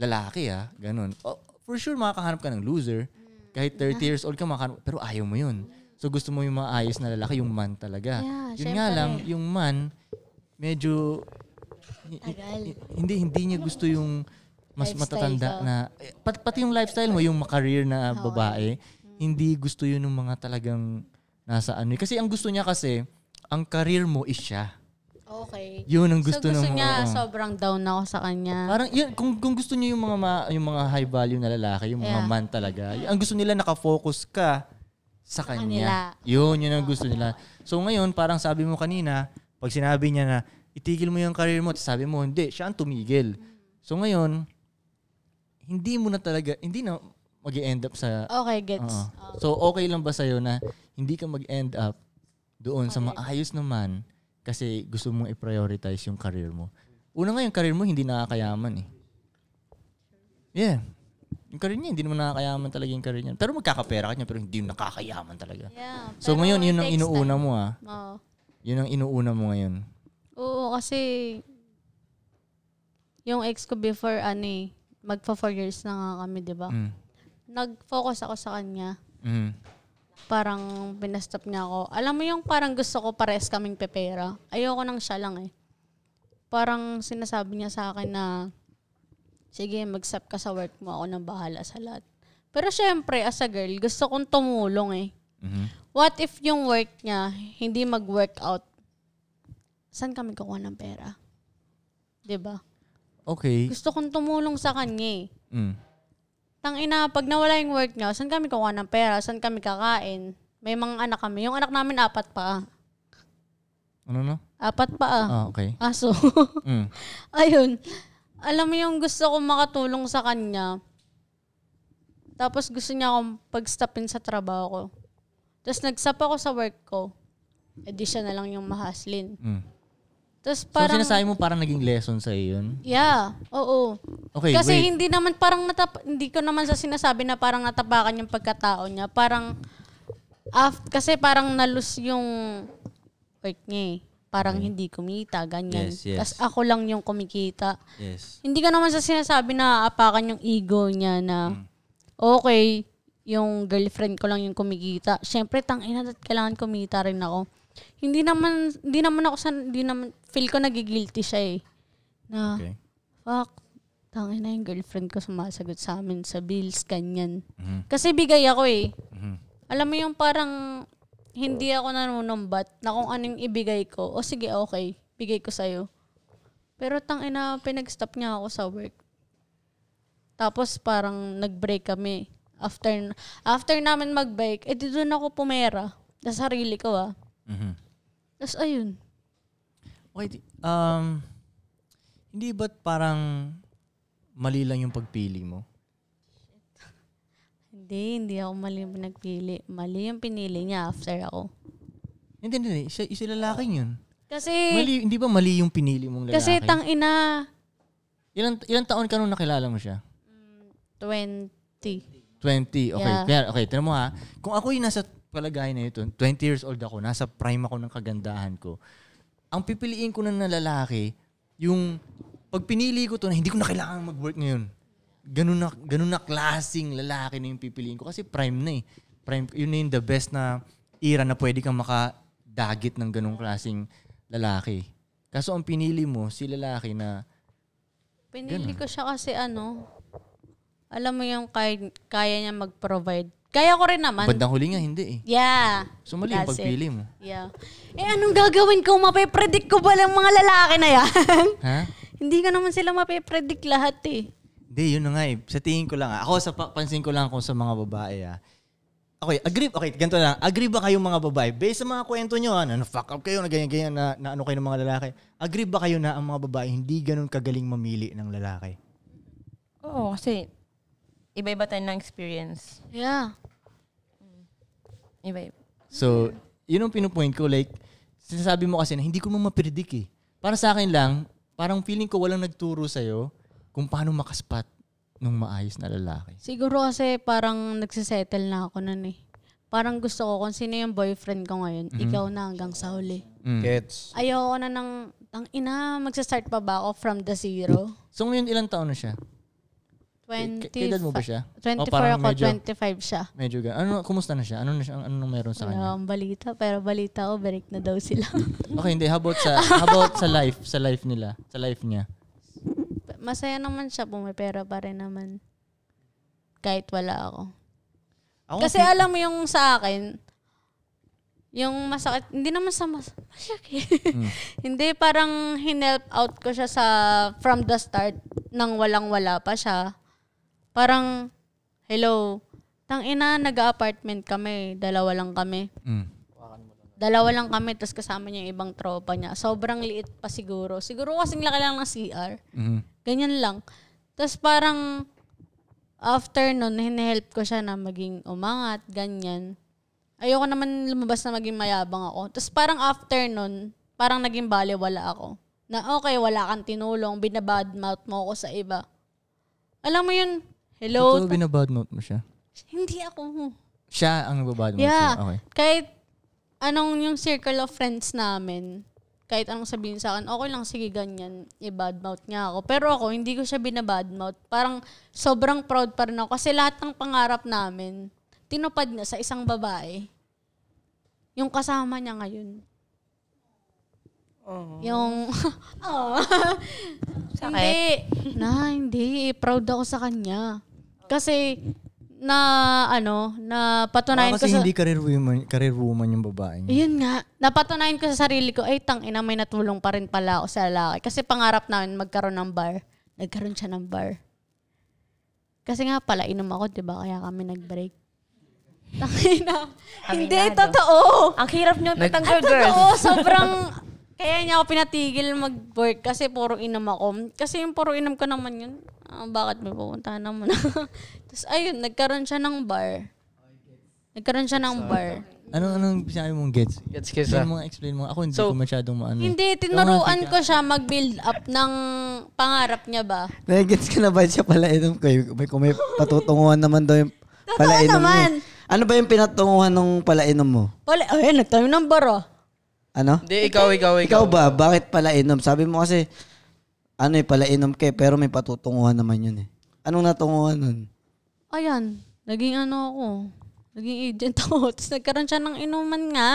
lalaki ah. Ganun. O, for sure, makakahanap ka ng loser. Kahit Mm. 30 years old ka, makahanap. Pero ayaw mo yun. So gusto mo yung maayos na lalaki, yung man talaga. Yeah, yun nga syempre. lang, yung man, medyo hi- hi- hindi hindi niya gusto yung mas Lifestyle matatanda ka. na eh, pat, pati yung lifestyle mo yung career na babae hindi gusto yun ng mga talagang nasa ano eh. kasi ang gusto niya kasi ang career mo is siya Okay. Yun ang gusto so, gusto ng- niya, oo. Ah. sobrang down ako sa kanya. parang yun kung kung gusto niyo yung mga ma- yung mga high value na lalaki yung mga Yeah. man talaga y- ang gusto nila naka-focus ka sa kanya yun yun ang gusto nila so ngayon parang sabi mo kanina pag sinabi niya na itigil mo yung career mo tapos sabi mo hindi siya ang tumigil so ngayon hindi mo na talaga hindi na mag end up sa Okay, gets. Oo. So okay lang ba sa'yo na hindi ka mag-end up doon sa maayos naman kasi gusto mong i-prioritize yung career mo. Una nga yung career mo hindi nakakayaman eh. Yeah. Yung career niya, hindi naman nakakayaman talaga yung career niya. Pero magkakapera ka niya, pero hindi yung nakakayaman talaga. Yeah, so pero ngayon, yun ang it takes inuuna mo ah. Oo. Yun ang inuuna mo ngayon. Oo, kasi yung ex ko before, ano eh, magpa four years na nga kami, di ba? Mm. Nag-focus ako sa kanya. Mm. Parang pinastop niya ako. Alam mo yung parang gusto ko pares kaming pepera. Ayoko nang siya lang eh. Parang sinasabi niya sa akin na, sige, mag-stop ka sa work mo. Ako nang bahala sa lahat. Pero syempre, as a girl, gusto kong tumulong eh. Mm-hmm. What if yung work niya hindi mag-workout? Saan kami kukuha ng pera? 'Di ba? Okay. Gusto kong tumulong sa kanya eh. Mm. Tangina, pag nawala yung work niya, saan kami kukuha ng pera? Saan kami kakain? May mga anak kami. Yung anak namin, apat pa. Ano no? Apat pa ah. Ah, okay. Aso. [LAUGHS] Mm. Ayun. Alam mo yung gusto ko makatulong sa kanya. Tapos gusto niya akong pag-stopin sa trabaho ko. Tapos nagsap ako sa work ko. E di siya na lang yung mahaslin. Mm. Tapos Parang, so, parang... sinasabi mo parang naging lesson sa yun? Yeah, oo. Okay, Kasi wait. hindi naman parang natap hindi ko naman sa sinasabi na parang natapakan yung pagkatao niya. Parang af kasi parang nalus yung work niya eh. Parang hindi kumita, ganyan. Yes, yes. Tapos ako lang yung kumikita. Yes. Hindi ko naman sa sinasabi na apakan yung ego niya na okay, yung girlfriend ko lang yung kumikita. Siyempre, tangina at kailangan kumita rin ako. Hindi naman, hindi naman ako sa, hindi naman, feel ko nagigilty siya eh. Na, Okay. fuck, tangina yung girlfriend ko sumasagot sa amin sa bills, ganyan. Kasi bigay ako eh. Alam mo yung parang hindi ako nanunumbat na kung anong ibigay ko. O sige, okay. Bigay ko sa'yo. Pero tangina, pinag-stop niya ako sa work. Tapos parang nag-break kami. After, after namin mag-break, eh di doon ako pumera. Sa sarili ko ah. Mhm. Tapos ayun. Wait, um, hindi ba't parang mali lang yung pagpili mo? Hindi, hindi ako mali yung pinagpili. Mali yung pinili niya after ako. Hindi, hindi, hindi. Siya, siya lalaking yun. Kasi, Mali, hindi ba mali yung pinili mong lalaki? Eh, kasi tangina, Ilan, ilan taon ka nung nakilala mo siya? 20. 20. Okay, Yeah. Kaya- okay. Tinan mo ha. Kung ako yung nasa palagay na ito, 20 years old ako, nasa prime ako ng kagandahan ko, ang pipiliin ko na na lalaki, yung pag pinili ko to na hindi ko na kailangan mag-work ngayon. Ganun na, ganun na klaseng lalaki na yung pipiliin ko kasi prime na eh. Prime, yun na yung the best na era na pwede kang makadagit ng ganung klaseng lalaki. Kaso ang pinili mo, si lalaki na Pinili ko siya kasi ano, alam mo yung kaya, kaya niya mag-provide. Kaya ko rin naman. bandang huli nga hindi eh. Yeah. So mali yung That's it. pagpili mo. Yeah. Eh anong gagawin ko? Mape-predict ko ba lang mga lalaki na yan? [LAUGHS] Ha? Hindi ko naman sila mape-predict lahat eh. Hindi, yun na nga eh. Sa tingin ko lang ah. Ako, sa pa- pansin ko lang kung sa mga babae ah. Okay, agree. Okay, ganito lang. Agree ba kayong mga babae? Based sa mga kwento nyo, ah, na fuck up kayo, na ganyan-ganyan, na, na ano kayo ng mga lalaki. Agree ba kayo na ang mga babae hindi ganun kagaling mamili ng lalaki? Oo, kasi iba-iba tayo ng experience. Yeah. Iba-iba. So, yun ang pinupoint ko. Like, sinasabi mo kasi na hindi ko mo mapredict eh. Para sa akin lang, parang feeling ko walang nagturo sa'yo kung paano makaspat ng maayos na lalaki. Siguro kasi parang nagsisettle na ako nun eh. Parang gusto ko kung sino yung boyfriend ko ngayon, Mhm. ikaw na hanggang sa huli. Gets. Ayoko na ng, tang ina, magsa-start pa ba ako from the zero? So, ngayon ilang taon na siya? 20, Kay- kailan mo ba siya? O 24 Oh, parang ako, medyo- 25 siya. Medyo gan. Ano, kumusta na siya? Ano na siya? Ano nang meron sa kanya? Wala akong balita, pero balita ko, break na daw sila. [LAUGHS] Okay, hindi. How about sa, how about sa life? Sa life nila? Sa life niya? Masaya naman siya, pumipera pa rin naman. Kahit wala ako. Ako Kasi fi- alam mo yung sa akin, yung masakit, hindi naman sa mas, masakit. [LAUGHS] hindi, parang hinelp out ko siya sa, from the start, nang walang-wala pa siya. Parang, hello, tang ina, nag-apartment kami, dalawa lang kami. Mm, Dalawa lang kami, tapos kasama niya yung ibang tropa niya. Sobrang liit pa siguro. Siguro kasing laki lang ng CR. mm-hmm. Ganyan lang. Tapos parang after nun, hinihelp ko siya na maging umangat, ganyan. Ayoko naman lumabas na maging mayabang ako. Tapos parang after nun, parang naging baliwala ako. Na okay, wala kang tinulong, binabadmouth mo ako sa iba. Alam mo yun, hello, Totoo, binabadmouth mo siya? hindi ako. Siya ang nagbabadmouth Yeah. sa'yo. Okay. Kahit anong yung circle of friends namin, kahit anong sabihin sa akin, okay lang, sige, ganyan. I-badmouth niya ako. Pero ako, hindi ko siya binabadmouth. Parang sobrang proud pa rin ako. Kasi lahat ng pangarap namin, tinupad na sa isang babae. Yung kasama niya ngayon. Yung, [LAUGHS] oh. hindi. Na, hindi. Proud ako sa kanya. Kasi, na, ano, na patunayan Baka Ah, ko kasi sa... hindi career woman, career woman yung babae niya. Yun nga. Napatunayan ko sa sarili ko, ay tang ina, may natulong pa rin pala ako sa lalaki. Kasi pangarap namin magkaroon ng bar. Nagkaroon siya ng bar. Kasi nga pala, inom ako, di ba? Kaya kami nag-break. [LAUGHS] Tangina. Hindi, totoo. Ang hirap niyo Nag- tatanggol, Ah, girl. Totoo, sobrang... Kaya niya ako pinatigil mag-work kasi puro inom ako. Kasi yung puro inom ko naman yun, ah, bakit may pupuntahan naman ako? [LAUGHS] Tapos ayun, nagkaroon siya ng bar. Nagkaroon siya ng bar. Anong, ano, anong sinabi mong gets? Gets kesa. Explain mo, explain mo. Ako hindi So, ko masyadong maano. eh. Hindi, tinuruan ko siya mag-build up ng pangarap niya ba? Nagigits ka na ba siya pala inom ko? Yung- May, kung may patutunguhan naman daw yung pala inom mo. naman. Ano ba yung pinatunguhan ng pala inom mo? Pala, ay, nagtayo ng oh. baro. Ano? Hindi, ikaw, ikaw, Ikaw ba? Bakit pala inom? Sabi mo kasi, ano eh, pala inom ka eh, pero may patutunguhan naman yun eh. Anong natunguhan nun? Ayan, naging ano ako. Naging agent [LAUGHS] ako. Tapos nagkaroon siya ng inuman nga.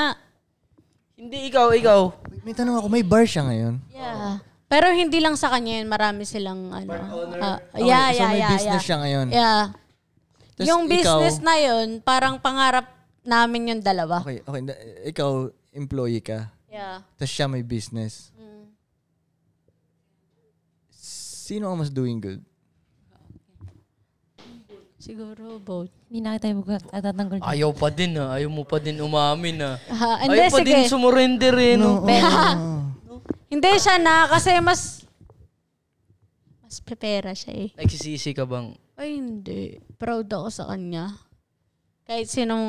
Hindi, ikaw, ikaw. May tanong ako, may bar siya ngayon? Yeah. Pero hindi lang sa kanya yun. Marami silang ano. ah, Okay, yeah, so yeah, may yeah, business yeah. siya ngayon. Yeah. Tapos yung ikaw- business na yun, parang pangarap namin yung dalawa. Okay, okay. na- Ikaw, employee ka. Yeah. Tapos siya may business. Mm. Sino ang mas doing good? Siguro both. Hindi na kita ah, ibugat. Tatanggol niya. Ayaw pa din ha. Ayaw mo pa din umamin ha. Ah, hindi, Ayaw pa din sige. sumurrender eh. No. [LAUGHS] Hindi siya na kasi mas mas pepera siya eh. Nagsisisi ka bang? Ay, hindi. Proud ako sa kanya. Kahit sinong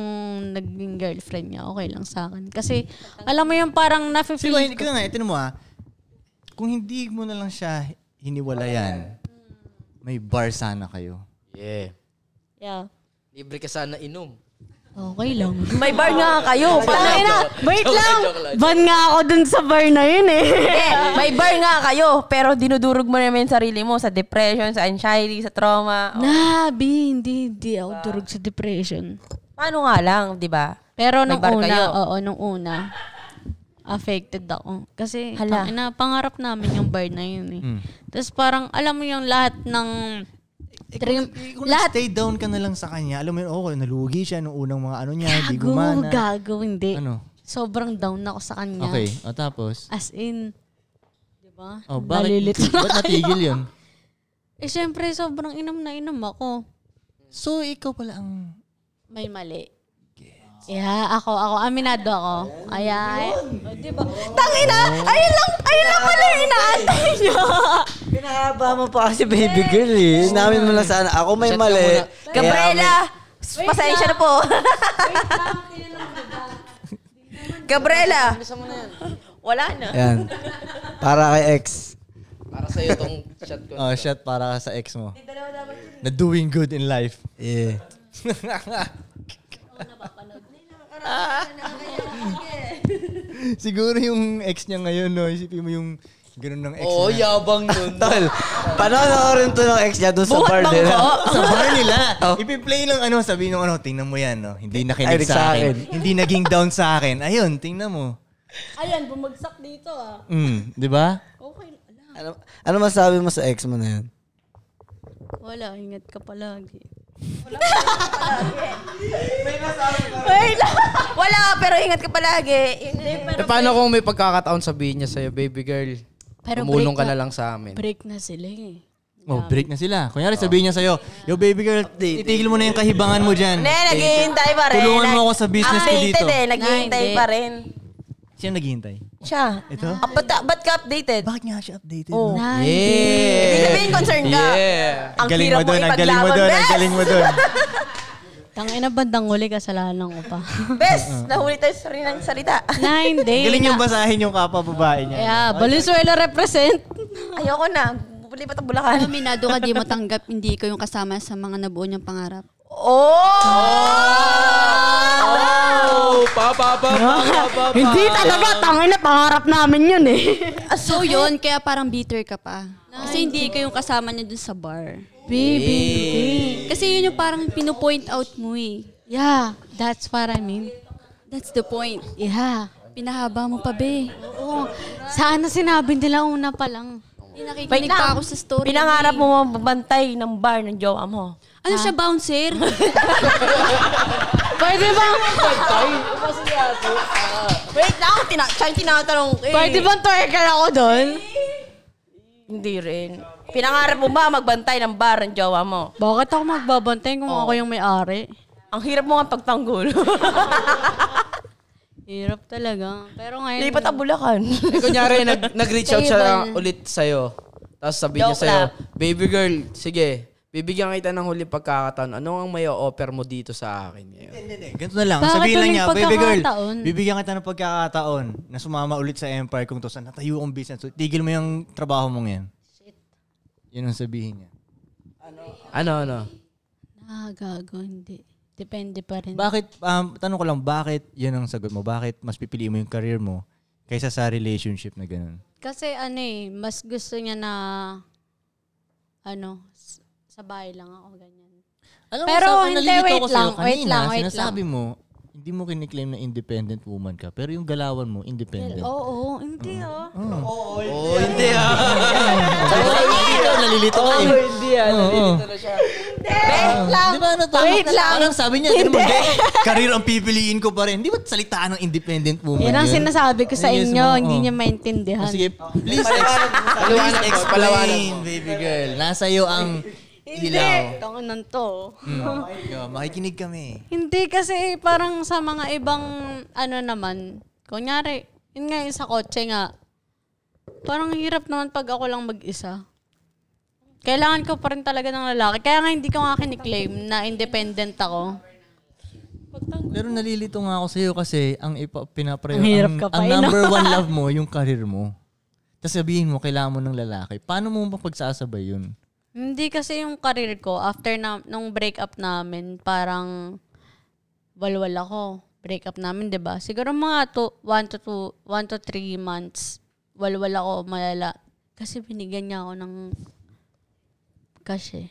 naging girlfriend niya, okay lang sa akin. Kasi, alam mo yung parang nafe-feel Siguro, hindi ka nga, ito mo ah. Kung hindi mo na lang siya hiniwalayan, may bar sana kayo. Yeah. Yeah. Libre ka sana inom. Okay [LAUGHS] lang. May bar nga [LAUGHS] kayo. Tangina, wait lang. Ban nga ako dun sa bar na yun eh. may bar nga kayo, pero dinudurog mo naman yung sarili mo sa depression, sa anxiety, sa trauma. Nabi, hindi, hindi ako durog sa depression. Paano nga lang, di ba? May Pero nung bar una, kayo. oo, nung una, affected ako. Kasi, Hala. tangina, pangarap namin yung bar na yun eh. Tapos parang, alam mo yung lahat ng... dream, Eh, Kung lahat stay down ka na lang sa kanya, alam mo yun, okay, nalugi siya nung unang mga ano niya, di Gago, gumana. gago, hindi. Ano? Sobrang down ako sa kanya. Okay, o tapos? As in, di ba? Oh, bakit, Nalilito na ba't natigil kayo. yun? Eh, syempre, sobrang inom na inom ako. So, ikaw pala ang... May mali. Yeah, ako, ako. Aminado ako. Ayan. O, di ba? Tangina! Ayun lang, ayun lang pala yung inaantay niyo. Pinahaba mo pa kasi baby girl eh. Namin mo lang sana. Ako may mali. Kaya Gabriela, Wait pasensya na lang. po. [LAUGHS] Gabriela. Wala na. may- Yan. Para kay ex. Para sa'yo tong shot ko. Oh, shot para sa ex mo. Na doing good in life. Yeah. Ah, Siguro yung ex niya ngayon, no? Isipin mo yung ganun ng ex [LAUGHS] Oo, oh, niya. yabang nun. Tol, panoorin to ng ex niya doon sa bar nila. [LAUGHS] sa bar nila. Ipi-play ng ano, sabihin ng ano, tingnan mo yan, no? Hindi nakinig Ay, sa sa akin. akin. Hindi naging down sa akin. Ayun, tingnan mo. [LAUGHS] Ayan, bumagsak dito ah. Mm, di ba? Okay. Ano, ano masabi mo sa ex mo na yan? Wala, ingat ka palagi. Wait lang. Wala, pero ingat ka palagi. Eh, paano kung may pagkakataon sabihin niya sa'yo, baby girl, Pero umulong break ka na na- lang sa amin. Break na sila eh. Oh, break na sila. Kunyari, sabihin niya sa'yo, Yo, baby girl, itigil mo na yung kahibangan mo dyan. Hindi, naghihintay pa rin. Tulungan mo ako sa business ko dito. Updated eh, naghihintay Hindi. pa rin. Sino naghihintay? Siya. Ito? Ah, ba't, ba't ka updated? Bakit nga siya updated? Oh. Nice. Ibig sabihin, concerned ka. Yeah. Ang galing hirap mo doon, ang galing mo ipaglaban, doon, best! ang galing mo doon. Tangina bandang huli, kasalanan ko pa. [LAUGHS] Best! Uh-huh. Nahuli tayo sa rin ng salita. na hindi. Galing yung basahin yung kapwa babae niya. Yeah, Valenzuela represent. Ayoko na. Bulipat ang bulakan. Aminado ka, di matanggap, hindi ko yung Oh! kasama sa mga nabuo niyang pangarap. Oh! Pa, pa, pa, pa, pa, pa, pa. Hindi talaga, tangin na, pangarap namin yun eh. so yun, kaya parang bitter ka pa. Kasi hindi ko yung kasama niya dun sa bar. [LAUGHS] Baby. Kasi yun yung parang pinupoint out mo eh. Yeah, that's what I mean. That's the point. Yeah. Pinahaba mo pa, be. Oo. Sana sinabi nila una pa lang. Nakikinig pa ako sa story. Pinangarap mo mababantay ng bar ng jowa mo. Ano siya, bouncer? [LAUGHS] Pwede bang... Wait lang, tina siya yung tinatanong ko eh. Pwede bang twerker ako doon? Hindi rin. Pinangarap mo ba magbantay ng bar ng jowa mo? Bakit ako magbabantay kung ako yung may-ari? Ang hirap mo nga [LAUGHS] pagtanggol. Hirap talaga. Pero ngayon... Lipat ang Bulacan. Eh, kunyari, nag, nag-reach out siya ulit sa'yo. Tapos sabihin niya Joke sa'yo, lang. baby girl, sige, bibigyan kita ng huli pagkakataon. Ano ang may offer mo dito sa akin ngayon? Ganito na lang. Bakit Sabihin lang huling niya, baby girl, pagkakataon?" bibigyan kita ng pagkakataon na sumama ulit sa Empire kung tosan natayo ang business. So, tigil mo yung trabaho mo ngayon. Shit. Yun ang sabihin niya. Ano, ano? Ah, gago, hindi. Depende pa rin. Bakit, um, tanong ko lang, bakit yun ang sagot mo? Bakit mas pipiliin mo yung career mo kaysa sa relationship na ganun? Kasi ano eh, mas gusto niya na... Ano, s- sa bahay lang ako, ganyan. Alam mo, Pero sa- hindi, nalilito wait ako sa'yo lang, Kanina, wait lang, wait lang. sinasabi mo, hindi mo kiniklaim na independent woman ka, pero yung galawan mo, independent. Oo, hindi oh. Oo, hindi ah. Ikaw, nalilito ka eh. hindi ah. Nalilito na siya. Wait lang. Di ba ano to? Wait lang. Parang sabi niya, ganun Hindi. mo, "Be, [LAUGHS] career ang pipiliin ko pa rin. Hindi ba salitaan ng independent woman Yan ang sinasabi ko sa Ano yun, inyo, mo? hindi Oo. niya maintindihan. Sige, please, ex- please explain, baby girl. Nasa iyo ang ilaw. Tangan nun to. Mm. Ikaw, Makikinig kami. Hindi kasi parang sa mga ibang ano naman, kunyari, yun nga yung sa kotse nga, parang hirap naman pag ako lang mag-isa. Kailangan ko pa rin talaga ng lalaki. Kaya nga hindi ko nga kiniklaim na independent ako. Pero nalilito nga ako sa'yo kasi ang ipa, pinaprayo, Ang hirap ka pa, ang eh, no? [LAUGHS] number one love mo, yung karir mo. Tapos sabihin mo, kailangan mo ng lalaki. Paano mo mapagsasabay yun? Hindi kasi yung karir ko, after na, nung breakup namin, parang walwal ako. Breakup namin, di ba? Siguro mga 1 to 2, 1 to 3 months, walwal ako, malala. Kasi binigyan niya ako ng cash eh.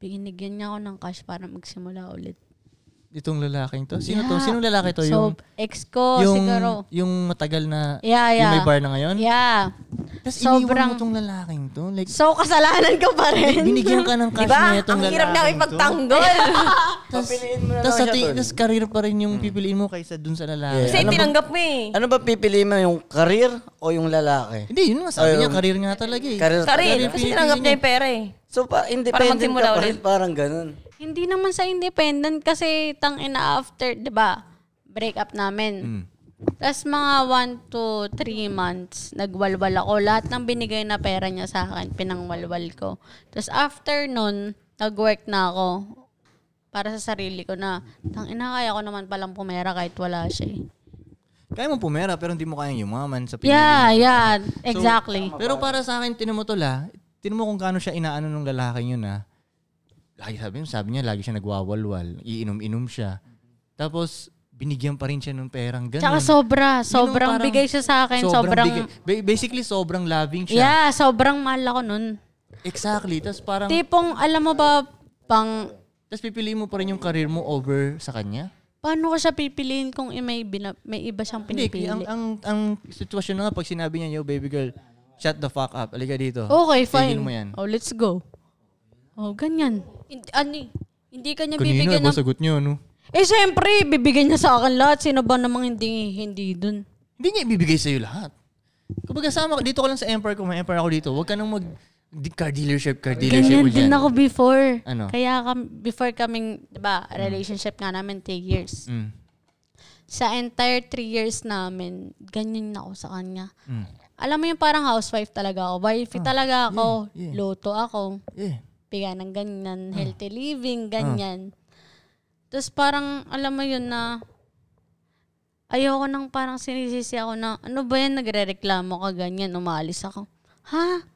Binigyan niya ako ng cash para magsimula ulit. Itong lalaking to? Sino to? Yeah. Sinong lalaki to? yung, So, ex ko, yung, siguro. Yung matagal na, Yeah, yung yeah. may bar na ngayon? Yeah. Tapos iniwan mo Sobrang- tong lalaking to? Like, [LAUGHS] So, kasalanan ko pa rin. Binigyan ka ng cash Diba? na itong Ang lalaking hirap na to. ipagtanggol. Tapos sa ti- tas karir pa rin yung pipiliin mo kaysa dun sa lalaki. Kasi tinanggap mo eh. Ano ba pipili mo, yung career o yung lalaki? Hindi, yun nga sabi niya, career nga talaga eh. Career, Karin, kasi tinanggap niya yung pera eh. So, pa, independent magsimula ka pa ulit. rin, parang ganun. Hindi naman sa independent kasi tang ina after, 'di ba? Break up Mm. namin. Tapos mga 1 to 3 months, nagwalwal ako. Lahat ng binigay na pera niya sa akin, pinangwalwal ko. Tapos after nun, nag-work na ako para sa sarili ko na, tang ina, kaya ko naman palang pumera kahit wala siya. eh." Kaya mo pumera, pero hindi mo kayang yumaman sa pinili Yeah, mo. yeah, So, exactly. pero para sa akin, tinan mo to la, tinan mo kung gaano siya inaano nung lalaking yun ha. Lagi sabi, sabi niya, lagi siya nagwawalwal, iinom-inom siya. Tapos, binigyan pa rin siya ng perang ganun. Tsaka Yun sobra, ang sobrang parang- bigay siya sa akin, sobrang, bigay. Ba- basically, sobrang loving siya. yeah, sobrang mahal ako nun. Exactly. Tapos parang, Tipong, alam mo ba, pang tapos pipiliin mo pa rin yung career mo over sa kanya? Paano ko siya pipiliin kung i- may, bina- may iba siyang Hindi, pinipili? ang, ang, ang sitwasyon na nga, pag sinabi niya, yo, baby girl, shut the fuck up. Alika dito. okay, fine. Tigil mo yan. Oh, let's go. Oh, ganyan. Hindi- ano eh, hindi ka niya Kanina, bibigyan iba ng... sagot niya, ano? Eh, syempre, bibigyan niya sa akin lahat. Sino ba namang hindi, hindi dun? Hindi niya ibibigay sa'yo lahat. Kumbaga, sama, dito ka lang sa Empire ko, may Empire ako dito. Huwag ka nang mag di- car dealership, car dealership Ganyan ulit. din ako before. Ano? Kaya kam- before kaming, di ba, relationship nga namin, 3 years. Mm. Sa entire 3 years namin, ganyan na ako sa kanya. Mm. Ah, Alam mo yung parang housewife talaga ako. Wifey talaga ako. Luto ako. Yeah. Piga ng ganyan. Healthy living, ganyan. Tapos parang, alam mo yun na, ayoko nang parang sinisisi ako na, ano ba yan, nagre-reklamo ka, ganyan, umalis ako. Ha?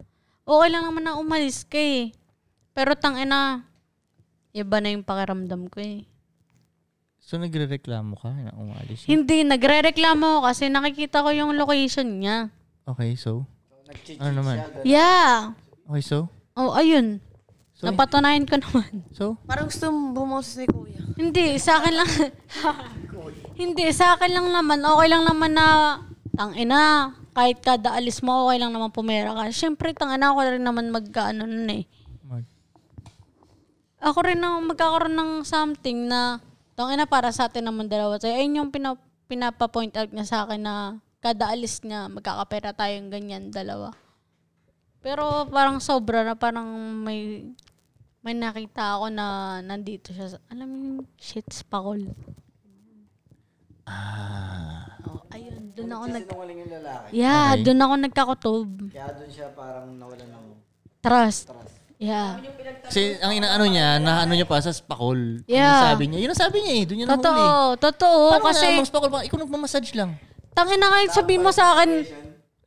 Okay lang naman na umalis ka eh. Pero tangina, iba na yung pakiramdam ko eh. So nagre-reklamo ka na umalis. siya? Hindi, nagre-reklamo ako kasi nakikita ko yung location niya. Okay, so? Ano naman? Yeah. Okay, so? Oh, ayun. Napatunayan ko naman. So? Parang gusto mong bumoses ni Kuya. Hindi, sa akin lang. [LAUGHS] Hindi, sa akin lang naman. Okay lang naman na, tangina, kahit kada alis mo, okay lang naman pumera ka. Siyempre, tangina, ako rin naman magkaano nun eh. Mag- Ako rin ang magkakaroon ng something na, tangina, para sa atin naman dalawa. So, ayun yung pina, pinapa-point out niya sa akin na kada alis niya, magkakapera tayong ganyan dalawa. Pero parang sobra na parang may may nakita ako na nandito siya. sa- Alam mo yung shit spakol. Ah. Oh, Ayun, doon ako nag... Sinungaling yung lalaki. Yeah, Okay. doon ako nagkakutob. Kaya doon siya parang nawalan ng... Trust. Yeah. Kasi ang inaano niya, na ano niya pa sa spakol. Yeah. Ano sabi niya? Yun ang sabi niya eh. Doon niya nahuli. Totoo, totoo. Paano kasi... Paano spakol pa? Ikaw nagmamassage lang. Tangin na kahit sabihin mo sa akin...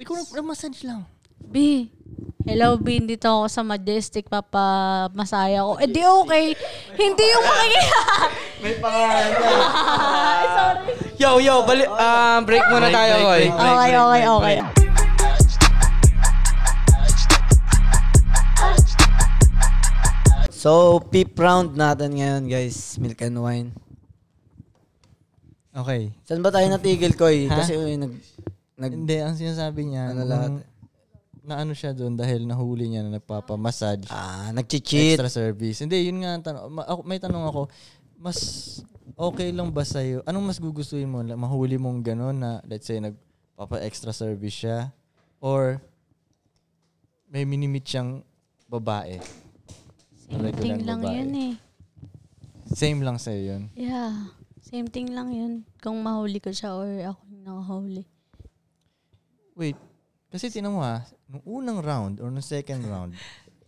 Ikaw nagmamassage lang. B, hello B, dito ako sa Majestic, papa masaya ko. Eh di okay. Hindi [LAUGHS] yung makikiyak. May pangalan ka. Sorry. Yo, yo, bali- ah, break muna Break, tayo, break, Koy. break, break, Okay, break, okay, break, okay. So, peep round natin ngayon, guys. Milk and wine. Okay. Saan ba tayo natigil, Koy? Ha? Kasi uy, nag... nag Hindi, ang sinasabi niya, ano Ano lahat? na ano siya doon dahil nahuli niya na nagpapamassage. Ah, nagchichit. Extra service. Hindi, yun nga ang tanong. Ma- ako- may tanong ako, mas okay lang ba sa'yo? Anong mas gugustuhin mo? La- Mahuli mong gano'n na, let's say, nagpapa-extra service siya? Or may minimit siyang babae? Na Same regular thing lang babae. yun eh. Same lang sa'yo yun? Yeah. Same thing lang yun. Kung mahuli ko siya or ako yung nakahuli. Wait, kasi tinan mo ha, nung unang round or nung second round,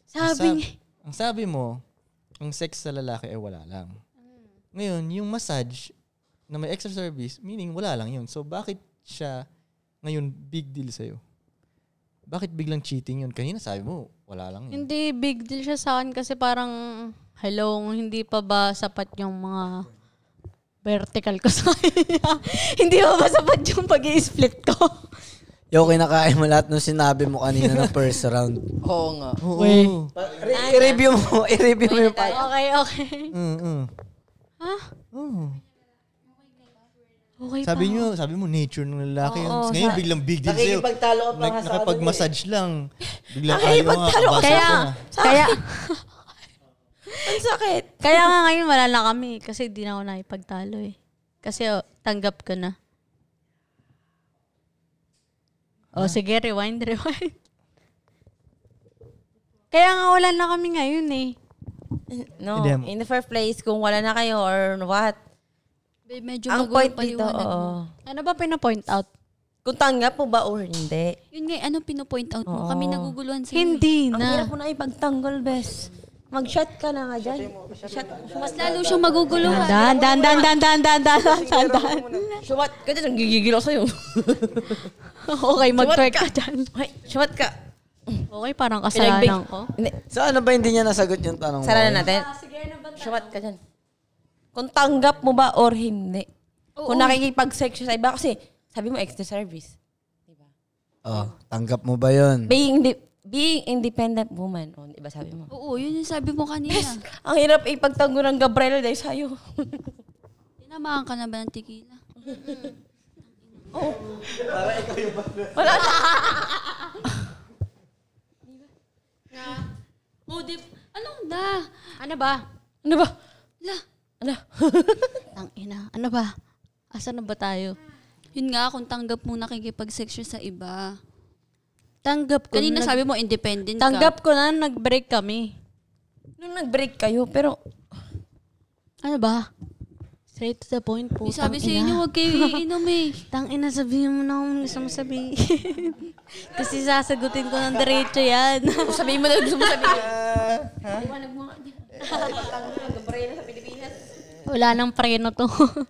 Sabi ang, [LAUGHS] niya. ang sabi mo, ang sex sa lalaki ay wala lang. Ngayon, yung massage na may extra service, meaning wala lang yun. So, bakit siya ngayon big deal sa'yo? Bakit biglang cheating yun? Kanina sabi mo, wala lang yun. Hindi, big deal siya sa akin kasi parang, hello, hindi pa ba sapat yung mga vertical ko sa [LAUGHS] kanya? hindi pa ba sapat yung pag split ko? Yo, kinakain mo lahat nung sinabi mo kanina na first round. Oo nga. Uy. I- i-review mo. I-review mo yung pa. Okay, okay. Mm-mm. Ha? Oo. Okay Sabi pa. niyo, sabi mo nature ng lalaki yun. Oo, Ngayon sa- biglang big deal sa'yo. Nakikipagtalo ka pa nga sa kanila eh. Nakipag-massage lang. Biglang ayaw nga, Nakikipagtalo ka. kabasa ka Kaya, na. kaya, Ang sakit. kaya nga ngayon wala na kami kasi di na ako nakipagtalo eh. Kasi oh, tanggap ko na. O sige, rewind, [LAUGHS] rewind. Kaya nga wala na kami ngayon eh. No, Hindi mo. in the first place, kung wala na kayo or what. Babe, medyo Ang magulo point pa dito, liwanag mo. oo. Ano ba pinapoint out? Kung tanggap mo ba or hindi. Yun nga, ano pinopoint out mo? Oo. Kami naguguluhan sa'yo. Hindi Ang na. hirap mo na ipagtanggol, bes. Mag-shot ka na nga dyan. Mas lalo siyang maguguluhan. Dan, dan, dan, dan, dan, dan, dan, dan, dan, dan. Shumat ka dyan, gigigil ako sa'yo. [LAUGHS] okay, mag-twerk ka dyan. Ay, shumat ka. Okay, parang Pinagbig- kasalanan ko. Hindi. So, ano ba hindi niya nasagot yung tanong mo? Sara na natin. Shumat ka dyan. Kung tanggap mo ba or hindi. Oo. Kung nakikipag-sex siya sa iba kasi sabi mo extra service. Oh, tanggap mo ba yun? Being indi- being independent woman. O, di ba sabi mo? Oo, yun yung sabi mo kanina. Yes. Ang hirap ipagtanggol ng Gabriel dahil sa'yo. [LAUGHS] Tinamaan ka na ba ng tequila? Para ikaw yung Wala na. Oh, di... Diba? Anong da? Ano ba? Ano ba? La. Ano? Tang ina. Ano ba? Asa na ba tayo? Yun nga, kung tanggap mo nakikipag-sex siya sa iba. Tanggap ko. Kanina na- sabi mo independent Tanggap ka. ko na nag-break kami. [LAUGHS] Nung nag-break kayo, pero Ano ba? Straight to the point po. May sabi sa inyo, huwag kayo iinom eh. Tang ina, sabihin mo na kung gusto mo sabihin. [LAUGHS] Kasi sasagutin ko ng diretso yan. sabihin mo na gusto mo [LAUGHS] sabihin. Liwanag mo nga. Gabriel sa Pilipinas. Wala nang preno to.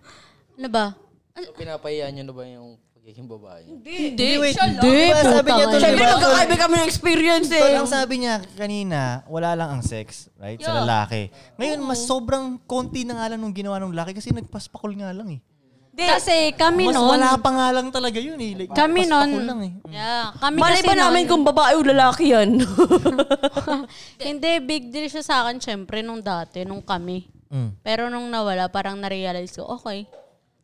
[LAUGHS] ano ba? So, pinapahiya niyo na ba yung pagiging babae niyo? Hindi, wait. siya lang. Hindi, Diba, sabi putang niya ina. tuloy. Siyempre, magkakaiba kami ng experience eh. Ito lang sabi niya kanina, wala lang ang sex, right? Sa Yeah. lalaki. Ngayon, mas sobrang konti na nga lang nung ginawa ng lalaki kasi nagpaspakol nga lang eh. Kasi kami Mas noon- wala pa nga lang talaga yun eh. Like, Kami paspakol nun, lang eh. yeah, kami Malay kasi ba namin nun- kung babae o lalaki [LAUGHS] yan? [LAUGHS] Hindi, big deal siya sa akin, syempre, nung dati, nung kami. Mm. Pero nung nawala, parang narealize ko, okay.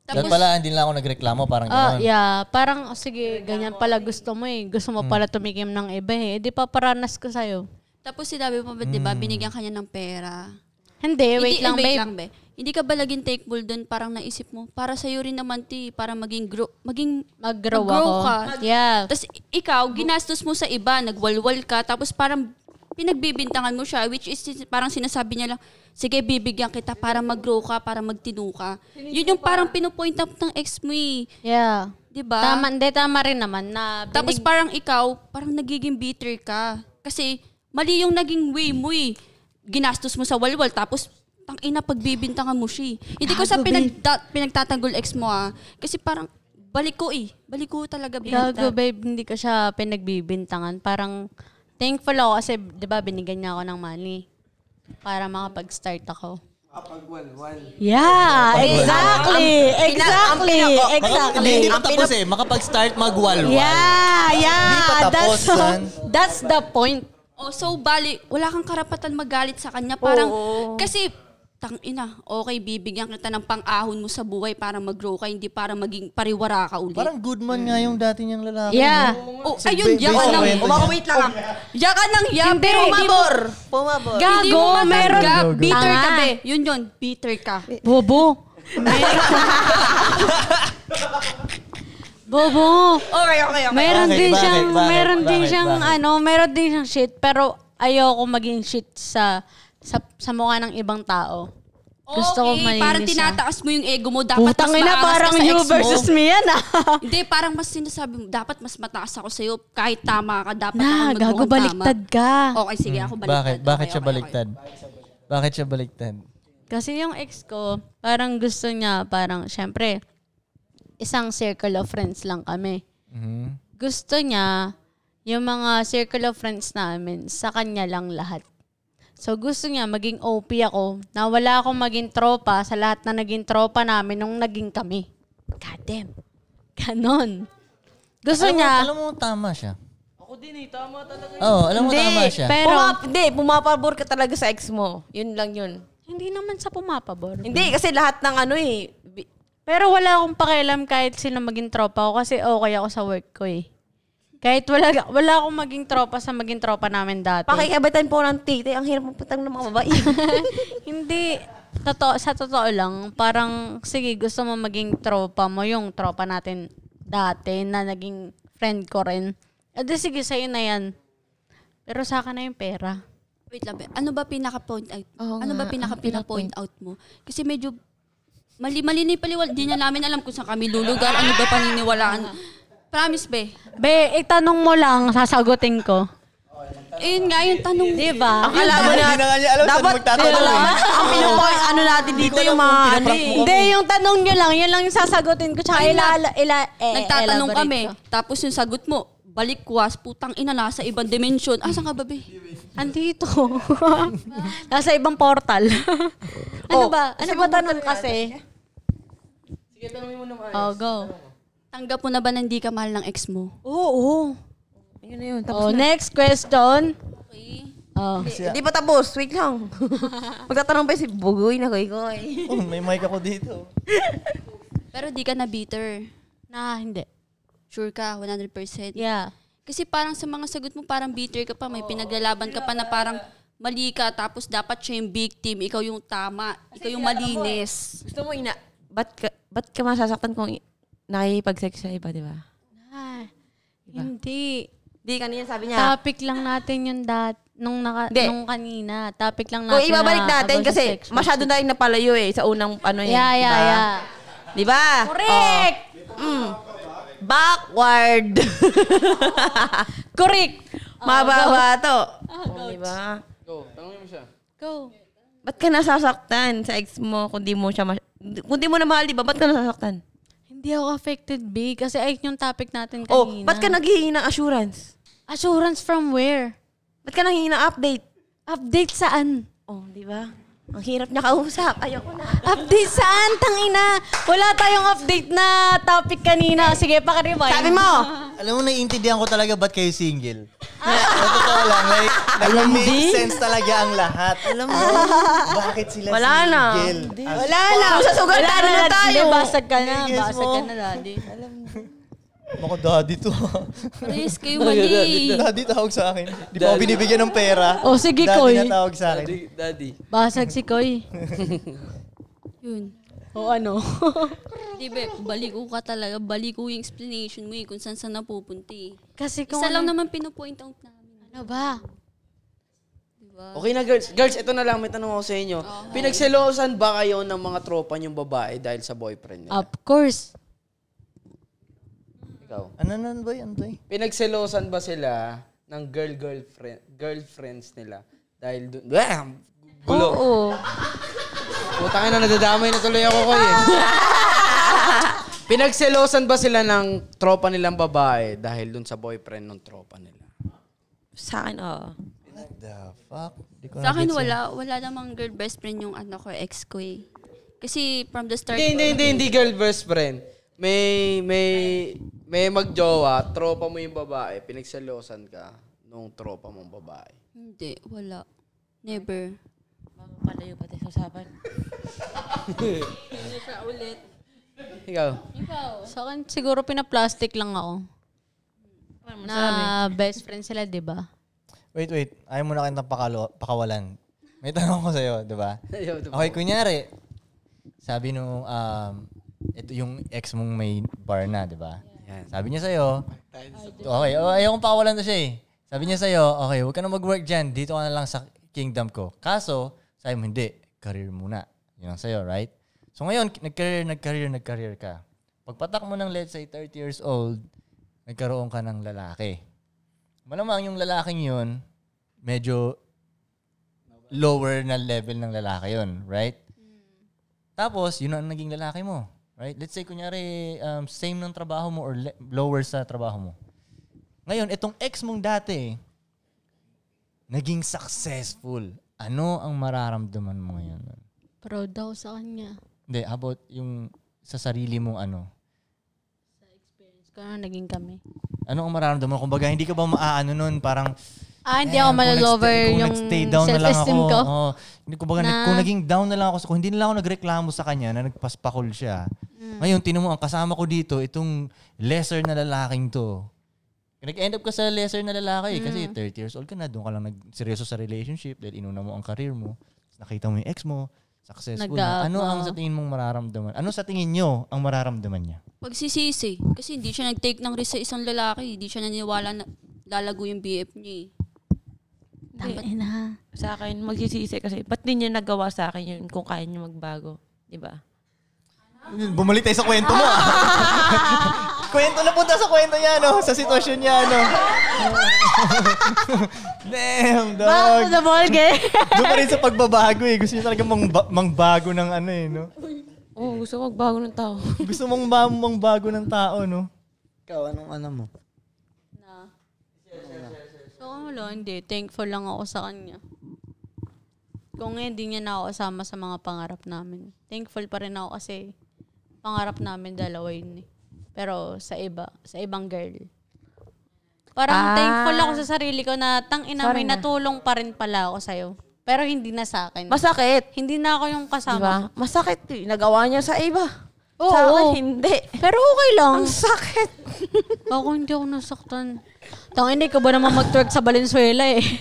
Doon pala, hindi lang ako nagreklamo, parang Ah, gano'n. yeah. Parang, oh, sige, ganyan pala gusto mo eh. Gusto mo Mm. pala tumikim ng iba eh. Eh, di pa paranas ko sa'yo. Tapos sinabi mo ba, di Mm. ba, binigyan ka niya ng pera. Hindi, Eh, wait eh, lang, babe. be. Hindi ka ba laging take bull doon? Parang naisip mo, para sa'yo rin naman, ti, para maging grow, maging Mag-grow ako. ka. Yeah. Tapos ikaw, ginastos mo sa iba, nagwalwal ka, tapos parang pinagbibintangan mo siya, which is parang sinasabi niya lang, sige, bibigyan kita para mag-grow ka, para magtinu ka. Yun yung parang pinupoint up ng ex mo eh. Yeah. Diba? Tama, hindi, tama rin naman na Tapos binig- parang ikaw, parang nagiging bitter ka. Kasi mali yung naging way mo eh. Ginastos mo sa walwal, tapos tang ina pagbibintangan mo siya eh. Hindi ko sa Gago, pinagta- pinagtatanggol ex mo ah. Kasi parang balik ko eh. Balik ko talaga binata. Gago, babe, hindi ko siya pinagbibintangan. Parang thankful ako kasi, di ba, binigyan niya ako ng money para makapag-start ako. Yeah, Pagwal. exactly, exactly, exactly. Hindi pa Ang tapos pinap- eh. Makapag-start magwalwal. Yeah, yeah. Hindi pa tapos. That's so, son. that's the point. Oh, so bali, wala kang karapatan magalit sa kanya. Parang, kasi, tang ina, okay, bibigyan kita ng pang-ahon mo sa buhay para mag-grow ka, hindi para maging pariwara ka ulit. Parang good man nga yung dati niyang lalaki. Yeah. no? Oh, ayun, yaka basic ng- kwento niya. Kumaka- wait lang. Yaka ng ya, Hindi, pero pumabor. Pumabor. Gago, Hindi mo matanggap. meron- Gago. Bitter ka, Tanga. be. Yun yun, bitter ka. [LAUGHS] Bobo. Bobo. Okay, okay, okay. Meron Bakit, din bakit, siyang, bakit, meron din bakit, siyang, bakit? ano, meron din siyang shit, pero ayoko maging shit sa, sa, sa mukha ng ibang tao. Gusto ko okay, malinis parang siya. tinataas mo yung ego mo. Dapat Putang mas ina, maangas parang ka sa you ex mo. versus me yan, ah. Hindi, parang mas sinasabi mo, dapat mas mataas ako sa'yo. Kahit tama ka, dapat Na, ako magmukhang gago, tama. baliktad ka. Okay, sige, ako baliktad. Hmm, Bakit? Bakit siya baliktad? Bakit siya baliktad? Kasi yung ex ko, parang gusto niya, parang, syempre, isang circle of friends lang kami. Mhm. Gusto niya, yung mga circle of friends namin, sa kanya lang lahat. So, gusto niya maging OP ako, na wala akong maging tropa sa lahat na naging tropa namin nung naging kami. God damn. Ganon. Gusto Alam mo- niya, Alam mo, tama siya. Oh, Oo, alam mo, tama siya. Pero, Pero- hindi, pumapabor ka talaga sa ex mo. Yun lang yun. Hindi naman sa pumapabor. Hindi, kasi lahat ng ano eh. bi- Pero wala akong pakialam kahit sino maging tropa ko kasi okay ako sa work ko eh. Kahit wala, wala akong maging tropa sa maging tropa namin dati. Pakikabatan po ng titi. Ang hirap magpatang ng mga babae. [LAUGHS] Hindi. Totoo, sa totoo lang, parang sige, gusto mo maging tropa mo yung tropa natin dati na naging friend ko rin. Adi sige, sa'yo na yan. Pero sa akin na yung pera. Wait lang, be. ano ba pinaka-point out? Oo ano nga, ba pinaka ang pinapoint out mo? Kasi medyo mali mali na yung paliwal. Di na namin alam kung saan kami lulugar, ano ba paniniwalaan. Promise, be. Be, itanong mo lang, sasagutin ko. Eh, yun nga yung tanong. Di ba? Ang alam Dapat- Hindi Ah, na nga niya alam saan dapat- magtatanong Wala. eh. Ang pinupoint, [LAUGHS] ano natin Hindi dito, ko alam yung kung mga ano pinaprank mo kami. eh. Ah, Hindi, yung tanong nyo lang. Yan lang yung sasagutin ko. Tsaka Ay, ila, ila, eh, Nagtatanong elaborate kami, ko. tapos yung sagot mo, balikwas, putang ina, nasa ibang dimension. Ah, saan ka ba, be? Andito. [LAUGHS] Nasa ibang [LAUGHS] portal. eh? ano Oh, ba? Ano ba tanong kasi? Sige, tanongin mo naman. Oh, go. Tanggap mo na ba na hindi ka mahal ng ex mo? Oo. oo. Yun na yun, oh, next question. Oh. Hindi pa tapos. Wait [LAUGHS] lang. Magtatanong pa si Bugoy na koy koy. Oh, may mic ako dito. Pero di ka na bitter. Na, hindi. Sure ka, 100%. Yeah. Kasi parang sa mga sagot mo, parang bitter ka pa, may pinaglalaban ka pa na parang mali ka, tapos dapat siya yung victim, ikaw yung tama, ikaw ano yung eh. malinis. Gusto mo ina... Ba't ka, ba't ka masasaktan kung i- nakikipag-sex sa iba, di ba? Ah, Hindi. Hindi, kanina sabi niya. Topic lang natin yung dat nung, naka, Hindi. nung kanina. Topic lang natin. Kung ibabalik na natin about sa kasi sex. masyado na yung napalayo eh sa unang ano eh. Yeah, yeah, diba? yeah. Di ba? Correct! Oo. Mm. Backward. [LAUGHS] Correct. Oh, Mababa go. to. Ah, Oh, di ba? Go, tanongin mo siya. Go. Ba't ka nasasaktan sa ex mo kung di mo siya mas- kung di mo na mahal, di ba? Ba't ka nasasaktan? Hindi ako affected, B. Kasi ayun yung topic natin kanina. Oh, ba't ka naghihingi ng assurance? Assurance from where? Ba't ka nanghingi ng update? Update saan? Oh, di ba? Ang hirap niya kausap. Ayoko na. Update saan? Tangina! Wala tayong update na topic kanina. Sige, pakiremind. Sabi mo! Alam mo, naiintindihan ko talaga ba't kayo single. Sa totoo lang, like, Alam mo, nag-make Di? sense talaga ang lahat. Alam mo, bakit sila Wala na. single? As- Wala na. Wala na, Daddy. tayo. Basag ka na. Guess Basag mo. ka na, daddy. Alam mo. Mako daddy to. eh. [LAUGHS] Please, kayo mali. Daddy tawag sa akin. Di pa ako binibigyan ng pera. Oh, sige, daddy Koy. Daddy na tawag sa akin. Daddy. Basag si Koy. Yun. O ano? Di ba, baliko ka talaga. Baliko yung explanation mo eh, kung saan saan napupunta eh. Kasi Isa kung lang ano- naman pinupoint out namin. Ano ba? Okay na girls. Girls, ito na lang. May tanong ako sa inyo. Oh. Pinagselosan ba kayo ng mga tropa niyong babae dahil sa boyfriend niya? Ah. Of course. Ikaw. Ano na ba yan, Toy? Pinagselosan ba sila ng girl-girlfriend, girlfriends nila? Dahil dun, Blah! gulo. Oo. Putang ina, nadadamay na tuloy ako ko [LAUGHS] eh. Pinagselosan ba sila ng tropa nilang babae dahil dun sa boyfriend ng tropa nila? Sa akin, oo. Fuck. Di ko Sa akin, na-gets wala. Wala namang girl best friend yung ano ko, ex ko eh. Kasi from the start... Hindi, hindi, hindi, hindi girl best friend. May, may, may magjowa, tropa mo yung babae, pinagselosan ka nung tropa mong babae. Hindi, wala. Never. Bago palayo pati sa usapan. Hindi siya ulit. Ikaw? Ikaw. Sa akin, siguro pinaplastic lang ako. Na best friend sila, di ba? Wait, wait. Ayaw mo na kitang pakalo, pakawalan. May tanong ko sa'yo, di ba? [LAUGHS] Ayaw, di ba? Okay, kunyari, sabi nung, um, ito yung ex mong may bar na, di ba? Sabi niya sa'yo, okay, oh, ayaw kong pakawalan to siya eh. Sabi niya sa'yo, okay, huwag ka na mag-work dyan. Dito ka na lang sa kingdom ko. Kaso, sabi mo, hindi, career muna. Yun ang sa'yo, right? So ngayon, nag-career, nag-career, nag-career ka. Pagpatak mo ng, let's say, 30 years old, nagkaroon ka ng lalaki. Malamang yung lalaking yun, medyo lower na level ng lalaki yun, right? Tapos, yun ang naging lalaki mo, right? Let's say, kunyari, um, same ng trabaho mo or le- lower sa trabaho mo. Ngayon, itong ex mong dati, naging successful. Ano ang mararamdaman mo ngayon? Proud daw sa kanya. Hindi, how about yung sa sarili mong ano? Kaya naging kami. Ano ang mararamdaman mo? Kumbaga, hindi ka ba maaano nun? Parang, Ah, hindi ako malalover yung self-esteem ko. Oh, hindi ko Na- kung naging down na lang ako, kung hindi na lang ako nagreklamo sa kanya na nagpaspakol siya. Mm. Ngayon, tinan mo, ang kasama ko dito, itong lesser na lalaking to. Nag-end up ka sa lesser na lalaki eh, kasi Mm. 30 years old ka na, doon ka lang nagseryoso sa relationship dahil inuna mo ang career mo. Tapos Nakita mo yung ex mo, successful na. Nag-up, Ano ang oo. sa tingin mong mararamdaman? Ano sa tingin nyo ang mararamdaman niya? Pagsisisi. Kasi hindi siya nag-take ng risk sa isang lalaki. Hindi siya naniwala na lalago yung BF niya eh. Dapat na. Sa akin, magsisisi kasi, ba't di niya nagawa sa akin yun kung kaya niya magbago? Di ba? Bumalik tayo sa kwento mo. [LAUGHS] ah. kwento na punta sa kwento niya, no? Sa sitwasyon niya, [LAUGHS] no? Damn, dog. Back to the ball game. Doon pa rin sa pagbabago eh. Gusto niya talaga mangba- mangbago ng ano eh, no? Oo, oh, gusto ko magbago ng tao. Gusto mong ba- mangbago ng tao, no? Ikaw, anong ano mo? So, wala, hindi. Thankful lang ako sa kanya. Kung hindi niya na ako kasama sa mga pangarap namin. Thankful pa rin ako kasi pangarap namin dalawa yun eh. Pero sa iba, sa ibang girl. Ah. Parang thankful ako sa sarili ko na tang ina Sorry may na. natulong pa rin pala ako sa'yo. Pero hindi na sa akin. Masakit. Hindi na ako yung kasama. Diba? Masakit. eh. Nagawa niya sa iba. Oo. sa akin, hindi. Pero okay lang. Ang sakit. [LAUGHS] ako hindi ako nasaktan. Tangina, ikaw ba naman mag-twerk sa Valenzuela eh. [LAUGHS]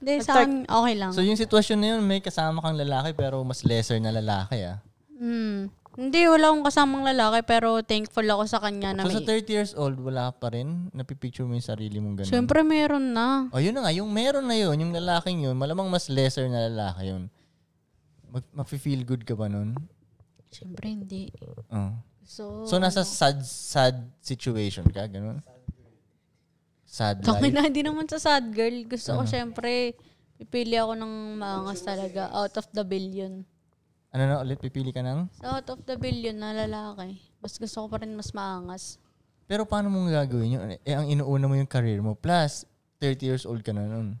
Hindi, sa akin, okay lang. So yung sitwasyon na yun, may kasama kang lalaki pero mas lesser na lalaki, ah. Hmm. Hindi, wala akong kasamang lalaki pero thankful ako sa kanya na So sa may... 30 years old, wala ka pa rin? Napipicture mo yung sarili mong ganun? Siyempre meron na. O yun na nga, yung meron na yun, yung lalaking yun, malamang mas lesser na lalaki yun. Mag, mafe-feel good ka ba nun? Siyempre hindi. Oo. So, Oh. so, nasa sad, sad situation ka, ganun? Sad Tangin na, life? hindi naman sa sad girl. Gusto ko Ano? siyempre, pipili ako ng maangas talaga. Out of the billion. Ano na ulit? Pipili ka ng? So, out of the billion na lalaki, mas gusto ko pa rin mas maangas. Pero paano mo gagawin yun? Eh, ang inuuna mo yung career mo. Plus, 30 years old ka na nun.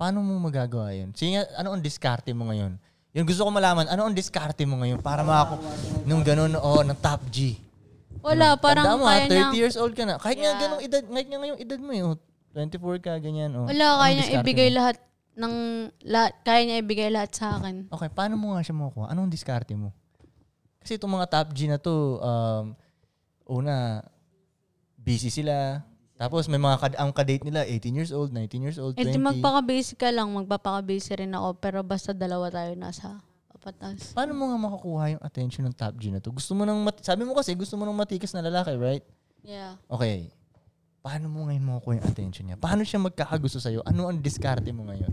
Paano mo magagawa yun? Sige nga, ano ang diskarte mo ngayon? Yun, gusto ko malaman, ano ang diskarte mo ngayon para makako nung ganun, oh, ng top G. Wala, parang Hmm. Tandaan mo, ha, 30 kaya niya- years old ka na. Kahit Yeah. nga ganung edad, kahit nga ngayong edad mo, yun, 24 ka, ganyan. Oh. Wala, kaya niya ibigay lahat ng lahat, kaya niya ibigay lahat sa akin. Okay, paano mo nga siya makukuha? Anong diskarte mo? Kasi itong mga top G na to, um, una, busy sila. Tapos may mga kad- ang kadate nila, 18 years old, 19 years old, Eh, di 20. magpaka-busy ka lang, magpapaka-busy rin ako, pero basta dalawa tayo nasa papatas. Paano mo nga makakuha yung attention ng top G na to? Gusto mo nang, mat- sabi mo kasi, gusto mo nang matikas na lalaki, right? Yeah. Okay. Paano mo ngayon makukuha yung attention niya? Paano siya magkakagusto sa'yo? Ano ang diskarte mo ngayon?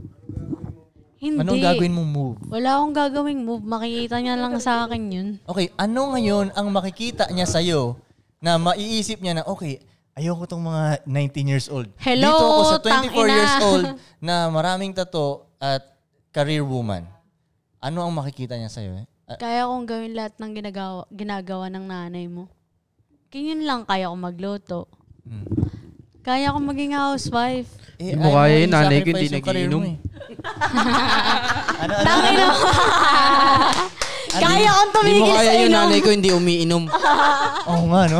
Hindi. Anong gagawin mong move? Wala akong gagawing move. Makikita niya lang sa akin yun. Okay, ano ngayon ang makikita niya sa'yo na maiisip niya na, okay, ayoko tong mga 19 years old. Hello, Dito ako sa 24 tangina. years old na maraming tato at career woman. Ano ang makikita niya sa'yo? Ah, Kaya kong gawin lahat ng ginagawa, ginagawa ng nanay mo. Ganyan lang, kaya kong magluto. Hmm. Kaya kong maging [LAUGHS] housewife. eh, Hindi mo ayaw kaya mo yun, nanay ko i-sacrifice hindi yung career nagiinom. mo eh. Tangin na. Kaya kong Ano? Hindi tumigil mo sa kaya yun, inom. nanay ko hindi [LAUGHS] umiinom. Oo nga, no?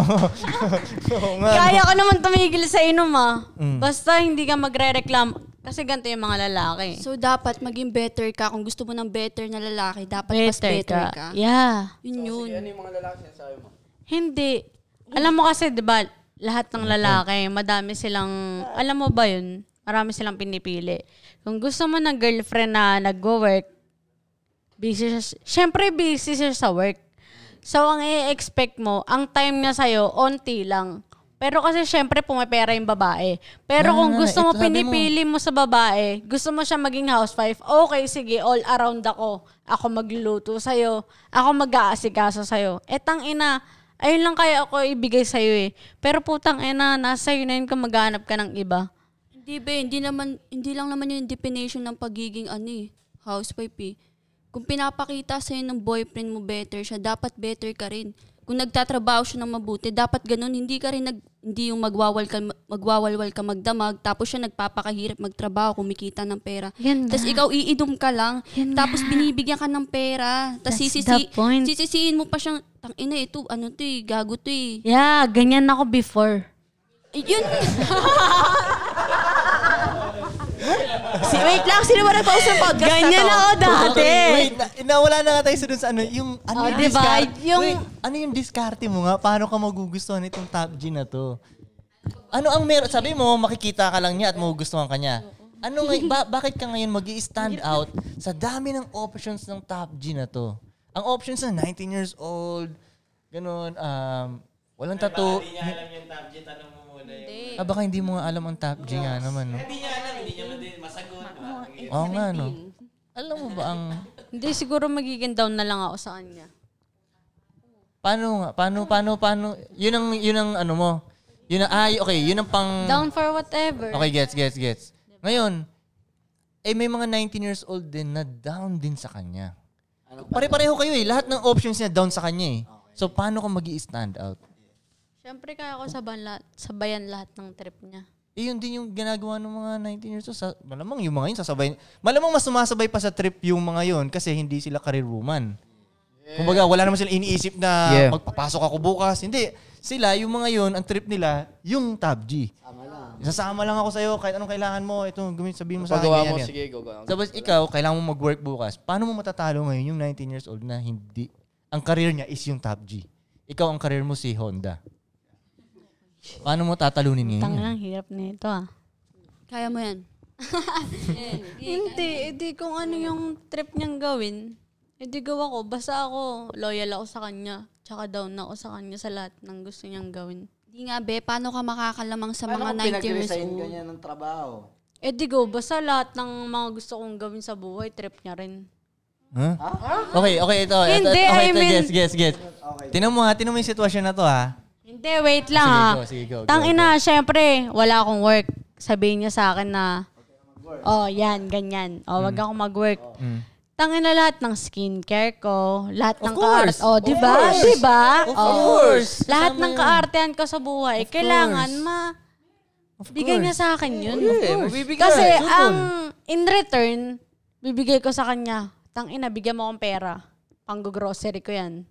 [LAUGHS] Oo nga. Kaya ko naman tumigil sa inom ah. Hmm. Mm. Basta hindi ka magre-reklamo. Kasi ganito yung mga lalaki. So, dapat maging better ka. Kung gusto mo ng better na lalaki, dapat mas Better better ka. ka. Yeah. Yun yun. ano yung mga lalaki sinasabi mo? Hindi. Alam mo kasi, di ba, lahat ng lalaki, madami silang, alam mo ba yun? Marami silang pinipili. Kung gusto mo ng girlfriend na nag-work, busy siya. Siyempre, busy siya sa work. So, ang i-expect mo, ang time niya sa'yo, onti lang. Pero kasi syempre pumapera yung babae. Pero Na, kung na, na, gusto mo, ito sabi mo. pinipili mo. sa babae, gusto mo siya maging housewife, okay, sige, all around ako. Ako magluluto sa'yo. Ako mag-aasikaso sa'yo. Etang ina, ayun lang kaya ako ibigay sa'yo eh. Pero putang ina, nasa yun na yun kung maghanap ka ng iba. Hindi ba, hindi, naman, hindi lang naman yung definition ng pagiging ano eh, housewife eh. Kung pinapakita sa'yo ng boyfriend mo better siya, dapat better ka rin. Kung nagtatrabaho siya ng mabuti, dapat ganun. Hindi ka rin nag, hindi yung magwawal ka, magwawalwal ka magdamag, tapos siya nagpapakahirap magtrabaho, kumikita ng pera. Yan Tapos nga. ikaw iidom ka lang, tapos binibigyan ka ng pera. That's Tapos the sisisi, point. sisisiin mo pa siyang, tang ina ito, ano to eh, gago to eh. Yeah, ganyan ako before. Yun. Si, wait lang, sino ba nag-post ng podcast Ganyan na to? ako dati. Wait, na, nawala na nga tayo sa dun sa ano, yung, ano Oh, yung diba? discard- Yung- wait, ano yung diskarte mo nga? Paano ka magugustuhan itong top G na to? Ano ang meron? Sabi mo, makikita ka lang niya at magugustuhan ka niya. Ano ngay, ba, bakit ka ngayon mag stand out sa dami ng options ng top G na to? Ang options na 19 years old, ganun, um, walang tattoo. yung top G, tanong mo muna yung... Ah, baka hindi mo nga alam ang top G nga naman, no? niya alam, hindi niya din masagot. Oo nga, no? Alam mo ba ang... Hindi, siguro magiging down na lang ako sa kanya. Paano nga? Paano, paano, paano? Yun ang, yun ang ano mo. Yun ang, ay, okay, yun ang pang... Down for whatever. Okay, gets, gets, gets. Ngayon, eh may mga 19 years old din na down din sa kanya. Pare-pareho kayo eh. Lahat ng options niya down sa kanya eh. So, paano ka mag stand out? Siyempre kaya ako saban lahat, sabayan lahat ng trip niya. Eh, yun din yung ginagawa ng mga 19 years old. Sa, malamang yung mga yun sasabay. Malamang mas sumasabay pa sa trip yung mga yun kasi hindi sila career woman. Kumbaga, wala naman sila iniisip na Yeah. magpapasok ako bukas. Hindi. Sila, yung mga yun, ang trip nila, yung Tab G. Sasama lang ako sa'yo kahit anong kailangan mo. Ito, gawin, sabihin mo sa akin. Pagawa ganyan, mo, ganyan. sige, gagawa. Tapos ikaw, kailangan mo mag-work bukas. Paano mo matatalo ngayon yung 19 years old na hindi, ang career niya is yung Tab G. Ikaw, ang career mo si Honda. Paano mo tatalunin ngayon? Tang yan? lang, hirap na ito ah. Kaya mo yan. Hindi, edi kung ano yung trip niyang gawin, edi gawa ko. Basta ako, loyal ako sa kanya. Tsaka down ako sa kanya sa lahat ng gusto niyang gawin. Hindi nga, be. Paano ka makakalamang sa mga 90 years pinag-resign old? ka niya ng trabaho? Edi go, basta lahat ng mga gusto kong gawin sa buhay, trip niya rin. Huh? Okay, okay, ito. ito, Hindi, ito, okay, I ito, mean- guess, guess, guess. Tinan mo ha, tinan mo yung sitwasyon na to ha. Hindi, wait lang Sige, ah. go, sige, go, go, Tangina, syempre, wala akong work. Sabihin niya sa akin na, oh, yan, ganyan. Oh, wag Mm. akong mag-work. Tangin na lahat ng skincare ko, lahat ng course. kaarte. Oh, di Of ba? course. Di ba? Of Oh. course. Lahat Kasama ng yun. kaartehan ko sa buhay, Of kailangan course. ma bigay niya sa akin yun. yeah, Of course. mabibigay. Kasi Sure. ang in return, bibigay ko sa kanya, tangina, bigyan mo akong pera. Pang-grocery ko yan.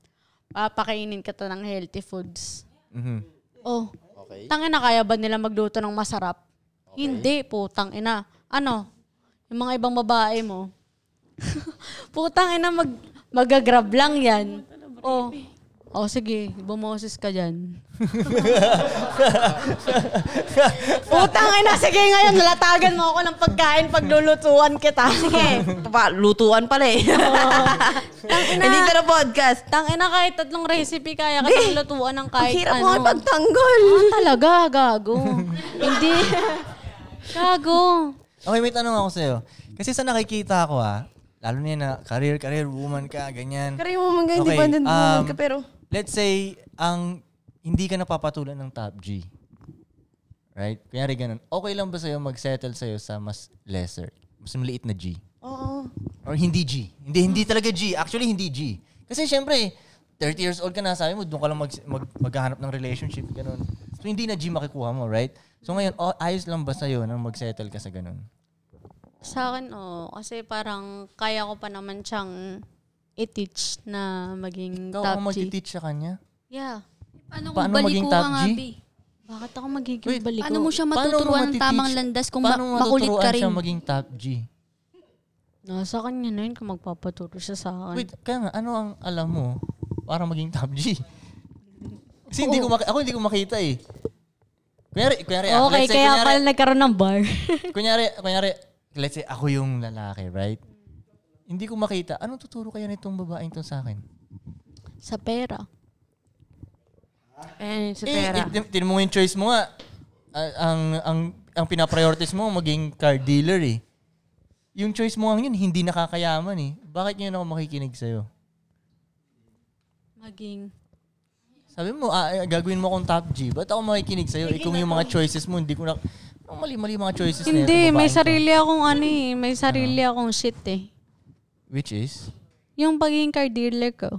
Papakainin ka to ng healthy foods. Mm-hmm. Mhm. Oh. Tangina, kaya ba nila magluto ng masarap? Hindi, putang ina. Ano? Yung mga ibang babae mo. [LAUGHS] putang ina, mag, magagrab lang yan. Oh. Oh, sige. Bumoses ka dyan. putang ina, sige ngayon. Nalatagan mo ako ng pagkain paglulutuan kita. Sige. Pa, lutuan pala eh. Tangina. Hindi ka na podcast. Tangina, kahit tatlong recipe kaya ka pang lutuan ng ang kahit hirap ano. mo nga pagtanggol. Ah, talaga, gago. Hindi. gago. Okay, may tanong ako sa'yo. Kasi sa nakikita ko ah, lalo na yun na career, career, woman ka, ganyan. Kaya mo mga Okay, independent woman um, ka pero... Let's say, ang hindi ka napapatulan ng top G. Right? Kunyari ganun. Okay lang ba sa'yo mag-settle sa'yo sa mas lesser? Mas maliit na G? Oo. Or hindi G? Hindi, hindi talaga G. Actually, hindi G. Kasi syempre, 30 years old ka na, sabi mo, doon ka lang mag, mag, maghahanap ng relationship, ganun. So, hindi na G makikuha mo, right? So, ngayon, oh, ayos lang ba sa'yo na mag-settle ka sa ganun? Sa akin, oo. Kasi parang kaya ko pa naman siyang i-teach na maging Ikaw top ang G. mag-teach sa kanya? Yeah. Paano kung Paano baliko maging top ka nga, G? Bi? Bakit ako magiging baliko? paano mo Ano siya Paano ano mo matuturuan ng matiteach- tamang landas kung paano ma- makulit matuturuan ka rin? siya maging top G? Nasa Ah, kanya na yun kung magpapaturo siya sa akin. Wait, kaya nga, ano ang alam mo para maging top G? Kasi hindi ko maki- ako hindi ko makita eh. Kunyari, kunyari, ah, okay, let's say, kaya kunyari, pala nagkaroon ng bar. [LAUGHS] kunyari, kunyari, let's say ako yung lalaki, right? Hindi ko makita. Anong tuturo kaya nitong babaeng to sa akin? sa pera. Eh, sa Eh, eh, tin- tinan mo yung choice mo nga. Ah, ang, ang, ang pinapriorities mo, maging car dealer eh. Yung choice mo nga yun, hindi nakakayaman eh. Bakit ngayon ako makikinig sa'yo? Maging... Sabi mo, ah, eh, gagawin mo akong top G. Ba't ako makikinig sa'yo? Eh, kung yung mga choices mo, hindi ko na... Ang mali-mali yung mga choices na Hindi, itong may babaeng to. sarili akong ano eh. May sarili akong shit eh. Which is? Yung pagiging car dealer ko.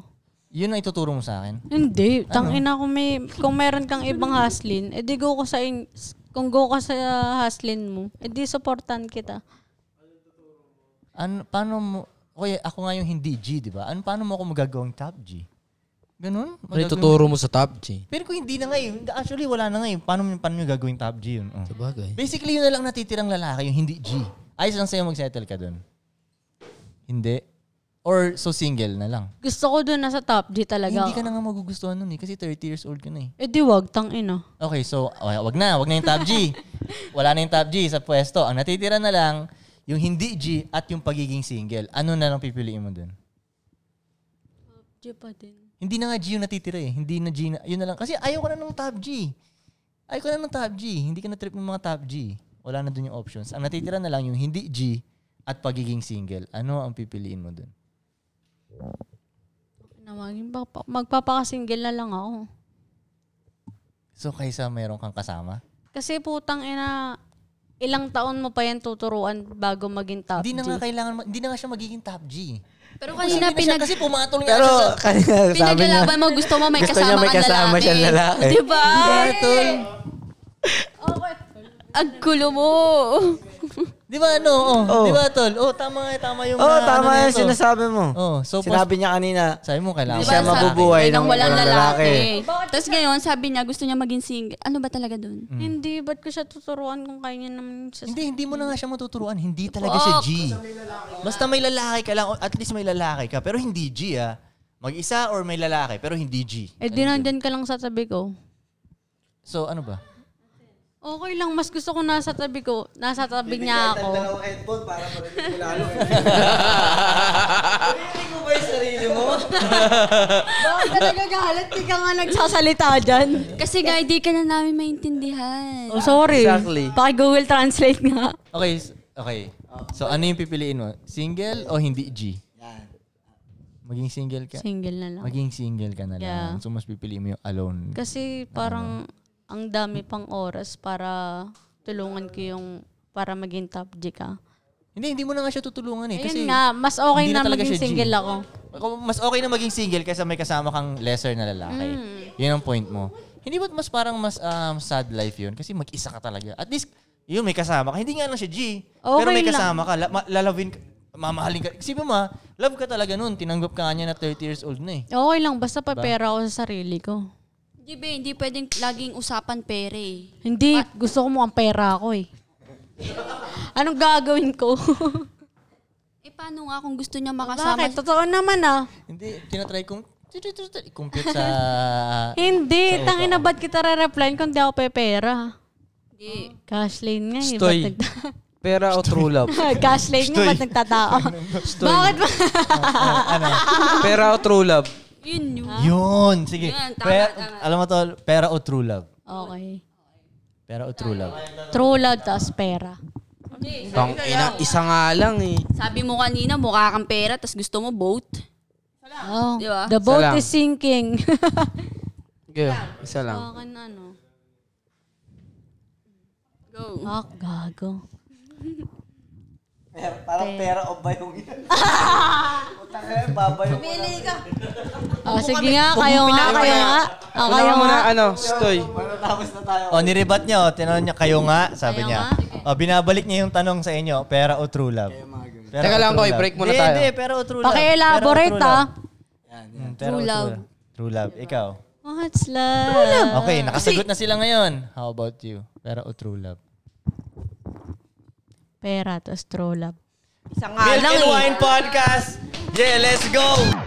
Yun ang ituturo mo sa akin? Hindi, Ano? tangina kung may kung meron kang ibang haslin, edi go ko sa in, kung go ka sa haslin mo, edi supportan kita. Ano, paano mo... Okay, ako nga yung hindi G, di ba? Ano, paano mo ako magagawang top G? Ganun? Ano Magagawin- ituturo mo sa top G? Pero kung hindi na nga eh. Actually, wala na nga eh. Paano, mo- paano nyo gagawin top G yun? Oh. Sabagay. Basically, yun na lang natitirang lalaki, yung hindi G. Ayos lang sa'yo mag-settle ka dun. Hindi. Or so single na lang. Eh, Gusto ko doon nasa top G talaga. Hindi ka na nga magugustuhan nun eh, kasi 30 years old ka na eh. Edi wag tangina. Okay, so okay, wag na, wag na yung top G. Wala na yung top G sa pwesto. Ang natitira na lang, yung hindi G at yung pagiging single. Ano na lang pipiliin mo dun? G pa din. Hindi na nga G yung natitira eh. Hindi na G na, yun na lang. Kasi ayaw ka na ng top G. Ayaw ka na ng top G. Hindi ka na trip ng mga top G. Wala na dun yung options. Ang natitira na lang yung hindi G at pagiging single. Ano ang pipiliin mo dun? Na maging pa- magpapakasingle na lang ako. So, kaysa meron kang kasama? Kasi putang ina, ilang taon mo pa yan tuturuan bago maging top Hindi na nga G. kailangan, ma- hindi na nga siya magiging top G. Pero Kasi hindi kanina na siya- pinag... kasi pumatol nga Pero siya sa- kanina sabi niya, Pinaglalaban mo, gusto mo may gusto niya kasama may kang kasama lalaki. siyang lalaki. eh. Diba? Hindi, tol. Ang gulo mo. Di ba ano? Oh. Oh, Di ba, tol? Oh, tama, tama yung... [LAUGHS] Oo, na- tama ano yung nito. sinasabi mo. Oh, so Sinabi niya kanina, sabi mo kailangan hindi siya Diba, sabi mabubuhay ng walang lalaki. lalaki. Tapos ngayon, sabi niya, gusto niya maging single. Ano ba talaga dun? Mm. Hindi, ba't ko siya tuturuan kung kaya niya naman siya? Hindi, hindi mo na nga siya matuturuan. Hindi talaga siya G. Basta may lalaki ka lang. o At least may lalaki ka. Pero hindi G, ah. Mag-isa or may lalaki, pero hindi G. Eh di nandyan ka lang sa tabi ko. So, ano ba? Okay lang, mas gusto ko nasa tabi ko. Nasa tabi niya ako. headphone para marinig mo lalo. Marinig mo ba yung sarili mo? Bakit ka nagagalit? Di ka nga nagsasalita dyan. Kasi nga, hindi ka na namin maintindihan. Oh, sorry. Exactly. Paki-Google Translate nga. Okay, s- okay. So, ano yung pipiliin mo? Single o hindi G? Maging single ka? Single na lang. Maging single ka na lang. Yeah. So, mas pipiliin mo yung alone. Kasi parang ang dami pang oras para tulungan ko yung para maging top G ka. Hindi, hindi mo na nga siya tutulungan eh. Ayun Kasi nga, mas okay hindi na talaga maging siya G. single ako. Ako- Mas okay na maging single kaysa may kasama kang lesser na lalaki. Mm. Yun ang point mo. Hindi ba't mas parang mas um, sad life yun? Kasi mag-isa ka talaga. At least, yun may kasama ka. Hindi nga lang siya G. pero Okay may lang. kasama ka. La- ma- lalawin ka. Mamahalin ka. Isipin mo ma, love ka talaga nun. Tinanggap ka nga niya na 30 years old na eh. Okay lang, basta pa Diba? pera ako sa sarili ko. Hindi ba, hindi pwedeng laging usapan pere. eh. Hindi, gusto ko mukhang pera ako [LAUGHS] eh. Anong gagawin ko? Eh, paano nga kung gusto niya makasama? Bakit? Totoo naman ah. Hindi, tinatry kong compute sa... [LAUGHS] Hindi, sa tangin na ba't kita re-replyin kung di ako pe pera? Hindi. Cash lane nga eh. ba't Stoy. nagta- [LAUGHS] Pera o true love? Cash lane nga, Stoy. ba't nagtatao? [LAUGHS] Stoy. Bakit ba? Pera o true love? Yun yun. Yun, sige. Yun, tama, Pera- tama. Alam mo to, pera o true love? Okay. Pera o true love? True love, tapos pera. Tang ina, isa nga lang eh. Sabi mo kanina, mukha kang pera, tapos gusto mo boat. Oh, Di ba? The boat Salang. is sinking. [LAUGHS] Go, isa lang. Sa akin, ano. Go. Ah, gago. Pera, parang pera o bayong yan. Utang na yun, babayong ko lang. Oh, sige nga, kayo nga, kayo nga. Oh, kayo nga. ano, stoy. Tapos na tayo. O, nirebat Oh, niya, o, tinanong niya, kayo nga, sabi Kayo niya. O, binabalik niya yung tanong sa inyo, pera o true love? Pera Teka o lang, true Koy, love? break muna Hindi, tayo. Hindi, pera o true love. Pera Paki-elaborate, o ah. True, love. Mm, Pera o True love. Ah. True love, ikaw. What's love? Okay, [LAUGHS] nakasagot na sila ngayon. How about you? Pera o true love? Pera, tapos true love. Isa eh. Milk and Wine Podcast! Yeah, let's go!